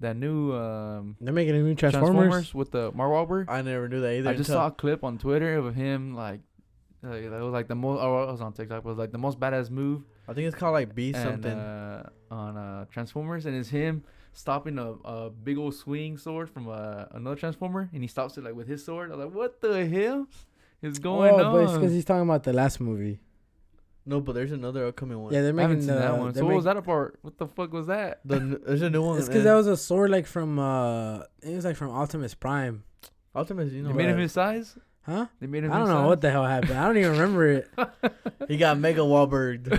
Speaker 1: that new um,
Speaker 2: They're making a new
Speaker 1: Transformers.
Speaker 2: Transformers.
Speaker 1: with the Mark Wahlberg.
Speaker 3: I never knew that either.
Speaker 1: I just
Speaker 3: until-
Speaker 1: saw a clip on Twitter of him like, like that was like the most. Oh, I was on TikTok. But it was like the most badass move
Speaker 3: I think it's called like B
Speaker 1: and,
Speaker 3: something.
Speaker 1: uh, on uh, Transformers, and it's him stopping a, a big old swing sword from uh, another Transformer, and he stops it like with his sword. I was like, what the hell is going
Speaker 2: oh, but it's
Speaker 1: on?
Speaker 2: because he's talking about the last movie.
Speaker 3: no, but there's another upcoming one.
Speaker 2: Yeah, they're
Speaker 1: I haven't
Speaker 2: making
Speaker 1: seen
Speaker 2: the,
Speaker 1: that one.
Speaker 2: they're
Speaker 1: So what
Speaker 2: making-
Speaker 1: was that about? What the fuck was that?
Speaker 3: The n- there's a new one.
Speaker 2: It's because that was a sword like from uh, it was like from Optimus Prime,
Speaker 3: Optimus. You know,
Speaker 1: They made him
Speaker 3: what?
Speaker 1: his size.
Speaker 2: huh?
Speaker 1: They made
Speaker 2: I
Speaker 1: him.
Speaker 2: don't
Speaker 1: his
Speaker 2: know what
Speaker 1: size?
Speaker 2: the hell happened. I don't even remember it.
Speaker 3: he got Mega Wahlberg.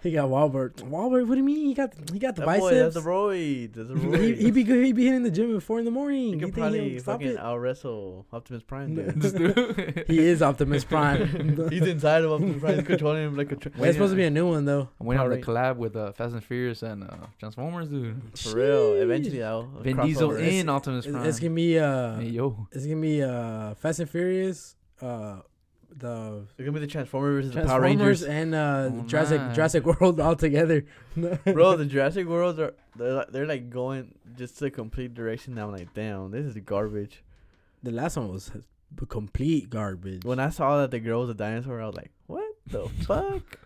Speaker 2: He got Wahlberg. Wahlberg, what do you mean? He got he got the
Speaker 3: That boy, that's
Speaker 2: biceps.
Speaker 3: a roid. That's a
Speaker 2: he,
Speaker 3: roid.
Speaker 2: he be good. He be hitting the gym at four in the morning.
Speaker 3: He
Speaker 2: You think
Speaker 3: could
Speaker 2: he'll
Speaker 3: probably
Speaker 2: stop
Speaker 3: fucking uh,
Speaker 2: it?
Speaker 3: out wrestle Optimus Prime.
Speaker 2: No.
Speaker 3: Dude.
Speaker 1: Just do-
Speaker 2: He is Optimus Prime.
Speaker 3: He's inside of Optimus Prime. He's controlling him like a. Tra-
Speaker 2: There's supposed to be a new one though.
Speaker 1: I'm waiting on the collab
Speaker 3: Alright.
Speaker 1: with uh, Fast and Furious and uh, Transformers, dude.
Speaker 3: for real.
Speaker 2: Sheesh.
Speaker 3: Eventually, uh, I'll
Speaker 1: Vin Diesel
Speaker 2: It's-
Speaker 1: in Optimus
Speaker 2: It's,
Speaker 1: Prime.
Speaker 2: it's gonna be uh,
Speaker 1: hey, yo.
Speaker 2: it's gonna be uh, Fast and Furious, uh, the
Speaker 3: They're gonna be the Transformers versus the Power
Speaker 2: Transformers
Speaker 3: Rangers.
Speaker 2: and uh,
Speaker 1: Oh,
Speaker 2: Jurassic
Speaker 1: nice.
Speaker 2: Jurassic World all together.
Speaker 3: Bro, the Jurassic Worlds are they're, like- they're like going just the complete direction. Now I'm like, damn, this is garbage.
Speaker 2: The last one was b- complete garbage.
Speaker 3: When I saw that the girl was a dinosaur, I was like, what the fuck?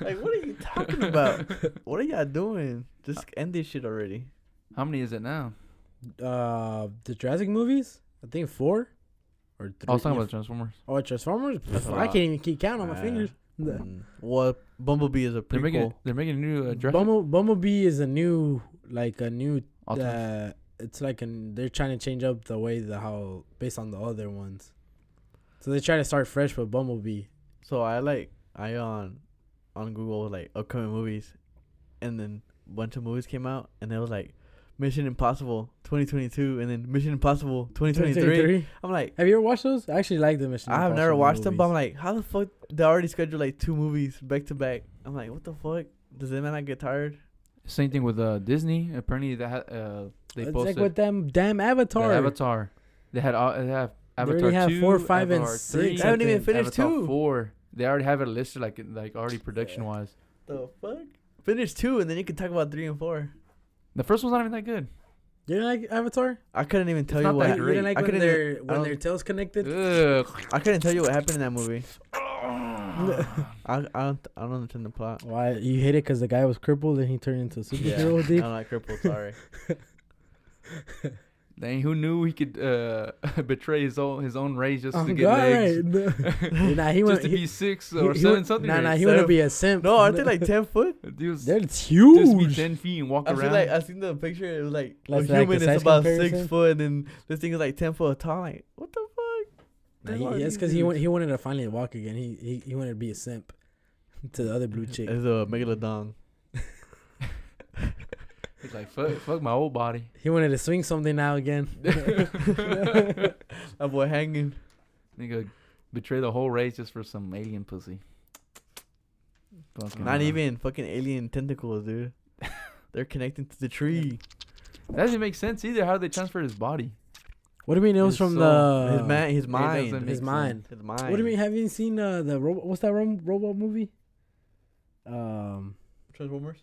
Speaker 3: like, what are you talking about? What are y'all doing? Just end this shit already.
Speaker 1: How many is it now?
Speaker 2: uh, the Jurassic movies, I think four or three.
Speaker 1: I was talking about Transformers.
Speaker 2: oh, Transformers. Pff,
Speaker 3: That's a
Speaker 2: I
Speaker 3: lot.
Speaker 2: can't even keep count on my
Speaker 3: Uh,
Speaker 2: fingers. The-
Speaker 3: Mm. Well, Bumblebee is a
Speaker 1: They're making
Speaker 3: prequel.
Speaker 1: they're making a new uh, Jurassic.
Speaker 2: Bumble, Bumblebee is a new like a new.
Speaker 1: Optimus.
Speaker 2: Uh, it's like an they're trying to change up the way the how based on the other ones. So they try to start fresh with Bumblebee.
Speaker 3: So I like I on on Google like upcoming movies, and then bunch of movies came out, and it was like Mission Impossible 2022, and then Mission Impossible 2023.
Speaker 2: 2023.
Speaker 3: I'm like,
Speaker 2: Have you ever watched those? I actually like the Mission.
Speaker 3: I've never
Speaker 2: Impossible
Speaker 3: watched them, but I'm
Speaker 2: movies.
Speaker 3: like, how the fuck they already scheduled like two movies back to back? I'm like, what the fuck? Does that man not get tired?
Speaker 1: Same thing with uh, Disney. Apparently, that had, uh, they
Speaker 2: it's like
Speaker 1: posted
Speaker 2: with them damn
Speaker 1: the
Speaker 2: Avatar.
Speaker 1: Avatar. They had uh, they have
Speaker 2: already
Speaker 1: Avatar
Speaker 2: have
Speaker 1: two,
Speaker 2: four, five, and
Speaker 1: Avatar
Speaker 2: six,
Speaker 1: three,
Speaker 2: I
Speaker 3: I haven't even finished
Speaker 1: Avatar
Speaker 3: two.
Speaker 1: four. They already have it listed like like already production wise.
Speaker 3: The fuck? Finish two, and then you can talk about three and four.
Speaker 1: The first one's not even that good.
Speaker 2: You didn't like Avatar?
Speaker 3: I couldn't even tell
Speaker 1: not
Speaker 3: you
Speaker 2: You-
Speaker 3: what.
Speaker 1: that
Speaker 2: you
Speaker 1: great.
Speaker 2: didn't like
Speaker 3: I
Speaker 2: when
Speaker 3: couldn't
Speaker 2: their
Speaker 3: I
Speaker 2: when
Speaker 3: don't-
Speaker 2: their tails connected?
Speaker 1: Ugh.
Speaker 3: I couldn't tell you what happened in that movie. I, I don't I don't understand the plot.
Speaker 2: Why you hate it? Cause the guy was crippled and he turned into a superhero.
Speaker 3: I'm
Speaker 2: Dick.
Speaker 3: not crippled. Sorry.
Speaker 1: Dang, who knew he could uh, betray his own his own race just to
Speaker 2: I'm
Speaker 1: get legs?
Speaker 2: right. Oh, nah, he
Speaker 1: just
Speaker 2: went.
Speaker 1: to
Speaker 2: He,
Speaker 1: be six
Speaker 2: he-
Speaker 1: or
Speaker 2: he
Speaker 1: seven
Speaker 2: would-
Speaker 1: something.
Speaker 2: Nah, nah,
Speaker 1: race.
Speaker 2: he want to
Speaker 3: Seven-
Speaker 2: be a simp.
Speaker 3: no, aren't they like ten foot?
Speaker 1: Dude, was
Speaker 2: They're
Speaker 1: just be
Speaker 2: huge.
Speaker 1: ten feet and walk
Speaker 3: I feel
Speaker 1: around.
Speaker 3: like I seen the picture. It was like
Speaker 2: Like, like
Speaker 3: a
Speaker 2: the
Speaker 3: human
Speaker 2: size
Speaker 3: is about
Speaker 2: comparison?
Speaker 3: six foot, and then this thing is like ten foot tall. Like what the fuck?
Speaker 2: Nah,
Speaker 3: They
Speaker 2: he,
Speaker 3: are
Speaker 2: that's
Speaker 3: these
Speaker 2: because he
Speaker 3: dudes.
Speaker 2: went, he wanted to finally walk again. He he, he wanted to be a simp to the other blue chick.
Speaker 3: It's a megalodon.
Speaker 1: He's like, fuck, fuck my old body.
Speaker 2: He wanted to swing something now again.
Speaker 3: That boy hanging.
Speaker 1: Nigga, betray the whole race just for some alien pussy. Fucking
Speaker 3: Not
Speaker 1: hell.
Speaker 3: even fucking alien tentacles, dude. They're connecting to the tree.
Speaker 1: That doesn't make sense either. How did they transfer his body?
Speaker 2: What do you mean it was
Speaker 1: His
Speaker 2: from
Speaker 1: soul.
Speaker 2: the
Speaker 3: his man, his
Speaker 1: doesn't
Speaker 3: mind,
Speaker 2: His
Speaker 1: Makes
Speaker 2: mind.
Speaker 3: his mind.
Speaker 2: What do you mean? Have you seen uh, the robot? What's that rom- robot movie? Um,
Speaker 3: Transformers.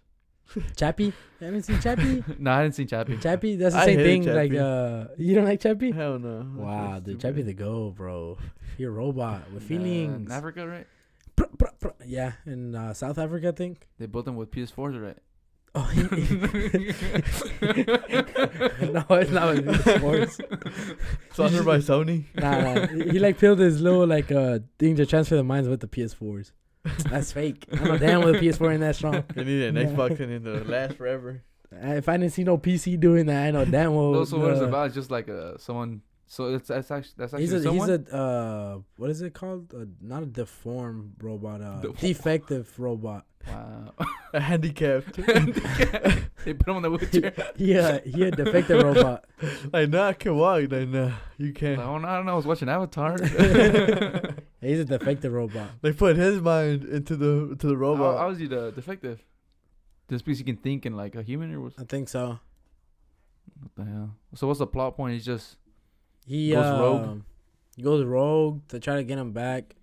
Speaker 2: Chappie. Haven't seen Chappie.
Speaker 1: no, I didn't see Chappie.
Speaker 2: Chappie. That's the
Speaker 3: I
Speaker 2: same
Speaker 3: hate
Speaker 2: thing. Like
Speaker 3: Chappie.
Speaker 2: uh, you don't like Chappie?
Speaker 3: Hell no. That's
Speaker 2: Wow,
Speaker 3: so
Speaker 2: dude,
Speaker 3: stupid.
Speaker 2: Chappie the go, bro. You're a robot with
Speaker 1: Nah,
Speaker 2: feelings.
Speaker 1: in Africa, right?
Speaker 2: Pr- pr- pr- Yeah, in uh, South Africa, I think.
Speaker 1: They built them with PS4s, right?
Speaker 2: Oh, no, it's not with sports.
Speaker 3: Sponsored by Sony.
Speaker 2: Nah, nah, he like peeled his little like uh thing to transfer the minds with the PS4s. That's fake. I know damn well the PS4 ain't that strong.
Speaker 3: They need an
Speaker 2: Yeah.
Speaker 3: Xbox and it'll last forever.
Speaker 2: If I didn't see no PC doing that, I know damn well.
Speaker 1: also, what it's
Speaker 2: the-
Speaker 1: about is just like uh, someone. So it's that's actually that's actually
Speaker 2: He's a
Speaker 1: someone.
Speaker 2: he's a uh what is it called? Uh, not a deformed robot, uh,
Speaker 1: Deformed.
Speaker 2: defective robot.
Speaker 1: wow.
Speaker 3: A handicapped.
Speaker 1: they put him on the wheelchair.
Speaker 2: Yeah, Uh, he a defective robot.
Speaker 3: like, nah, I can walk. Like, nah, you
Speaker 1: Like,
Speaker 3: can't.
Speaker 1: oh, no, I don't know. I was watching Avatar.
Speaker 2: He's a defective robot.
Speaker 3: They put his mind into the to the
Speaker 1: How, how
Speaker 3: robot.
Speaker 1: is he the defective? Just because he can think and like a human or what
Speaker 2: I think so.
Speaker 1: the hell? So what's the plot point? He's just
Speaker 2: He
Speaker 1: Goes
Speaker 2: uh,
Speaker 1: rogue?
Speaker 2: He goes rogue to try to get him back.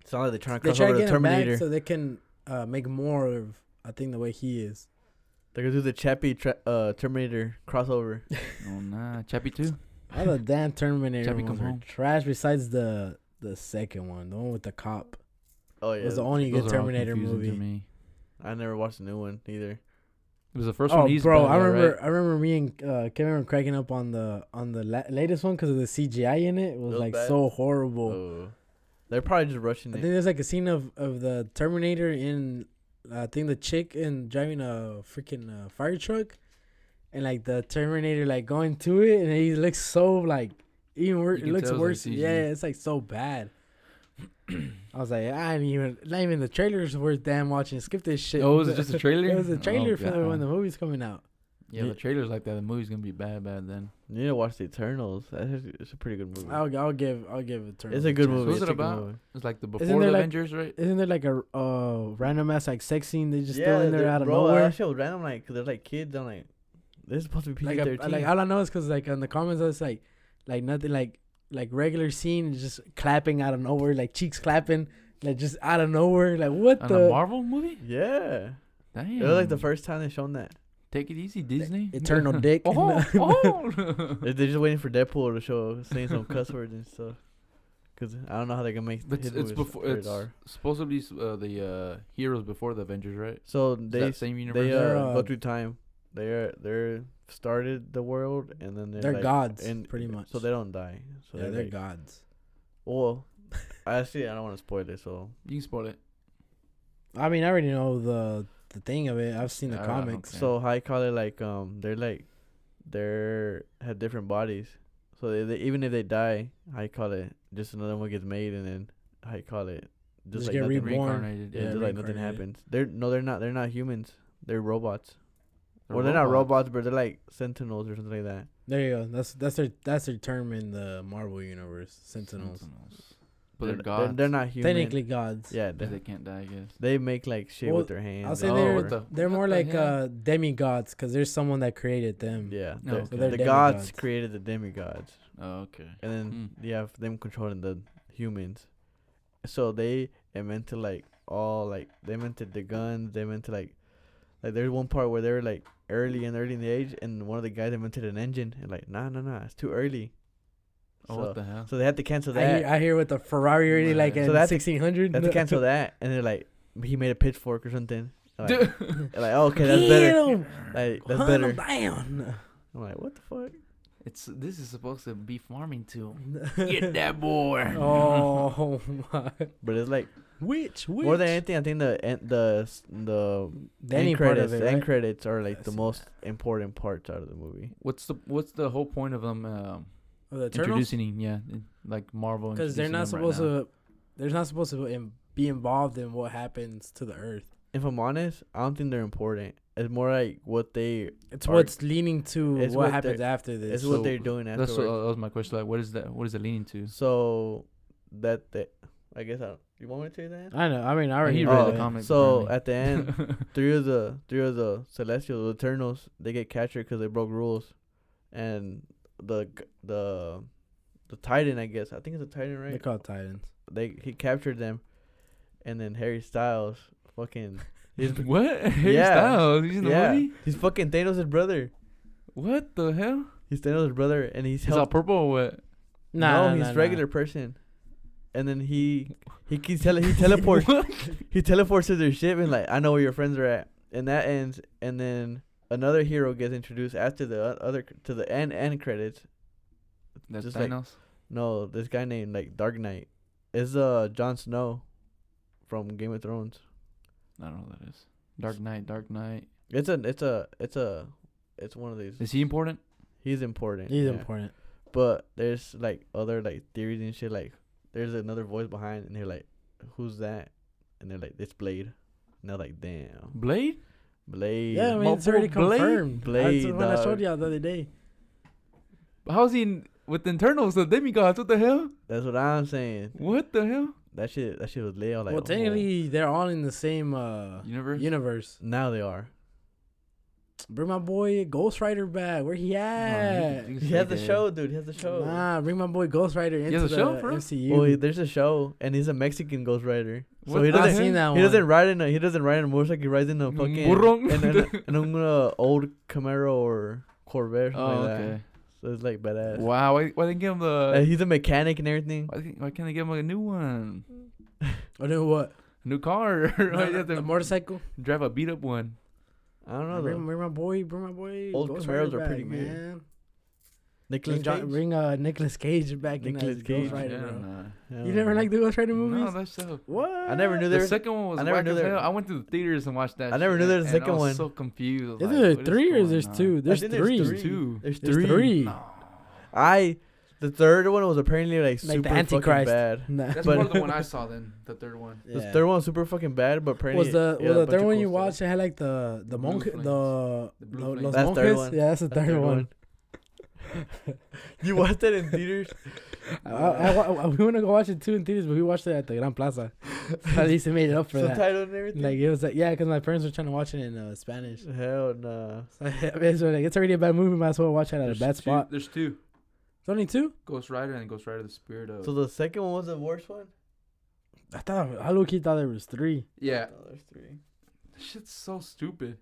Speaker 3: It's not like they're trying to
Speaker 2: They
Speaker 3: cross
Speaker 2: try
Speaker 3: over
Speaker 2: to
Speaker 3: the
Speaker 2: get him back
Speaker 3: Terminator.
Speaker 2: so they can uh, make more of I think the way he is.
Speaker 3: They're gonna do the Chappie tra- uh, Terminator crossover.
Speaker 1: oh nah, Chappie too.
Speaker 2: All the damn Terminator
Speaker 1: Chappie
Speaker 2: ones
Speaker 1: come
Speaker 2: are
Speaker 1: home.
Speaker 2: trash. Besides the the second one, the one with the cop,
Speaker 3: Oh
Speaker 2: It
Speaker 3: yeah,
Speaker 2: was the only good
Speaker 1: Those are all
Speaker 2: Terminator
Speaker 1: confusing to
Speaker 2: movie.
Speaker 1: me.
Speaker 3: I never watched the new one either.
Speaker 1: It was the first one.
Speaker 2: Oh,
Speaker 1: He's
Speaker 2: bro,
Speaker 1: bad
Speaker 2: I
Speaker 1: guy,
Speaker 2: remember,
Speaker 1: right?
Speaker 2: I remember me and uh, Cameron cracking up on the on the la- latest one because of the CGI in it. It was
Speaker 3: was
Speaker 2: like
Speaker 3: bad.
Speaker 2: so horrible.
Speaker 3: Oh. They're probably just
Speaker 2: I
Speaker 3: rushing
Speaker 2: think
Speaker 3: it.
Speaker 2: there's like a scene of of the Terminator in, I think the chick in driving a freaking uh, fire truck, and like the Terminator like going to it, and he looks so like even wor-
Speaker 1: You
Speaker 2: it
Speaker 1: can
Speaker 2: looks
Speaker 1: tell it's, like,
Speaker 2: worse.
Speaker 1: CG.
Speaker 2: yeah, it's like so bad. I was like, I didn't even not even the trailers worth damn watching. Skip this shit.
Speaker 1: Oh, was it just a trailer?
Speaker 2: It was a
Speaker 1: Oh,
Speaker 2: trailer for the, when
Speaker 1: God.
Speaker 2: the movie's coming out.
Speaker 1: Yeah, the trailer's like that. The movie's gonna be bad, bad then.
Speaker 3: You need to watch the Eternals. That is, it's a pretty good movie.
Speaker 2: I'll, I'll give I'll give it.
Speaker 3: it's a good movie.
Speaker 1: what's
Speaker 3: it's
Speaker 1: it
Speaker 3: a good
Speaker 1: about?
Speaker 3: movie.
Speaker 1: It's like the
Speaker 2: there,
Speaker 1: before the
Speaker 2: like-
Speaker 1: Avengers, right?
Speaker 2: Isn't there like a uh, random ass like sex scene they just throw in there
Speaker 3: they're-
Speaker 2: out of
Speaker 3: bro,
Speaker 2: nowhere?
Speaker 3: That shit was random. Like, cause they're like kids. I'm like, this is supposed to be
Speaker 2: like,
Speaker 3: PG-13.
Speaker 2: a, like all I know is because like on the comments I was like, like nothing like like regular scene is just clapping out of nowhere, like cheeks clapping, like just out of nowhere, like what
Speaker 1: On
Speaker 2: the
Speaker 1: a Marvel movie?
Speaker 3: yeah,
Speaker 1: Damn.
Speaker 3: it was like the first time they shown that.
Speaker 1: Take it easy, Disney.
Speaker 2: eternal dick.
Speaker 1: oh, oh.
Speaker 3: They- They're just waiting for Deadpool to show saying some cuss words and stuff. Cause I don't know how they're gonna make
Speaker 1: But
Speaker 3: his
Speaker 1: it's, it's
Speaker 3: movies
Speaker 1: before
Speaker 3: rated
Speaker 1: it's
Speaker 3: R.
Speaker 1: supposedly s- uh, the uh, heroes before the Avengers, right?
Speaker 3: So
Speaker 1: Is
Speaker 3: they
Speaker 1: that same
Speaker 3: they
Speaker 1: universe.
Speaker 3: uh,
Speaker 2: They're, uh,
Speaker 3: go through time. They're they're started the world and then they're,
Speaker 2: They're
Speaker 3: like,
Speaker 2: gods,
Speaker 3: and-
Speaker 2: pretty much.
Speaker 3: So they don't die. So
Speaker 2: yeah,
Speaker 3: they're,
Speaker 2: they're
Speaker 3: like,
Speaker 2: gods.
Speaker 3: well, actually I don't want to spoil it. So
Speaker 1: you can spoil it.
Speaker 2: I mean, I already know the the thing of it. I've seen the
Speaker 1: I- I don't
Speaker 2: comics.
Speaker 1: Yeah.
Speaker 3: so high collar like um they're like they're have different bodies. So they, they, even if they die, I call it just another one gets made, and then I call it
Speaker 2: Just
Speaker 3: just, like
Speaker 2: get
Speaker 3: nothing.
Speaker 2: reborn.
Speaker 1: Reincarnated.
Speaker 3: Yeah,
Speaker 2: Yeah,
Speaker 3: just like nothing
Speaker 2: reincarnated.
Speaker 3: happens. They're no, they're not. They're not humans. They're robots.
Speaker 1: They're
Speaker 3: well, they're not
Speaker 1: robots.
Speaker 3: robots, but they're like sentinels or something like that.
Speaker 2: There you go. That's that's their that's their term in the Marvel universe. Sentinels.
Speaker 1: But they're,
Speaker 3: they're
Speaker 1: gods.
Speaker 3: They're, not human.
Speaker 2: Technically gods.
Speaker 3: yeah.
Speaker 1: But they
Speaker 3: They,
Speaker 1: can't die, I guess.
Speaker 3: they make like shit
Speaker 2: Well,
Speaker 3: with their hands.
Speaker 2: I'll say
Speaker 3: or
Speaker 2: they're
Speaker 1: what the-
Speaker 2: they're
Speaker 1: what
Speaker 2: more
Speaker 1: the
Speaker 2: like
Speaker 1: hell?
Speaker 2: uh demigods because there's someone that created them.
Speaker 3: yeah.
Speaker 1: No,
Speaker 3: the-
Speaker 1: So
Speaker 2: they're
Speaker 3: the
Speaker 2: demigods.
Speaker 3: gods created the demigods,
Speaker 1: Oh, okay.
Speaker 3: and then
Speaker 1: Mm.
Speaker 3: you have them controlling the humans. So they invented like all like they invented the guns. They invented like like there's one part where they were like early and early in the age, and one of the guys invented an engine, and like nah nah nah, it's too early.
Speaker 1: Oh,
Speaker 3: so,
Speaker 1: what the hell?
Speaker 3: so they had to cancel
Speaker 2: I
Speaker 3: that.
Speaker 2: hear, I hear with the Ferrari already
Speaker 1: Right.
Speaker 2: like
Speaker 3: So
Speaker 2: in
Speaker 3: that's-
Speaker 2: 1600.
Speaker 3: They had to cancel that, and they're like, he made a pitchfork or something. Like,
Speaker 1: Dude.
Speaker 3: like oh, okay, that's better.
Speaker 2: Get 'em!
Speaker 3: Like, that's
Speaker 2: Hunt 'em
Speaker 3: better.
Speaker 2: down.
Speaker 3: I'm like, what the fuck?
Speaker 1: It's this is supposed to be farming too. Get that boy.
Speaker 2: Oh my!
Speaker 3: But it's like
Speaker 2: Which which?
Speaker 3: more than anything, I think the en- the s- the
Speaker 2: The
Speaker 3: end
Speaker 2: ending part of
Speaker 3: credits,
Speaker 2: it,
Speaker 3: the end
Speaker 2: right?
Speaker 3: credits are like the
Speaker 2: Yes.
Speaker 3: most important parts out of the movie.
Speaker 1: What's the what's the whole point of them um,
Speaker 2: Of the turtles.
Speaker 1: introducing him? Yeah, in- like Marvel.
Speaker 2: Because they're
Speaker 1: introducing
Speaker 2: not
Speaker 1: them right
Speaker 2: supposed
Speaker 1: now.
Speaker 2: to. They're not supposed to in- be involved in what happens to the Earth.
Speaker 3: If I'm honest, I don't think they're important. It's more like what they
Speaker 2: It's
Speaker 3: Or-
Speaker 2: what's leading to
Speaker 3: it's
Speaker 2: what
Speaker 3: what
Speaker 2: happens
Speaker 3: they're-
Speaker 2: after this.
Speaker 3: it's, what
Speaker 1: so-
Speaker 3: they're doing
Speaker 1: That's what,
Speaker 3: afterwards.
Speaker 1: that was my question. Like, what is that? What is it leaning to?
Speaker 3: So that they, I guess I don't, you want me to say that? Oh,
Speaker 2: I know. I mean, I
Speaker 1: Yeah,
Speaker 2: already
Speaker 1: he
Speaker 2: read
Speaker 1: read the
Speaker 2: it.
Speaker 1: comic.
Speaker 3: So
Speaker 1: apparently.
Speaker 3: at the end, three of the three of the celestials, the Eternals, they get captured because they broke rules, and the g- the the Titan, I guess I think it's a Titan,
Speaker 2: They
Speaker 3: right?
Speaker 2: call it Titans.
Speaker 3: They he captured them, and then Harry Styles, fucking, he's,
Speaker 1: what? Harry
Speaker 3: Yeah.
Speaker 1: Styles? He's in the
Speaker 3: Yeah.
Speaker 1: movie?
Speaker 3: he's fucking Thanos' brother.
Speaker 1: What the hell?
Speaker 3: He's Thanos' brother, and he's
Speaker 1: He's all
Speaker 3: help.
Speaker 1: purple or what?
Speaker 2: Nah,
Speaker 3: no,
Speaker 2: nah,
Speaker 3: he's
Speaker 2: nah, nah.
Speaker 3: regular person, and then he he keeps tele- he teleports he teleports to their ship and like I know where your friends are at, and that ends. And then another hero gets introduced after the o- other to the end end credits.
Speaker 1: That's
Speaker 3: Just like-
Speaker 1: Thanos.
Speaker 3: No, this guy named like Dark Knight is uh Jon Snow from Game of Thrones.
Speaker 1: I don't know what that is. Dark Knight. Dark Knight.
Speaker 3: It's a it's a it's a it's one of these.
Speaker 1: Is he important?
Speaker 3: He's important.
Speaker 2: He's
Speaker 3: yeah.
Speaker 2: important.
Speaker 3: But there's like other like theories and shit. Like there's another voice behind, and they're like, "Who's that?" And they're like, "It's Blade." And they're like, "Damn,
Speaker 1: Blade?
Speaker 3: Blade."
Speaker 2: Yeah, I mean, it's already
Speaker 1: Multiple blade-
Speaker 2: confirmed.
Speaker 3: blade,
Speaker 2: That's the one I showed
Speaker 3: dog.
Speaker 2: you the other day.
Speaker 1: How's he in, with the internals? The demigods? What the hell?
Speaker 3: That's what I'm saying.
Speaker 1: What the hell?
Speaker 3: That shit, that shit was lit. I was Like,
Speaker 2: well,
Speaker 3: oh.
Speaker 2: technically, they're all in the same uh,
Speaker 1: Universe.
Speaker 2: universe.
Speaker 3: now they are.
Speaker 2: Bring my boy Ghost Rider back. Where he
Speaker 1: No,
Speaker 2: at?
Speaker 1: you- you
Speaker 3: He
Speaker 1: say
Speaker 3: has a
Speaker 1: that.
Speaker 3: show, dude. He has a show.
Speaker 2: Nah, bring my boy Ghost Rider into
Speaker 1: has
Speaker 2: the
Speaker 1: a show for real?
Speaker 2: MCU.
Speaker 3: Well, there's a show, and he's a Mexican Ghost Rider. So
Speaker 1: What
Speaker 3: he
Speaker 1: the
Speaker 2: I've
Speaker 3: doesn't.
Speaker 2: seen that
Speaker 3: He
Speaker 2: one.
Speaker 3: doesn't ride in a. He doesn't ride in a motorcycle. He rides in a
Speaker 1: Mm,
Speaker 3: fucking.
Speaker 1: burro.
Speaker 3: in an- in an, uh, old Camaro or Corvette. Or something
Speaker 1: Oh,
Speaker 3: like that.
Speaker 1: okay.
Speaker 3: So it's like badass.
Speaker 1: Wow. Why, why didn't give him
Speaker 3: Uh,
Speaker 1: the?
Speaker 3: he's a mechanic and everything.
Speaker 1: Why, didn't- why can't they give him a new one?
Speaker 2: I know Oh, what.
Speaker 1: A new car?
Speaker 2: No,
Speaker 1: Why you
Speaker 2: no,
Speaker 1: have
Speaker 2: the
Speaker 1: to
Speaker 2: motorcycle.
Speaker 1: drive a beat up one?
Speaker 3: I don't know.
Speaker 2: Bring,
Speaker 3: Though.
Speaker 2: bring my boy. Bring my boy.
Speaker 3: Old
Speaker 2: Ghost
Speaker 3: Camaros
Speaker 2: Rider
Speaker 3: are
Speaker 2: back,
Speaker 3: pretty good.
Speaker 2: man.
Speaker 3: Nicholas
Speaker 2: Bring, John,
Speaker 3: Cage.
Speaker 2: bring uh, Nicolas Cage back in as
Speaker 3: Nicolas Cage,
Speaker 2: Ghost Rider,
Speaker 1: Yeah,
Speaker 2: bro.
Speaker 1: nah.
Speaker 3: Yeah.
Speaker 2: You never liked the Ghost Rider movies?
Speaker 1: No, that's so.
Speaker 2: what?
Speaker 3: I never knew there.
Speaker 1: The
Speaker 3: was-
Speaker 1: second one was.
Speaker 3: I
Speaker 1: I
Speaker 3: never knew there-
Speaker 1: I went to the theaters and watched that.
Speaker 3: I never
Speaker 1: shit,
Speaker 3: knew there was a
Speaker 1: and I
Speaker 3: second
Speaker 1: was
Speaker 3: one.
Speaker 1: So confused. I was
Speaker 2: Is
Speaker 1: like,
Speaker 2: there
Speaker 1: what is
Speaker 2: three or
Speaker 1: going
Speaker 2: there's
Speaker 1: on?
Speaker 2: two? There's
Speaker 3: think
Speaker 2: three.
Speaker 3: there's
Speaker 2: There's
Speaker 3: three.
Speaker 1: Two.
Speaker 3: There's
Speaker 2: three.
Speaker 3: three. I. The third one was apparently like,
Speaker 2: Like the
Speaker 3: super fucking
Speaker 2: Antichrist.
Speaker 3: bad.
Speaker 2: Nah.
Speaker 1: That's
Speaker 3: But-
Speaker 1: more the one I saw. Then the third one.
Speaker 3: The
Speaker 2: Yeah.
Speaker 3: third one was super fucking bad, but apparently
Speaker 2: was the
Speaker 3: yeah,
Speaker 2: was
Speaker 3: a
Speaker 2: the
Speaker 3: bunch of
Speaker 2: third one
Speaker 3: cool
Speaker 2: you
Speaker 3: stuff.
Speaker 2: watched? It had like the the
Speaker 1: Blue
Speaker 2: monk
Speaker 1: flames.
Speaker 2: the, the
Speaker 1: The blue
Speaker 2: los
Speaker 1: flames.
Speaker 3: That's
Speaker 2: monjes.
Speaker 3: third one.
Speaker 2: Yeah, that's the
Speaker 3: That's
Speaker 2: third, one.
Speaker 3: You watched that in theaters?
Speaker 2: I, I, wa- I- we want to go watch it too in theaters, but we watched it at the Gran Plaza. at least it made it up for that.
Speaker 3: Subtitled and everything.
Speaker 2: Like it was like yeah, because my parents were trying to watch it in uh, Spanish. So
Speaker 3: Hell nah.
Speaker 2: I mean, so, like, it's already a bad movie. Might as well watch it at a
Speaker 1: There's
Speaker 2: bad
Speaker 1: two-
Speaker 2: spot.
Speaker 1: There's two.
Speaker 2: It's only two.
Speaker 1: Ghost Rider and Ghost Rider: The Spirit of.
Speaker 3: So the second one was the worst one.
Speaker 2: I thought I low key thought there was three.
Speaker 1: yeah,
Speaker 3: No, Oh, there's three.
Speaker 1: That shit's so stupid.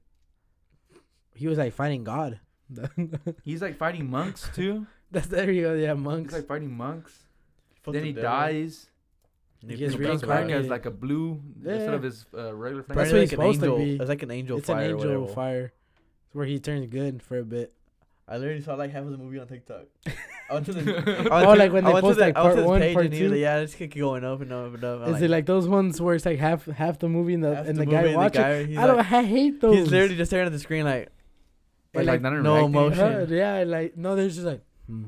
Speaker 2: He was like fighting God.
Speaker 1: He's like fighting monks too.
Speaker 2: That's there you go. Yeah,
Speaker 1: He's
Speaker 2: monks.
Speaker 1: like fighting monks.
Speaker 3: Fuck
Speaker 1: then
Speaker 3: the
Speaker 1: he
Speaker 3: devil.
Speaker 1: dies.
Speaker 2: He
Speaker 1: He
Speaker 2: gets
Speaker 1: comes
Speaker 3: becomes
Speaker 1: back
Speaker 3: like-
Speaker 2: reincarnated.
Speaker 1: as like a blue instead
Speaker 2: Yeah.
Speaker 1: of his uh, regular flame.
Speaker 2: That's
Speaker 3: apparently
Speaker 2: what he's
Speaker 3: like an
Speaker 2: supposed to
Speaker 3: angel-
Speaker 2: be.
Speaker 3: It's like an angel
Speaker 2: It's an
Speaker 3: fire. or
Speaker 2: angel
Speaker 3: whatever.
Speaker 2: fire, It's where he turns good for a bit.
Speaker 3: I literally saw like half of the movie on TikTok. I went to the.
Speaker 1: That's
Speaker 3: I went
Speaker 2: Oh,
Speaker 3: to-
Speaker 2: like when
Speaker 3: I
Speaker 2: they
Speaker 3: went to
Speaker 2: post,
Speaker 3: the-
Speaker 2: like,
Speaker 3: I went
Speaker 2: part
Speaker 3: to this
Speaker 2: one,
Speaker 3: page
Speaker 2: part
Speaker 3: and he was
Speaker 2: two?
Speaker 3: like, yeah, it's keep going up and up and up. I'm
Speaker 2: Is it like those ones where it's like half half the movie and the
Speaker 3: half
Speaker 2: and
Speaker 3: the
Speaker 2: the,
Speaker 3: movie
Speaker 2: guy
Speaker 3: and the
Speaker 2: watching?
Speaker 3: guy, he's
Speaker 2: I don't.
Speaker 3: like-
Speaker 2: I hate those.
Speaker 3: He's literally just staring at the screen like,
Speaker 2: And,
Speaker 1: Like, not
Speaker 3: no
Speaker 1: interacting.
Speaker 2: huh,
Speaker 3: emotion.
Speaker 2: yeah, like no, there's just like. Hmm.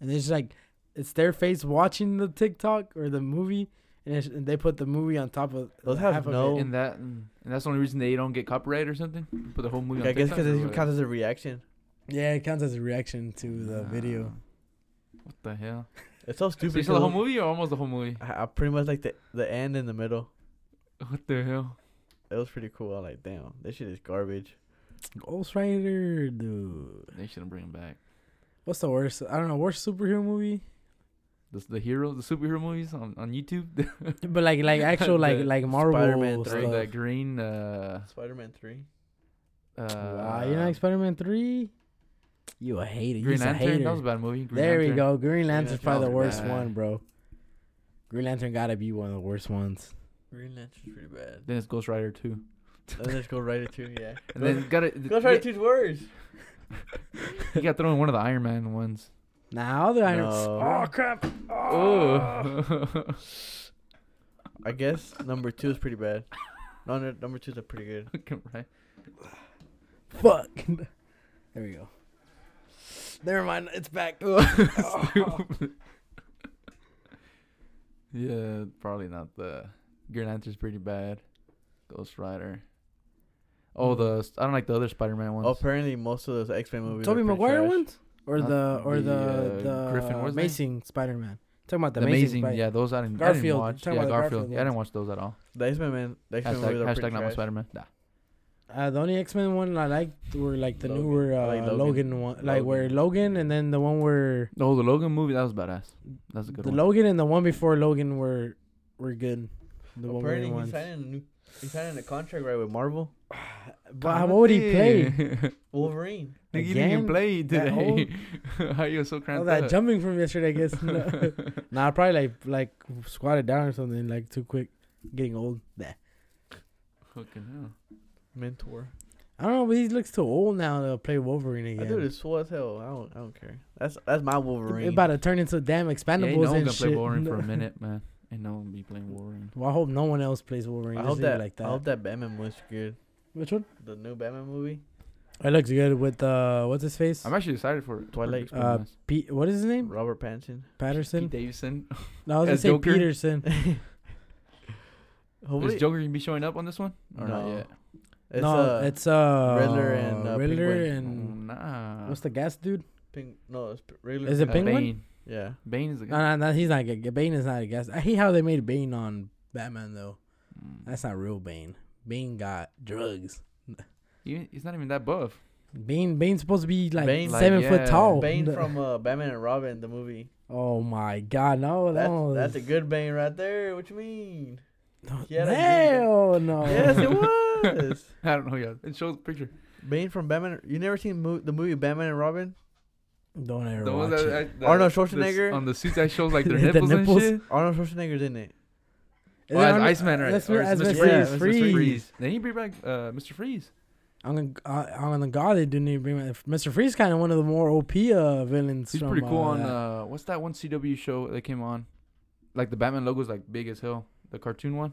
Speaker 2: and it's like it's their face watching the TikTok or the movie, and, it's, and they put the movie on top of
Speaker 3: Those
Speaker 2: the
Speaker 3: have
Speaker 2: half of it.
Speaker 3: no-
Speaker 1: And that, and that's the only reason they don't get copyright or something. Put the whole movie.
Speaker 3: I
Speaker 1: on
Speaker 3: guess
Speaker 1: TikTok
Speaker 3: because
Speaker 1: or
Speaker 3: it
Speaker 1: what?
Speaker 3: counts as a reaction.
Speaker 2: Yeah, it counts as a reaction to the
Speaker 1: Nah.
Speaker 2: video.
Speaker 1: What the hell?
Speaker 3: It's so
Speaker 1: So
Speaker 3: stupid.
Speaker 1: you saw the whole
Speaker 3: 'cause
Speaker 1: movie or almost the whole movie?
Speaker 3: I, I pretty much like the the end in the middle.
Speaker 1: What the hell?
Speaker 3: It was pretty cool. I'm like, damn, this shit is garbage.
Speaker 2: Ghost Rider, dude.
Speaker 1: They shouldn't bring him back.
Speaker 2: What's the worst? I don't know. Worst superhero movie,
Speaker 1: The, the hero, the superhero movies on, on YouTube.
Speaker 2: but like like actual like
Speaker 1: The
Speaker 2: like Marvel
Speaker 3: Spider-Man
Speaker 1: They're
Speaker 2: stuff.
Speaker 1: the green. Uh,
Speaker 3: Spider-Man three.
Speaker 1: uh,
Speaker 2: wow, you like Spider Man three? You a hater.
Speaker 1: Green
Speaker 2: You's a
Speaker 1: Lantern.
Speaker 2: hater.
Speaker 1: That was a bad movie. Green
Speaker 2: there we
Speaker 1: Lantern.
Speaker 2: go. Green Lantern's
Speaker 3: Lantern's
Speaker 2: probably the
Speaker 3: not
Speaker 2: worst
Speaker 1: bad.
Speaker 2: one, bro. Green Lantern gotta be one of the worst ones.
Speaker 3: Green Lantern's pretty bad.
Speaker 1: Then it's Ghost Rider two.
Speaker 3: Let's just go right to yeah.
Speaker 1: And then got it.
Speaker 3: Ghost Rider two's worse.
Speaker 1: He got thrown in one of the Iron Man ones.
Speaker 2: Now the Iron.
Speaker 3: No.
Speaker 2: Oh crap! Ah.
Speaker 1: Oh.
Speaker 3: I guess number two is pretty bad. No, no number two's a pretty good.
Speaker 1: right.
Speaker 2: Fuck. there we go. Never mind. It's back.
Speaker 1: Yeah, probably not the Green Lantern's pretty bad. Ghost Rider. Oh, the s- I don't like the other Spider-Man ones.
Speaker 3: apparently, most of those X Men movies.
Speaker 2: Tobey
Speaker 3: are pretty
Speaker 2: Maguire
Speaker 3: trash.
Speaker 2: ones, or
Speaker 1: Not
Speaker 2: the or
Speaker 1: the,
Speaker 2: the
Speaker 1: uh,
Speaker 2: the
Speaker 1: Griffin, what was his name?
Speaker 2: Amazing Spider Man. Talking about the,
Speaker 1: the amazing,
Speaker 2: Spider-
Speaker 1: yeah, those I didn't, I didn't
Speaker 2: Garfield,
Speaker 1: watch. Yeah,
Speaker 2: talking
Speaker 1: Garfield.
Speaker 2: about the Garfield
Speaker 1: Yeah, I didn't
Speaker 2: ones.
Speaker 1: watch those at all.
Speaker 3: The X Men man, the X Men movies
Speaker 1: Hashtag,
Speaker 3: are
Speaker 1: hashtag
Speaker 3: pretty
Speaker 1: not my
Speaker 3: trash.
Speaker 1: Spider-Man. Nah.
Speaker 2: Uh, the only X Men one I liked were like the
Speaker 3: Logan.
Speaker 2: newer
Speaker 3: I
Speaker 2: uh,
Speaker 3: like
Speaker 2: Logan.
Speaker 3: Logan.
Speaker 2: one, like where
Speaker 3: Logan.
Speaker 2: Logan and then the one where
Speaker 1: Oh, the Logan movie that was badass. That's a good
Speaker 2: the
Speaker 1: one.
Speaker 2: Logan and the one before Logan were were good. The Wolverine
Speaker 3: Apparently, he
Speaker 2: ones.
Speaker 3: signed a new. He signed a contract right with Marvel.
Speaker 2: But how would he play?
Speaker 1: Nigga,
Speaker 3: Wolverine.
Speaker 1: you didn't
Speaker 2: Again?
Speaker 1: even play
Speaker 2: That
Speaker 1: today. How you so cramped
Speaker 2: All that
Speaker 1: up?
Speaker 2: jumping from yesterday, I guess. No. nah, probably like like squatted down or something, like too quick, getting old. Nah.
Speaker 1: Fucking hell.
Speaker 3: Mentor.
Speaker 2: I don't know, but he looks too old now to play Wolverine
Speaker 3: I
Speaker 2: again.
Speaker 3: do this swole as hell. I don't. I don't care. That's that's my Wolverine.
Speaker 2: It about to turn into damn
Speaker 1: Yeah, ain't no
Speaker 2: expendables
Speaker 1: one
Speaker 2: and
Speaker 1: gonna play
Speaker 2: shit.
Speaker 1: Wolverine for a minute, man. Ain't no one be playing Wolverine.
Speaker 2: Well, I hope no one else plays Wolverine.
Speaker 3: I
Speaker 2: Let's
Speaker 3: hope
Speaker 2: leave it
Speaker 3: that.
Speaker 2: like
Speaker 3: I
Speaker 2: that.
Speaker 3: hope that Batman was good.
Speaker 2: Which one?
Speaker 3: The new Batman movie.
Speaker 2: It looks good with uh, what's his face?
Speaker 1: I'm actually excited for it.
Speaker 3: Twilight.
Speaker 2: Uh, Pete. What is his name?
Speaker 3: Robert Pattinson.
Speaker 2: Patterson.
Speaker 1: Pete Davidson.
Speaker 2: No, I was gonna
Speaker 1: as
Speaker 2: say
Speaker 1: Joker?
Speaker 2: Peterson.
Speaker 3: Hopefully,
Speaker 1: Is Joker gonna be showing up on this one? Or
Speaker 3: No.
Speaker 1: not yet?
Speaker 3: it's
Speaker 2: no,
Speaker 3: uh,
Speaker 2: it's uh
Speaker 3: Riddler and, uh,
Speaker 2: Riddler
Speaker 3: Penguin.
Speaker 2: and
Speaker 1: Oh,
Speaker 3: mm.
Speaker 1: nah.
Speaker 2: what's the gas dude?
Speaker 3: pink. No, it's p- regular.
Speaker 2: Is it
Speaker 1: Uh,
Speaker 2: Penguin?
Speaker 1: Bane.
Speaker 3: Yeah.
Speaker 1: Bane is the
Speaker 2: No,
Speaker 1: guy.
Speaker 2: no, no, he's not. Good. Bane is not a gas. I hate how they made Bane on Batman though.
Speaker 1: Mm.
Speaker 2: That's not real Bane. Bane got drugs.
Speaker 1: He- he's not even that buff.
Speaker 2: Bane Bane's supposed to be like
Speaker 3: Bane- Like,
Speaker 2: seven
Speaker 1: yeah.
Speaker 2: foot tall.
Speaker 3: Bane from uh, Batman and Robin, the movie.
Speaker 2: Oh my god, no,
Speaker 3: That's,
Speaker 2: no.
Speaker 3: that's a good Bane right there. What you mean?
Speaker 2: No,
Speaker 3: Keanu Reeves.
Speaker 2: Hell no.
Speaker 3: Yes, it was.
Speaker 1: I don't know yet. It shows the picture.
Speaker 3: Bane from Batman. You never seen mo- the movie Batman and Robin?
Speaker 2: Don't ever
Speaker 1: The
Speaker 2: watch
Speaker 1: one that,
Speaker 2: it.
Speaker 1: I- the-
Speaker 3: Arnold
Speaker 1: this-
Speaker 3: Schwarzenegger?
Speaker 1: on the suit that shows like their
Speaker 2: The
Speaker 1: nipples,
Speaker 2: nipples?
Speaker 1: and shit.
Speaker 3: Arnold Schwarzenegger's in it.
Speaker 2: Is
Speaker 1: oh,
Speaker 2: it
Speaker 1: as
Speaker 2: on-
Speaker 1: Iceman, right?
Speaker 2: That's
Speaker 1: Or
Speaker 2: Mr.
Speaker 1: is
Speaker 2: As
Speaker 1: it
Speaker 2: Mr.
Speaker 3: Mr. Yeah,
Speaker 2: Freeze.
Speaker 3: Mr.
Speaker 2: Freeze.
Speaker 1: Freeze. Then he bring back uh, Mr. Freeze.
Speaker 2: I'm gonna, uh, on the god they didn't even bring back Mr. Freeze. Kind of one of the more OP uh, villains.
Speaker 1: He's
Speaker 2: from,
Speaker 1: pretty cool
Speaker 2: uh,
Speaker 1: on
Speaker 2: that.
Speaker 1: uh, what's that one CW show that came on? Like the Batman logo's like big as hell. The cartoon one.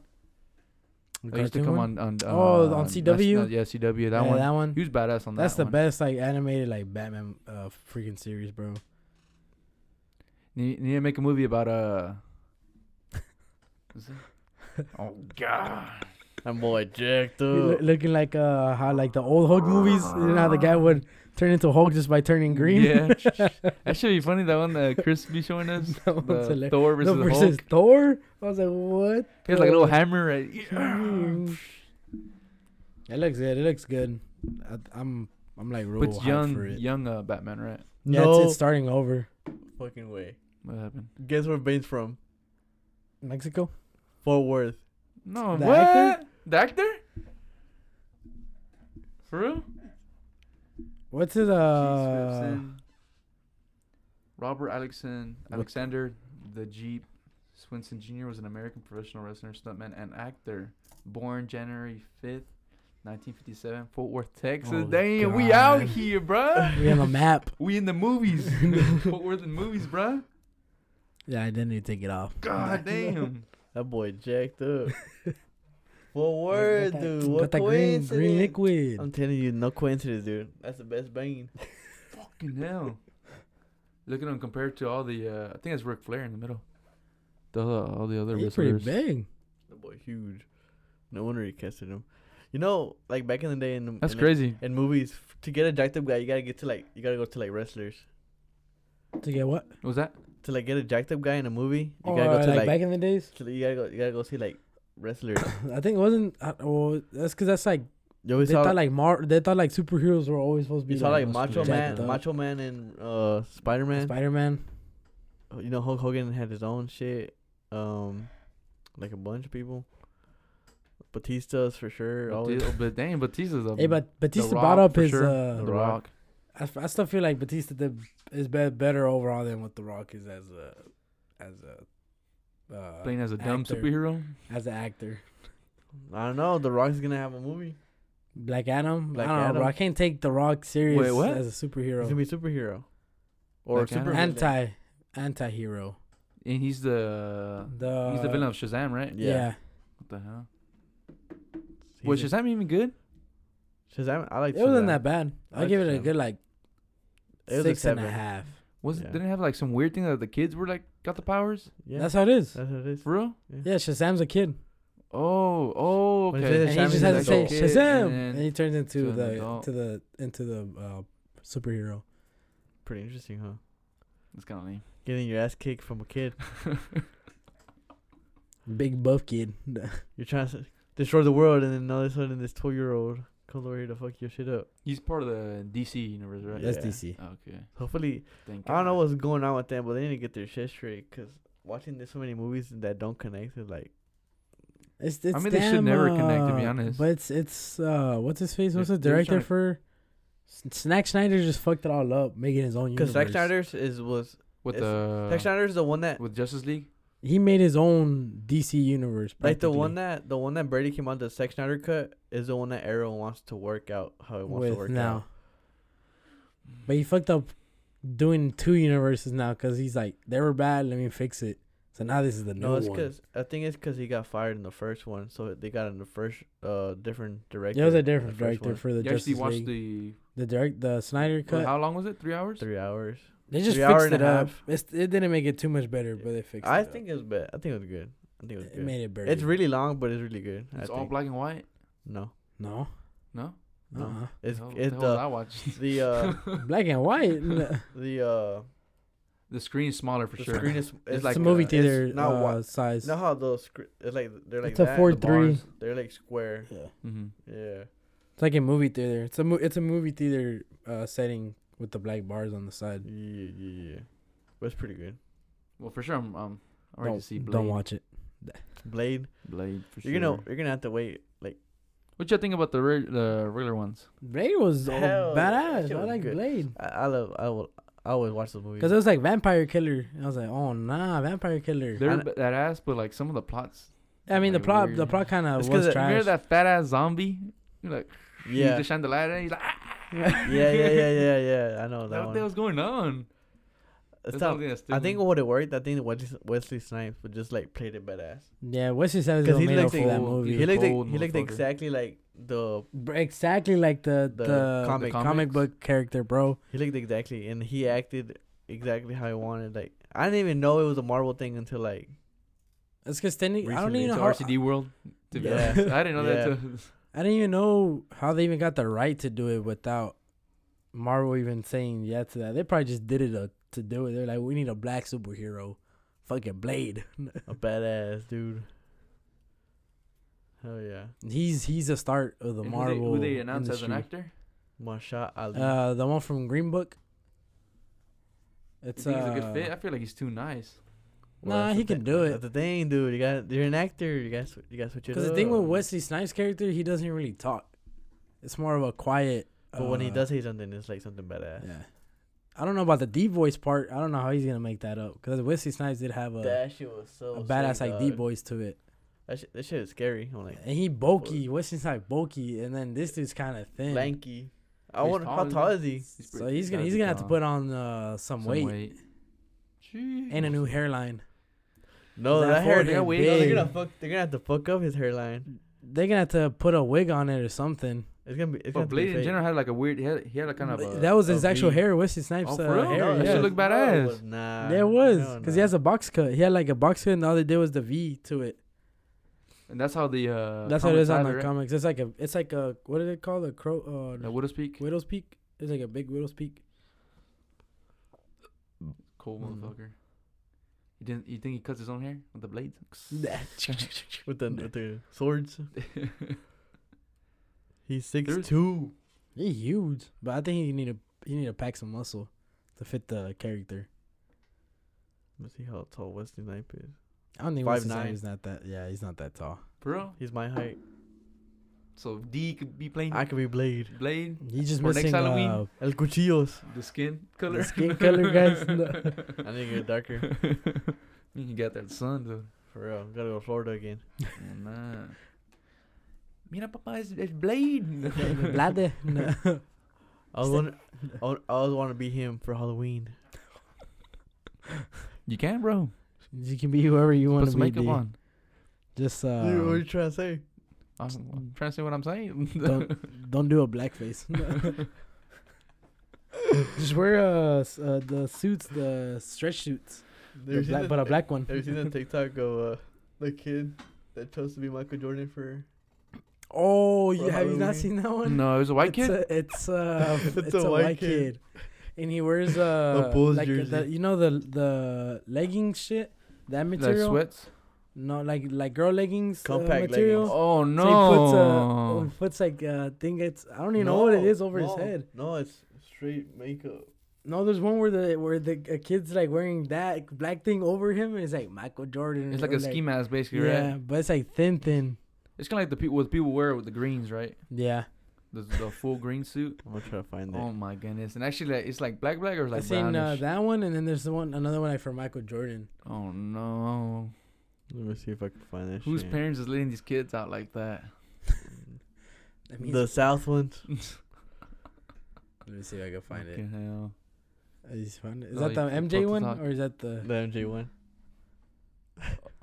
Speaker 1: That used to
Speaker 2: cartoon
Speaker 1: come
Speaker 2: one?
Speaker 1: on on. uh,
Speaker 2: Oh, on
Speaker 1: Nas-
Speaker 2: CW?
Speaker 1: Nas- yeah, CW.
Speaker 2: Yeah,
Speaker 1: That one.
Speaker 2: That one.
Speaker 1: He was badass on that.
Speaker 2: That's the
Speaker 1: one.
Speaker 2: best like animated like Batman uh, freaking series, bro.
Speaker 1: Need, need to make a movie about uh. is it- oh God!
Speaker 3: I'm boy Jack,
Speaker 2: He loo-
Speaker 3: dude.
Speaker 2: looking like uh how like the old Hulk movies, you know how the guy would turn into Hulk just by turning green.
Speaker 1: Yeah, that should be funny. That one that Chris be showing us.
Speaker 2: That one's
Speaker 1: the
Speaker 2: hilarious.
Speaker 1: Thor versus,
Speaker 2: no,
Speaker 1: the
Speaker 2: versus
Speaker 1: Hulk.
Speaker 2: Thor. I was like, what?
Speaker 1: He has like a little
Speaker 2: the-
Speaker 1: hammer. Right? Yeah.
Speaker 2: Mm. It looks good. It looks good. I, I'm I'm like real
Speaker 1: But it's
Speaker 2: hyped for
Speaker 1: young,
Speaker 2: it.
Speaker 1: young uh, Batman, right?
Speaker 2: Yeah,
Speaker 3: no
Speaker 2: it's, it's starting over.
Speaker 3: fucking way.
Speaker 1: What happened?
Speaker 3: Guess where Bane's from?
Speaker 2: Mexico.
Speaker 3: Fort Worth.
Speaker 1: No,
Speaker 2: The
Speaker 1: what?
Speaker 2: actor?
Speaker 1: The actor? For real?
Speaker 2: What's his uh?
Speaker 1: Swipson, Robert Alexson, Alexander, the Jeep Swinson Jr. was an American professional wrestler, stuntman, and actor. Born January 5th, 1957, Fort Worth, Texas.
Speaker 2: Oh,
Speaker 1: Damn, we
Speaker 2: God.
Speaker 1: out here, bruh.
Speaker 2: We on the map.
Speaker 1: we in the movies. Fort Worth in movies, bruh.
Speaker 2: Yeah, I didn't need to take it off.
Speaker 1: God damn.
Speaker 3: That boy Jack, dude. Fort Worth,
Speaker 2: Got that-
Speaker 3: dude.
Speaker 2: got
Speaker 3: What
Speaker 2: that green,
Speaker 3: coincidence?
Speaker 2: green liquid.
Speaker 3: I'm telling you, no coincidence, dude. That's the best Bane.
Speaker 1: Fucking hell. Look at him compared to all the. Uh, I think it's Ric Flair in the middle. The other- all the other
Speaker 2: He's pretty
Speaker 1: wrestlers.
Speaker 2: big.
Speaker 3: That boy huge. No wonder he casted him. You know, like back in the day in the,
Speaker 1: That's
Speaker 3: in,
Speaker 1: crazy.
Speaker 3: in movies, f- to get a jacked up guy, you gotta get to like you gotta go to like wrestlers
Speaker 2: To get what?
Speaker 1: What was that?
Speaker 3: to like get a jacked up guy in a movie. You
Speaker 2: Or
Speaker 3: gotta go to
Speaker 2: like,
Speaker 3: like,
Speaker 2: back in the days.
Speaker 3: to- you gotta go you gotta go see like wrestlers.
Speaker 2: I think it wasn't. I, well, that's because that's like
Speaker 3: You always
Speaker 2: they
Speaker 3: saw,
Speaker 2: thought like Mar. They thought like superheroes were always supposed to be
Speaker 3: you saw like,
Speaker 1: muscular
Speaker 3: Macho
Speaker 1: jacked
Speaker 3: Man,
Speaker 2: up.
Speaker 3: Macho Man, and uh Spider Man.
Speaker 2: Spider Man.
Speaker 3: you know Hulk Hogan had his own shit. Um, like a bunch of people. Batista's for sure. always-
Speaker 1: Batista, but damn, Batista's up.
Speaker 2: Hey, but Batista
Speaker 1: Rock,
Speaker 2: brought up
Speaker 1: for
Speaker 2: his.
Speaker 1: sure.
Speaker 2: Uh,
Speaker 1: The
Speaker 3: The
Speaker 1: Rock.
Speaker 2: I, f- I still feel like Batista did, is be- better overall than what The Rock is as a as a uh,
Speaker 1: Playing as a dumb
Speaker 2: actor.
Speaker 1: superhero.
Speaker 2: as an actor.
Speaker 3: I don't know. The Rock's gonna have a movie.
Speaker 2: Black Adam.
Speaker 3: Black
Speaker 2: I don't know,
Speaker 3: Adam.
Speaker 2: bro. I can't take The Rock serious
Speaker 1: Wait, what?
Speaker 2: as a
Speaker 3: He's
Speaker 2: superhero.
Speaker 3: gonna be a superhero. Or
Speaker 1: Like
Speaker 3: super
Speaker 1: Adam?
Speaker 2: Anti anti hero.
Speaker 1: And he's the.
Speaker 2: The
Speaker 1: Uh, he's the villain of Shazam, right?
Speaker 2: Uh,
Speaker 3: Yeah.
Speaker 2: Yeah.
Speaker 1: What the hell?
Speaker 3: He's
Speaker 1: Was
Speaker 3: a-
Speaker 1: Shazam even good?
Speaker 3: Shazam. I like.
Speaker 2: It wasn't that bad. I
Speaker 3: Like
Speaker 2: give it a
Speaker 3: Shazam.
Speaker 2: good like
Speaker 3: It was a
Speaker 2: six and a
Speaker 3: seven.
Speaker 2: half.
Speaker 1: Was
Speaker 3: Yeah.
Speaker 1: it, didn't it have like some weird thing that the kids were like got the powers
Speaker 3: Yeah,
Speaker 2: That's
Speaker 3: that's
Speaker 2: how it is.
Speaker 3: that's what it is.
Speaker 1: for real?
Speaker 2: Yeah, Shazam's a kid.
Speaker 1: Oh, oh,
Speaker 3: But it
Speaker 1: okay.
Speaker 2: And he
Speaker 3: Shazam
Speaker 2: just has
Speaker 3: is
Speaker 2: to
Speaker 3: an
Speaker 2: say
Speaker 3: adult.
Speaker 1: Kid,
Speaker 2: Shazam,
Speaker 1: and
Speaker 2: and,
Speaker 1: then-
Speaker 2: he turns into
Speaker 1: to an
Speaker 2: the
Speaker 1: adult.
Speaker 2: to the into the uh, superhero.
Speaker 3: Pretty interesting, huh?
Speaker 1: That's kind of lame.
Speaker 3: Getting your ass kicked from a kid.
Speaker 2: Big buff kid.
Speaker 3: You're trying to s- destroy the world, and then all of a sudden, this twelve-year-old comes over here to fuck your shit up.
Speaker 1: He's part of the DC universe, right?
Speaker 2: That's
Speaker 3: Yeah.
Speaker 2: DC.
Speaker 1: Okay.
Speaker 3: Hopefully,
Speaker 1: Thank
Speaker 3: I don't know
Speaker 1: God.
Speaker 3: what's going on with them, but they need to get their shit straight. Cause watching this so many movies that don't connect is like
Speaker 2: It's, it's
Speaker 1: mean, they should
Speaker 2: damn,
Speaker 1: never connect, to be
Speaker 2: uh,
Speaker 1: honest.
Speaker 2: But it's it's uh, what's his face? What's
Speaker 1: They're-
Speaker 2: the
Speaker 1: they're
Speaker 2: director
Speaker 1: trying to-
Speaker 2: for? S- Snack Snyder just fucked it all up, making his own universe.
Speaker 3: because Zack Snyder's is was
Speaker 1: with
Speaker 3: it's-
Speaker 2: Uh,
Speaker 1: the
Speaker 3: Zack Snyder's the one that
Speaker 1: with Justice League.
Speaker 2: He made his own DC universe.
Speaker 3: like the one
Speaker 2: practically,
Speaker 3: that the one that Brady came on the Zack Snyder cut is the one that Arrow wants to work out how it wants to
Speaker 2: with
Speaker 3: work
Speaker 2: now.
Speaker 3: out.
Speaker 2: But he fucked up doing two universes now because he's like they were bad. Let me fix it. So now this is the
Speaker 3: No,
Speaker 2: new
Speaker 3: it's
Speaker 2: one.
Speaker 3: because I think it's because he got fired in the first one, so they got in the first uh different director.
Speaker 2: Yeah, it was a
Speaker 3: in the
Speaker 2: different
Speaker 3: first
Speaker 2: director
Speaker 3: one.
Speaker 2: for the
Speaker 1: You actually
Speaker 2: Justice
Speaker 1: watched
Speaker 2: League. the
Speaker 1: the.
Speaker 2: direct the Snyder
Speaker 1: well,
Speaker 2: cut.
Speaker 1: how long was it? Three hours.
Speaker 3: three hours.
Speaker 2: They just
Speaker 3: Three hour
Speaker 2: fixed
Speaker 3: and
Speaker 2: it
Speaker 3: a
Speaker 2: up.
Speaker 3: half.
Speaker 2: It's, it didn't make it too much better, but they fixed it.
Speaker 3: I
Speaker 2: up.
Speaker 3: think it was bad. I think it was good. I think it was
Speaker 2: it
Speaker 3: good.
Speaker 2: made it better.
Speaker 3: it's really long, but it's really good. I
Speaker 1: It's all
Speaker 3: think.
Speaker 1: black and white.
Speaker 3: No,
Speaker 2: no,
Speaker 1: No.
Speaker 3: No.
Speaker 2: uh-uh.
Speaker 3: it's
Speaker 1: What the
Speaker 3: it's
Speaker 1: hell did I
Speaker 3: the
Speaker 1: watched.
Speaker 3: the uh
Speaker 2: black and white. N-
Speaker 3: the uh
Speaker 1: The screen's smaller for
Speaker 3: the
Speaker 1: sure.
Speaker 3: screen is
Speaker 1: It's
Speaker 3: it's
Speaker 1: like
Speaker 2: it's
Speaker 3: like
Speaker 2: a movie
Speaker 1: uh,
Speaker 2: theater
Speaker 3: not
Speaker 2: uh,
Speaker 3: wa-
Speaker 2: size.
Speaker 3: you know how those scr- it's like they're like
Speaker 2: it's a
Speaker 3: that.
Speaker 2: four
Speaker 1: the
Speaker 2: three.
Speaker 1: bars.
Speaker 3: They're like square.
Speaker 2: Yeah.
Speaker 1: hmm
Speaker 3: Yeah.
Speaker 2: It's like a movie theater. It's a mo- it's a movie theater uh, setting with the black bars on the side.
Speaker 3: Yeah, yeah, yeah. But it's pretty good.
Speaker 1: Well, for sure, I'm, I'm I'm ready
Speaker 2: Don't,
Speaker 1: to see Blade.
Speaker 2: don't watch it.
Speaker 3: Blade.
Speaker 1: Blade for sure.
Speaker 3: You're gonna you're gonna have to wait like
Speaker 1: What you think about the re- the regular ones?
Speaker 2: Blade was all
Speaker 3: Hell, that
Speaker 2: badass.
Speaker 3: shit
Speaker 2: I
Speaker 3: was
Speaker 2: like
Speaker 3: good.
Speaker 2: Blade
Speaker 3: I, I love I will I always watch those movies.
Speaker 2: because it was like vampire killer. I was like, oh nah, vampire killer.
Speaker 1: They're
Speaker 3: And-
Speaker 1: b- that ass, but like some of the plots.
Speaker 2: I mean, the
Speaker 1: like
Speaker 2: plot the
Speaker 1: weird.
Speaker 2: plot kind of
Speaker 3: It's
Speaker 2: was
Speaker 3: 'cause it-
Speaker 1: Remember
Speaker 2: trash.
Speaker 1: that fat ass zombie? You're like,
Speaker 3: yeah.
Speaker 1: you just shine the light at it, he's like, ah!
Speaker 3: yeah, yeah, yeah, yeah, yeah. I know
Speaker 1: What the
Speaker 3: that
Speaker 1: hell
Speaker 3: one.
Speaker 1: was going on? That's
Speaker 3: It's
Speaker 1: the
Speaker 3: not,
Speaker 1: only thing that's
Speaker 3: I think
Speaker 1: stupid.
Speaker 3: what it worked. I think Wesley, Wesley Snipes would just like played it badass.
Speaker 2: yeah, Wesley Snipes
Speaker 3: Because
Speaker 2: was
Speaker 3: he
Speaker 2: made up
Speaker 3: looked
Speaker 2: for
Speaker 3: like-
Speaker 2: that
Speaker 1: he
Speaker 2: movie.
Speaker 3: He looked,
Speaker 1: cold
Speaker 3: e- he looked
Speaker 1: motherfucker.
Speaker 3: exactly like the
Speaker 2: Br- Exactly like the the,
Speaker 3: The
Speaker 2: comic,
Speaker 3: comic-
Speaker 2: comic
Speaker 1: comics?
Speaker 2: book character, bro.
Speaker 3: He looked exactly, and he acted exactly how he wanted. Like I didn't even know it was a Marvel thing until like
Speaker 2: It's because technically, I don't
Speaker 3: Recently,
Speaker 2: even
Speaker 1: Into
Speaker 2: know how,
Speaker 1: RCD world. To be
Speaker 3: Yeah.
Speaker 1: honest, I didn't know that.
Speaker 3: Yeah.
Speaker 1: Too.
Speaker 2: I didn't even know how they even got the right to do it without Marvel even saying yeah to that. They probably just did it uh, to do it. They're like, we need a black superhero, fucking Blade.
Speaker 3: a badass dude. Hell yeah,
Speaker 2: he's he's a start of the
Speaker 1: And
Speaker 2: Marvel.
Speaker 1: Who they, who they announced
Speaker 2: industry.
Speaker 1: as an actor?
Speaker 3: Masha Ali.
Speaker 2: Uh, the one from Green Book. It's
Speaker 1: you
Speaker 2: uh,
Speaker 1: think he's a good fit? I feel like he's too nice.
Speaker 3: Well,
Speaker 2: nah,
Speaker 3: that's
Speaker 2: he
Speaker 3: the
Speaker 2: can
Speaker 3: thi-
Speaker 2: do it.
Speaker 3: That's the thing, dude. You got you're an actor. You guys you guys switch it up.
Speaker 2: because the thing with Wesley Snipes' character, he doesn't really talk. It's more of a quiet.
Speaker 3: but when he
Speaker 2: uh,
Speaker 3: does say something, it's like something badass.
Speaker 2: yeah. I don't know about the deep voice part. I don't know how he's gonna make that up because Wesley Snipes did have a.
Speaker 3: that shit was so
Speaker 2: a badass
Speaker 3: sick,
Speaker 2: like deep
Speaker 3: dog.
Speaker 2: voice to it.
Speaker 3: That shit, that shit is scary. I'm like
Speaker 2: And he bulky. What's inside bulky? And then this dude's kind of thin.
Speaker 3: lanky. I
Speaker 1: He's
Speaker 3: wonder
Speaker 1: tall,
Speaker 3: how
Speaker 1: isn't
Speaker 3: tall
Speaker 1: he?
Speaker 3: is he?
Speaker 2: so he's gonna he's gonna have to put on uh, some, weight, and a new hairline.
Speaker 3: No,
Speaker 2: That
Speaker 3: that, hair.
Speaker 2: forehead
Speaker 3: They're,
Speaker 2: wig.
Speaker 3: they're gonna fuck. They're gonna have to fuck up his hairline.
Speaker 2: They're gonna have to put a wig on it or something.
Speaker 3: It's gonna be. It's
Speaker 1: But
Speaker 3: gonna
Speaker 1: Blade
Speaker 3: Blade
Speaker 1: in general had like a weird. He had, he had a kind of. A,
Speaker 2: that was his
Speaker 3: a
Speaker 2: actual
Speaker 3: V.
Speaker 2: hair. Wesley Snipes'
Speaker 1: Oh, for
Speaker 2: uh,
Speaker 1: real?
Speaker 2: hair.
Speaker 1: That
Speaker 2: yeah.
Speaker 1: shit look badass.
Speaker 3: Nah,
Speaker 2: Yeah, it was because he has a box cut. He had like a box cut, and all they did was the V to it.
Speaker 1: and that's how the. Uh,
Speaker 2: That's how it is on the
Speaker 1: comic.
Speaker 2: comics. It's like a, it's like a, what did it call a crow? Uh,
Speaker 1: The Widow's Peak.
Speaker 2: widow's peak. It's like a big widow's peak.
Speaker 1: Cool
Speaker 3: Mhm.
Speaker 2: Mm-hmm.
Speaker 1: motherfucker. You didn't? You think he cuts his own hair with the blades?
Speaker 3: with the with the swords. He's six
Speaker 1: There's-
Speaker 3: two.
Speaker 2: He's huge, but I think he need to he need to pack some muscle to fit the character.
Speaker 3: Let's see how tall Wesley Snipe is.
Speaker 2: I don't think
Speaker 3: Five
Speaker 2: Wesley
Speaker 3: nine.
Speaker 2: Snipes is not that. Yeah, he's not that tall.
Speaker 1: Bro,
Speaker 3: He's my height.
Speaker 1: so D could be playing
Speaker 3: I could be Blade.
Speaker 1: Blade.
Speaker 2: He's just
Speaker 1: For next
Speaker 2: missing uh,
Speaker 1: Halloween.
Speaker 3: El Cuchillos.
Speaker 1: The skin color.
Speaker 2: skin color, guys, no.
Speaker 3: I need to get darker.
Speaker 1: you got that sun, though.
Speaker 3: For real. Gotta go to Florida again.
Speaker 1: nah. Mira, papa, it's, it's Blade.
Speaker 2: Vlade. No.
Speaker 3: I was
Speaker 2: Is that-
Speaker 3: wonder, I wa- I always want to be him for Halloween.
Speaker 1: You can, bro.
Speaker 2: you can be whoever you
Speaker 1: Put
Speaker 2: want to
Speaker 1: some
Speaker 2: be.
Speaker 1: makeup
Speaker 2: D.
Speaker 1: on.
Speaker 2: Just
Speaker 3: Dude,
Speaker 2: uh,
Speaker 3: what are you trying to say?
Speaker 1: I'm, I'm trying to say what I'm saying.
Speaker 2: don't don't do a blackface. No. just wear uh, s- uh the suits, the stretch suits, the
Speaker 3: Have you seen
Speaker 2: black,
Speaker 3: the-
Speaker 2: but a black one.
Speaker 3: Have you seen the TikTok of uh, the kid that chose to be Michael Jordan for?
Speaker 2: Oh, you,
Speaker 3: For
Speaker 2: have you not
Speaker 3: Halloween.
Speaker 2: seen that one?
Speaker 1: no, it was a white
Speaker 2: it's
Speaker 1: kid.
Speaker 2: A, it's uh, it's, a, white, kid. and he wears uh,
Speaker 3: Bulls
Speaker 2: like the,
Speaker 3: jersey.
Speaker 2: you know the the leggings shit, that
Speaker 1: Like
Speaker 2: material.
Speaker 1: sweats.
Speaker 2: No, like like girl leggings, uh,
Speaker 3: Compact
Speaker 2: material.
Speaker 3: leggings.
Speaker 1: Oh
Speaker 2: So
Speaker 1: no.
Speaker 2: he puts uh, oh, puts like uh, thing. It's I don't even know what it is over his
Speaker 3: no,
Speaker 2: head.
Speaker 3: No, it's straight makeup.
Speaker 2: No, there's one where the where the a kid's like wearing that black thing over him, and it's like Michael Jordan.
Speaker 1: it's like
Speaker 2: or,
Speaker 1: a ski mask, basically,
Speaker 2: Yeah,
Speaker 1: right?
Speaker 2: but it's like thin, thin.
Speaker 1: It's kind of like the people what people wear with the greens, right?
Speaker 2: Yeah,
Speaker 1: The, the full green suit.
Speaker 3: I'm gonna try to find
Speaker 1: Oh my goodness! And actually, like, it's like black, black, or it's
Speaker 2: I
Speaker 1: like
Speaker 2: seen uh,
Speaker 1: brownish.
Speaker 2: that one, and then there's the one another one like for Michael Jordan.
Speaker 1: Oh no!
Speaker 3: Let me see if I can find that.
Speaker 1: Whose
Speaker 3: shit.
Speaker 1: parents is letting these kids out like that?
Speaker 2: That means
Speaker 3: The South ones.
Speaker 2: Let me see if I can find it.
Speaker 1: Fucking hell.
Speaker 2: I just found it. Is
Speaker 1: No,
Speaker 2: that
Speaker 1: you
Speaker 2: the
Speaker 1: can
Speaker 2: MJ one
Speaker 1: prototype.
Speaker 2: or is that
Speaker 3: The
Speaker 2: the?
Speaker 3: MJ one.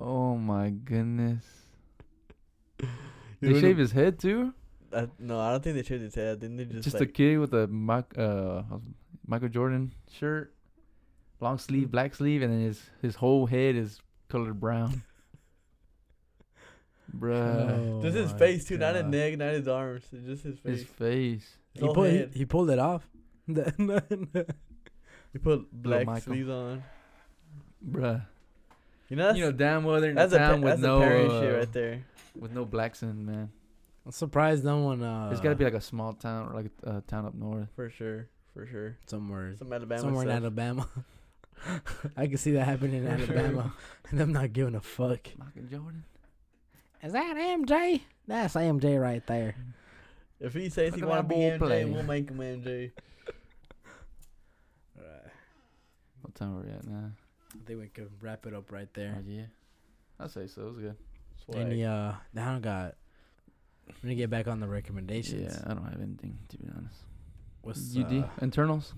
Speaker 1: Oh my goodness!
Speaker 3: You
Speaker 1: They
Speaker 3: wouldn't-
Speaker 1: shave his head too.
Speaker 3: I, no, I don't think they shaved his head. Didn't they
Speaker 1: Just,
Speaker 3: just,
Speaker 1: a
Speaker 3: like,
Speaker 1: kid with a Mac, uh, Michael Jordan shirt, long
Speaker 3: Mm.
Speaker 1: sleeve, black sleeve, and then his his whole head is colored brown. Bruh,
Speaker 2: Oh
Speaker 3: just his
Speaker 2: my
Speaker 3: face too, not his
Speaker 2: God.
Speaker 3: neck, not his arms, it's just his face.
Speaker 1: his face.
Speaker 2: He,
Speaker 3: His whole
Speaker 2: pulled, he,
Speaker 3: head.
Speaker 2: he pulled it off.
Speaker 3: He put black
Speaker 1: Michael.
Speaker 3: sleeves on.
Speaker 1: Bruh,
Speaker 3: You know that's,
Speaker 1: you know damn well they're in a
Speaker 3: that's a pa-
Speaker 1: town with
Speaker 3: that's
Speaker 1: no
Speaker 3: a parent shit
Speaker 1: uh,
Speaker 3: right there.
Speaker 1: with no blacks in man.
Speaker 2: I'm surprised no one. Uh,
Speaker 1: It's got to be like a small town or like a uh, town up north.
Speaker 3: For sure, for sure.
Speaker 2: somewhere
Speaker 3: Some Alabama
Speaker 2: somewhere in
Speaker 3: stuff.
Speaker 2: Alabama. I can see that happening in
Speaker 1: For sure.
Speaker 2: Alabama, and I'm not giving a fuck.
Speaker 1: Michael Jordan.
Speaker 2: Is that MJ? That's MJ right there.
Speaker 3: If he says
Speaker 1: Look
Speaker 3: he
Speaker 1: at
Speaker 3: want
Speaker 1: that
Speaker 3: to
Speaker 1: ball
Speaker 3: be MJ,
Speaker 1: play.
Speaker 3: we'll make him MJ.
Speaker 1: What time are we at now?
Speaker 2: I think we could wrap it up right
Speaker 1: Oh,
Speaker 2: there.
Speaker 1: yeah, I say so. It was good.
Speaker 3: Swag.
Speaker 2: Any uh, now I don't got. I'm gonna get back on the recommendations.
Speaker 1: Yeah, I don't have anything to be honest.
Speaker 2: What's
Speaker 1: UD
Speaker 2: uh,
Speaker 1: internals.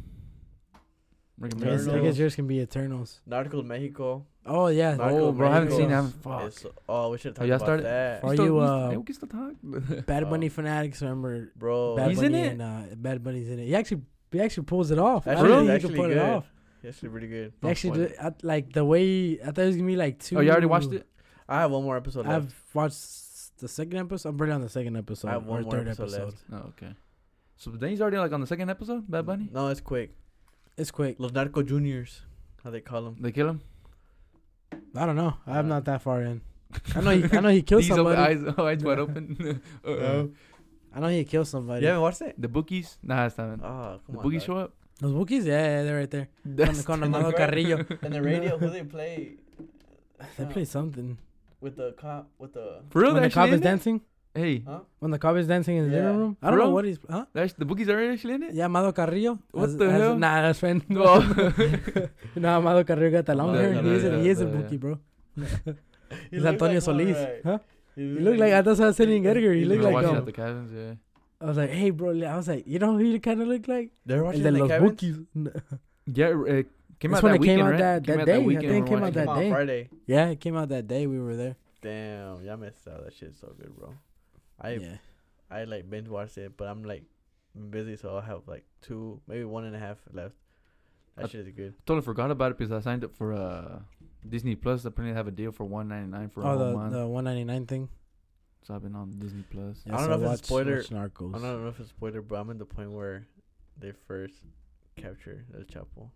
Speaker 2: I guess, I guess
Speaker 3: Eternals.
Speaker 2: yours can be Eternals.
Speaker 3: Narcos Mexico.
Speaker 2: Oh yeah,
Speaker 3: Narcos
Speaker 1: Oh, bro, I haven't seen. I
Speaker 3: Mexico
Speaker 1: haven't. Fuck.
Speaker 3: is- Oh, we should have
Speaker 1: Oh,
Speaker 3: talked
Speaker 1: y'all
Speaker 3: about
Speaker 1: started-
Speaker 3: that.
Speaker 2: Are
Speaker 1: We still-
Speaker 2: you,
Speaker 1: we still-
Speaker 2: uh,
Speaker 1: hey, we can still talk.
Speaker 2: Bad
Speaker 3: Oh.
Speaker 2: Bunny fanatics. Remember,
Speaker 3: Bro,
Speaker 2: Bad
Speaker 1: He's in
Speaker 2: Bunny
Speaker 1: it?
Speaker 2: and uh, Bad Bunny's in it. He actually he actually pulls it off.
Speaker 3: That
Speaker 2: I didn't think
Speaker 3: shit is
Speaker 2: he could
Speaker 3: actually
Speaker 2: pull it
Speaker 3: good.
Speaker 2: off.
Speaker 3: he's actually pretty good.
Speaker 2: They
Speaker 1: Don't
Speaker 2: actually,
Speaker 1: spoil
Speaker 2: did, I, like the way I thought it was gonna be like two.
Speaker 1: oh, you already watched it?
Speaker 3: I have one more episode left.
Speaker 2: I've watched the second episode. I'm barely on the second episode.
Speaker 3: I have one
Speaker 2: or
Speaker 3: more
Speaker 2: third
Speaker 3: episode
Speaker 2: episode.
Speaker 3: left.
Speaker 1: Oh, okay. So then he's already like on the second episode. Bad Bunny.
Speaker 3: No, it's quick.
Speaker 2: It's quick.
Speaker 3: Los Narco Juniors, how they call them.
Speaker 1: They kill him.
Speaker 2: I don't know. I'm
Speaker 3: Uh,
Speaker 2: not that far in. I know. He, I know he killed
Speaker 1: These open
Speaker 2: somebody.
Speaker 1: eyes, oh, eyes wide open. Uh,
Speaker 2: I know he killed somebody.
Speaker 3: You haven't watched it?
Speaker 1: The bookies. Nah, it's not.
Speaker 3: Oh, come
Speaker 1: the
Speaker 3: on.
Speaker 1: bookies
Speaker 3: dog.
Speaker 1: show up.
Speaker 2: Those Wookiees, yeah, yeah, they're right there.
Speaker 1: That's
Speaker 2: con
Speaker 1: the-
Speaker 2: Amado Carrillo.
Speaker 3: And the radio, who they play?
Speaker 2: They
Speaker 3: Uh,
Speaker 2: play something.
Speaker 3: with the cop, with the.
Speaker 1: For real,
Speaker 2: when
Speaker 1: they're
Speaker 2: the cop
Speaker 1: actually
Speaker 2: is
Speaker 1: in it?
Speaker 2: dancing,
Speaker 1: Hey,
Speaker 3: Huh?
Speaker 2: when the cop is dancing in the living
Speaker 3: Yeah.
Speaker 2: room, I don't
Speaker 1: Bro?
Speaker 2: know what he's. Huh?
Speaker 1: that's, the bookies are actually in it.
Speaker 2: Yeah, Amado Carrillo. That's-
Speaker 1: What the
Speaker 2: that's-
Speaker 1: hell?
Speaker 2: Nah, that's friend.
Speaker 1: Oh.
Speaker 2: you know, Amado Carrillo got the long
Speaker 3: Amado
Speaker 2: hair. He is, a,
Speaker 3: Carrillo,
Speaker 2: he is a
Speaker 1: yeah.
Speaker 2: bookie, bro.
Speaker 3: He
Speaker 2: He's
Speaker 3: looks
Speaker 2: Antonio
Speaker 3: like one,
Speaker 2: Solis.
Speaker 3: right?
Speaker 2: Huh?
Speaker 3: He
Speaker 2: He looked like I that's what I was saying Edgar. He
Speaker 3: You
Speaker 2: looked
Speaker 1: We're
Speaker 2: like
Speaker 1: watching
Speaker 2: um,
Speaker 1: at the cabins. Yeah.
Speaker 2: I was like, hey, bro. I was like, you know who you kind of look like?
Speaker 3: They're
Speaker 2: And
Speaker 3: watching
Speaker 2: then
Speaker 3: the
Speaker 2: Los
Speaker 3: cabins?
Speaker 2: Wookiees.
Speaker 1: Yeah, it came
Speaker 2: That's
Speaker 1: out
Speaker 2: when
Speaker 1: that
Speaker 2: it came
Speaker 1: weekend,
Speaker 2: out
Speaker 1: right?
Speaker 2: that- that day. I think it came out
Speaker 3: Come
Speaker 2: that
Speaker 3: on
Speaker 2: day.
Speaker 3: Friday.
Speaker 2: Yeah, it came out that day we were there.
Speaker 3: Damn, y'all missed out. That shit's so good, bro. I
Speaker 2: yeah.
Speaker 3: I like binge watched it, but I'm like busy, so I'll have like two, maybe one and a half left. That
Speaker 1: I-
Speaker 3: shit is good.
Speaker 1: Totally forgot about it because I signed up for uh, Disney Plus. Apparently, they have a deal for one ninety nine for a
Speaker 2: oh,
Speaker 1: whole
Speaker 2: the,
Speaker 1: month.
Speaker 2: the 199 thing.
Speaker 1: So I've been on Disney Plus.
Speaker 3: I don't know if it's a spoiler-
Speaker 2: Watch Narcos.
Speaker 3: I don't know if it's spoiler, but I'm at the point where they first capture El Chapo.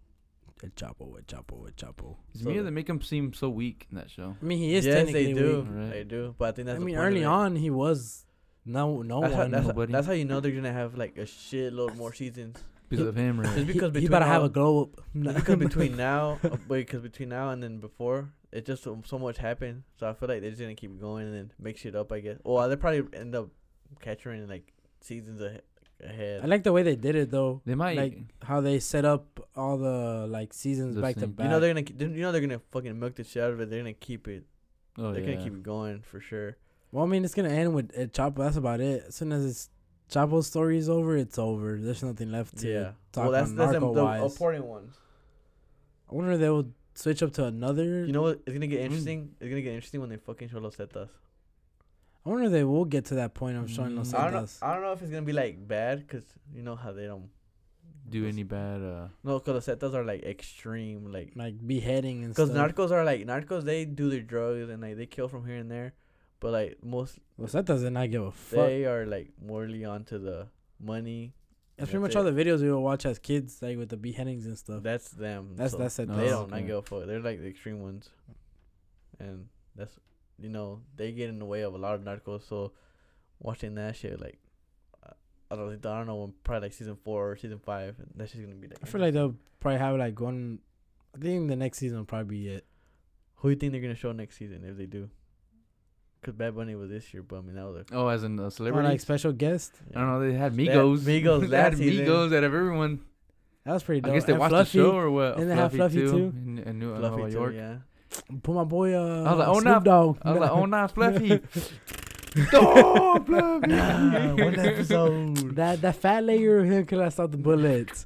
Speaker 2: El Chapo, El Chapo, El Chapo.
Speaker 1: It's
Speaker 3: So
Speaker 1: me
Speaker 3: the-
Speaker 1: that make him seem so weak in that show.
Speaker 2: I mean, he is technically
Speaker 3: they do.
Speaker 2: weak.
Speaker 1: Right.
Speaker 3: They do, but I think that's.
Speaker 2: I
Speaker 3: the
Speaker 2: mean,
Speaker 3: point of
Speaker 2: early
Speaker 3: it.
Speaker 2: on he was no no
Speaker 3: That's how,
Speaker 2: one.
Speaker 3: that's, how,
Speaker 1: Nobody.
Speaker 3: that's how you know they're gonna have like a shitload more seasons.
Speaker 1: Because of him, right?
Speaker 3: Just
Speaker 2: He-
Speaker 3: because
Speaker 2: he,
Speaker 3: between
Speaker 2: better have
Speaker 3: all-
Speaker 2: a glow up.
Speaker 3: Just because between now, uh, because between now and then before, it just so, so much happened. So I feel like they're just gonna keep going and then mix it up. I guess. Well, they probably end up capturing like seasons ahe- ahead.
Speaker 2: I like the way they did it though.
Speaker 1: They might.
Speaker 2: Like, how they set up all the like seasons
Speaker 1: The
Speaker 2: back to
Speaker 1: same. You
Speaker 2: back.
Speaker 3: you know they're gonna. ke- then You know they're gonna fucking milk the shit out of it. They're gonna keep it.
Speaker 1: oh,
Speaker 3: they're
Speaker 1: yeah.
Speaker 3: gonna keep it going for sure.
Speaker 2: well, I mean, it's gonna end with El Chapo. That's about it. As soon as it's Chapo's story is over, it's over. There's nothing left to
Speaker 3: yeah.
Speaker 2: talk
Speaker 3: well, that's
Speaker 2: on
Speaker 3: that's the,
Speaker 2: narco
Speaker 3: the
Speaker 2: wise.
Speaker 3: important ones.
Speaker 2: I wonder if they will switch up to another.
Speaker 3: You know what? It's gonna
Speaker 2: Mm.
Speaker 3: get interesting. It's gonna get interesting when they fucking show Los Zetas.
Speaker 2: I wonder if they will get to that point of showing Los
Speaker 1: Mm.
Speaker 3: I don't know.
Speaker 2: Santos.
Speaker 3: I don't know if it's gonna be like bad because you know how they don't.
Speaker 1: do any bad. Uh,
Speaker 3: No, because Los Zetas are like extreme. Like
Speaker 2: Like beheading and
Speaker 3: Because
Speaker 2: stuff.
Speaker 3: narcos are like narcos, they do their drugs and like they kill from here and there, but like most
Speaker 2: Los Santos did not give a fuck.
Speaker 3: they are like morally onto the money.
Speaker 2: that's
Speaker 3: that's
Speaker 2: pretty much
Speaker 3: it.
Speaker 2: all the videos we would watch as kids, like with the beheadings and stuff.
Speaker 3: That's them.
Speaker 2: That's
Speaker 3: so
Speaker 2: that's oh, it.
Speaker 1: No,
Speaker 3: they
Speaker 2: that's-
Speaker 3: don't not
Speaker 1: okay.
Speaker 3: give a fuck. They're like the extreme ones, and that's you know they get in the way of a lot of narcos. So watching that shit like. I- I don't, I don't know when probably like season four or season five. and That shit's gonna be like.
Speaker 2: I feel like they'll probably have like one. I think the next season will probably be it.
Speaker 3: who do you think they're gonna show next season if they do? Cause Bad Bunny was this year, but I mean that was a.
Speaker 1: oh, as in uh,
Speaker 2: Or like
Speaker 1: celebrities.
Speaker 2: special guest.
Speaker 1: I don't know. They had
Speaker 3: They had
Speaker 1: Migos.
Speaker 3: Migos
Speaker 1: they had
Speaker 3: last season.
Speaker 1: Migos out of everyone.
Speaker 2: That was pretty dope.
Speaker 1: I guess they
Speaker 2: And
Speaker 1: watched
Speaker 2: Fluffy,
Speaker 1: the show or what?
Speaker 2: and they had Fluffy too.
Speaker 1: In, in New in
Speaker 3: Fluffy
Speaker 1: Nova
Speaker 3: too,
Speaker 1: York.
Speaker 3: yeah.
Speaker 2: Put my boy. Uh,
Speaker 1: I was like, oh,
Speaker 2: Snoop
Speaker 1: nah.
Speaker 2: Dogg.
Speaker 1: I was like, oh, nah, Fluffy.
Speaker 2: Oh,
Speaker 3: Nah, one episode.
Speaker 2: That that fat layer of him could have stopped the bullets.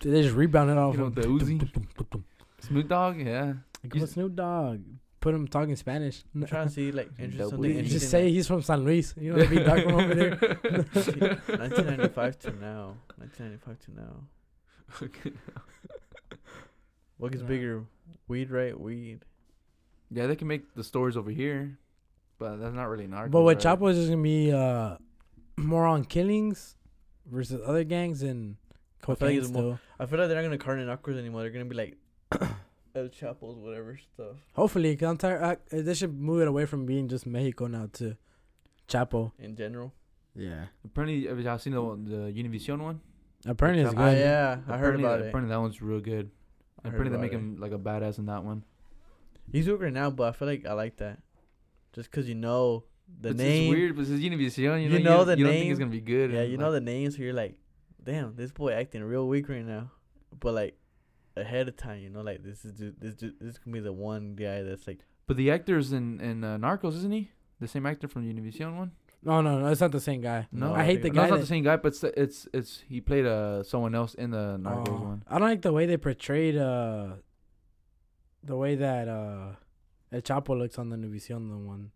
Speaker 2: they just rebounded off
Speaker 1: You know,
Speaker 2: him.
Speaker 1: the Uzi. Snoop Dogg, yeah.
Speaker 2: Like, what's Snoop Dogg? Put him talking Spanish.
Speaker 3: I'm trying to see like interest,
Speaker 1: Double
Speaker 3: something
Speaker 1: E.
Speaker 3: interesting.
Speaker 2: Just say he's from San Luis. You know, be dark one over there.
Speaker 3: that- 1995 to now. 1995 to now. What gets
Speaker 2: Nah.
Speaker 3: bigger, weed right? Weed.
Speaker 1: Yeah, they can make the stories over here, but that's not really narco.
Speaker 2: But what
Speaker 1: right?
Speaker 2: Chapo is just gonna be uh, more on killings versus other gangs and
Speaker 3: feel like
Speaker 2: cocaine
Speaker 3: it's more-
Speaker 2: still.
Speaker 3: I feel like they're not gonna card and awkward anymore. They're gonna be like El Chapo's whatever stuff.
Speaker 2: Hopefully, i I'm tired. I, uh, they should move it away from being just Mexico now to Chapo.
Speaker 3: In general.
Speaker 2: Yeah.
Speaker 1: Apparently, have y'all seen the, one- the Univision one?
Speaker 2: Apparently, it's
Speaker 1: Chapo.
Speaker 2: good.
Speaker 3: Ah, yeah, I heard
Speaker 1: Apparently-
Speaker 3: about it.
Speaker 1: Apparently, that one's real good.
Speaker 3: I heard
Speaker 1: Apparently, they
Speaker 3: about
Speaker 1: make
Speaker 3: it.
Speaker 1: him like a badass in that one.
Speaker 3: He's working now, but I feel like I like that, just cause you know the
Speaker 1: it's,
Speaker 3: name.
Speaker 1: It's weird, but it's Univision. You know,
Speaker 3: You know
Speaker 1: don't-
Speaker 3: the
Speaker 1: you don't think it's
Speaker 3: name.
Speaker 1: gonna be good.
Speaker 3: Yeah,
Speaker 1: and,
Speaker 3: you
Speaker 1: like,
Speaker 3: know the name, so you're like, damn, this boy acting real weak right now. But like ahead of time, you know, like this is ju- this ju- this can be the one guy that's like
Speaker 1: But the actor's in in uh, Narcos, isn't he? The same actor from Univision one.
Speaker 2: No, no, no. It's not the same guy.
Speaker 1: No,
Speaker 2: I hate the
Speaker 3: think-
Speaker 1: No,
Speaker 2: guy.
Speaker 1: it's not
Speaker 2: That,
Speaker 1: the same guy, but it's it's, it's he played uh someone else in the Narcos
Speaker 2: Oh,
Speaker 1: one.
Speaker 2: I don't like the way they portrayed uh, the way that uh, El Chapo looks on the Univision the one.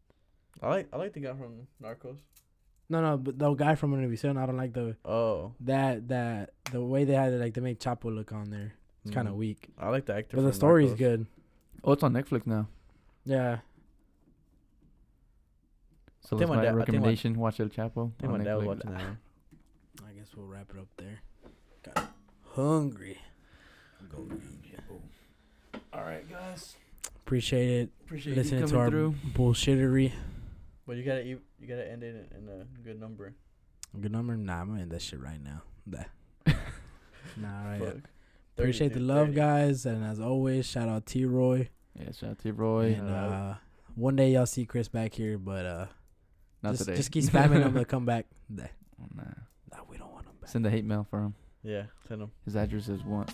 Speaker 3: I like I like the guy from Narcos.
Speaker 2: No, no, but the guy from Univision, I don't like the
Speaker 3: Oh,
Speaker 2: that that the way they had it like they make Chapo look on there. It's kind of
Speaker 3: mm.
Speaker 2: weak,
Speaker 3: I like the actor.
Speaker 2: but the
Speaker 3: from
Speaker 2: story's
Speaker 3: Narcos.
Speaker 2: good.
Speaker 1: Oh, it's on Netflix now.
Speaker 2: Yeah,
Speaker 1: So
Speaker 3: I think
Speaker 1: that's
Speaker 3: my
Speaker 1: my
Speaker 3: dad- I think my-
Speaker 1: recommendation. Watch El Chapo.
Speaker 3: I think
Speaker 1: on
Speaker 3: my dad was
Speaker 1: Netflix.
Speaker 3: watching that. one.
Speaker 2: I guess we'll wrap it up there. Got hungry. Go eat.
Speaker 1: All right, guys.
Speaker 2: Appreciate it.
Speaker 1: Appreciate
Speaker 2: Listening to our bullshittery.
Speaker 3: But you gotta you, you gotta end it in, in a good number.
Speaker 2: Good number. Nah, I'm gonna end that shit right now. Nah, nah right.
Speaker 3: Fuck. 30,
Speaker 2: Appreciate the
Speaker 3: dude,
Speaker 2: love,
Speaker 3: 30.
Speaker 2: guys, and as always, shout out T Roy.
Speaker 1: Yeah, shout out to you, Roy.
Speaker 2: And uh, one day y'all see Chris back here, but uh,
Speaker 1: Not
Speaker 2: just,
Speaker 1: today.
Speaker 2: just keep spamming him to come back. Nah,
Speaker 1: Oh, nah.
Speaker 2: nah, we don't want him back.
Speaker 1: Send the hate mail for him.
Speaker 3: Yeah, send them.
Speaker 1: His address is one.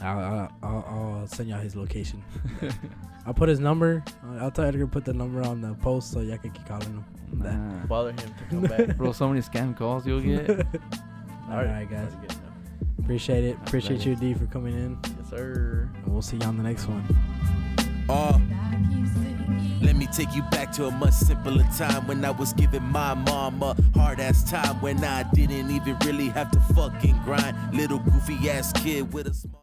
Speaker 2: I'll, I'll, I'll, I'll send y'all his location. I'll put his number. Uh, I'll- I'll tell Edgar to put the number on the post so y'all can keep calling him.
Speaker 1: Nah.
Speaker 3: Bother him to come back.
Speaker 1: Bro, so many scam calls you'll get.
Speaker 2: All right, guys.
Speaker 3: Sorry, good enough.
Speaker 2: Appreciate it. Appreciate
Speaker 1: Later.
Speaker 2: you, D, for coming in.
Speaker 3: Yes, sir.
Speaker 2: And we'll see you on the next one.
Speaker 4: Back you singing. Uh, Let me take you back to a much simpler time when I was giving my mom a hard ass time when I didn't even really have to fucking grind. Little goofy ass kid with a small.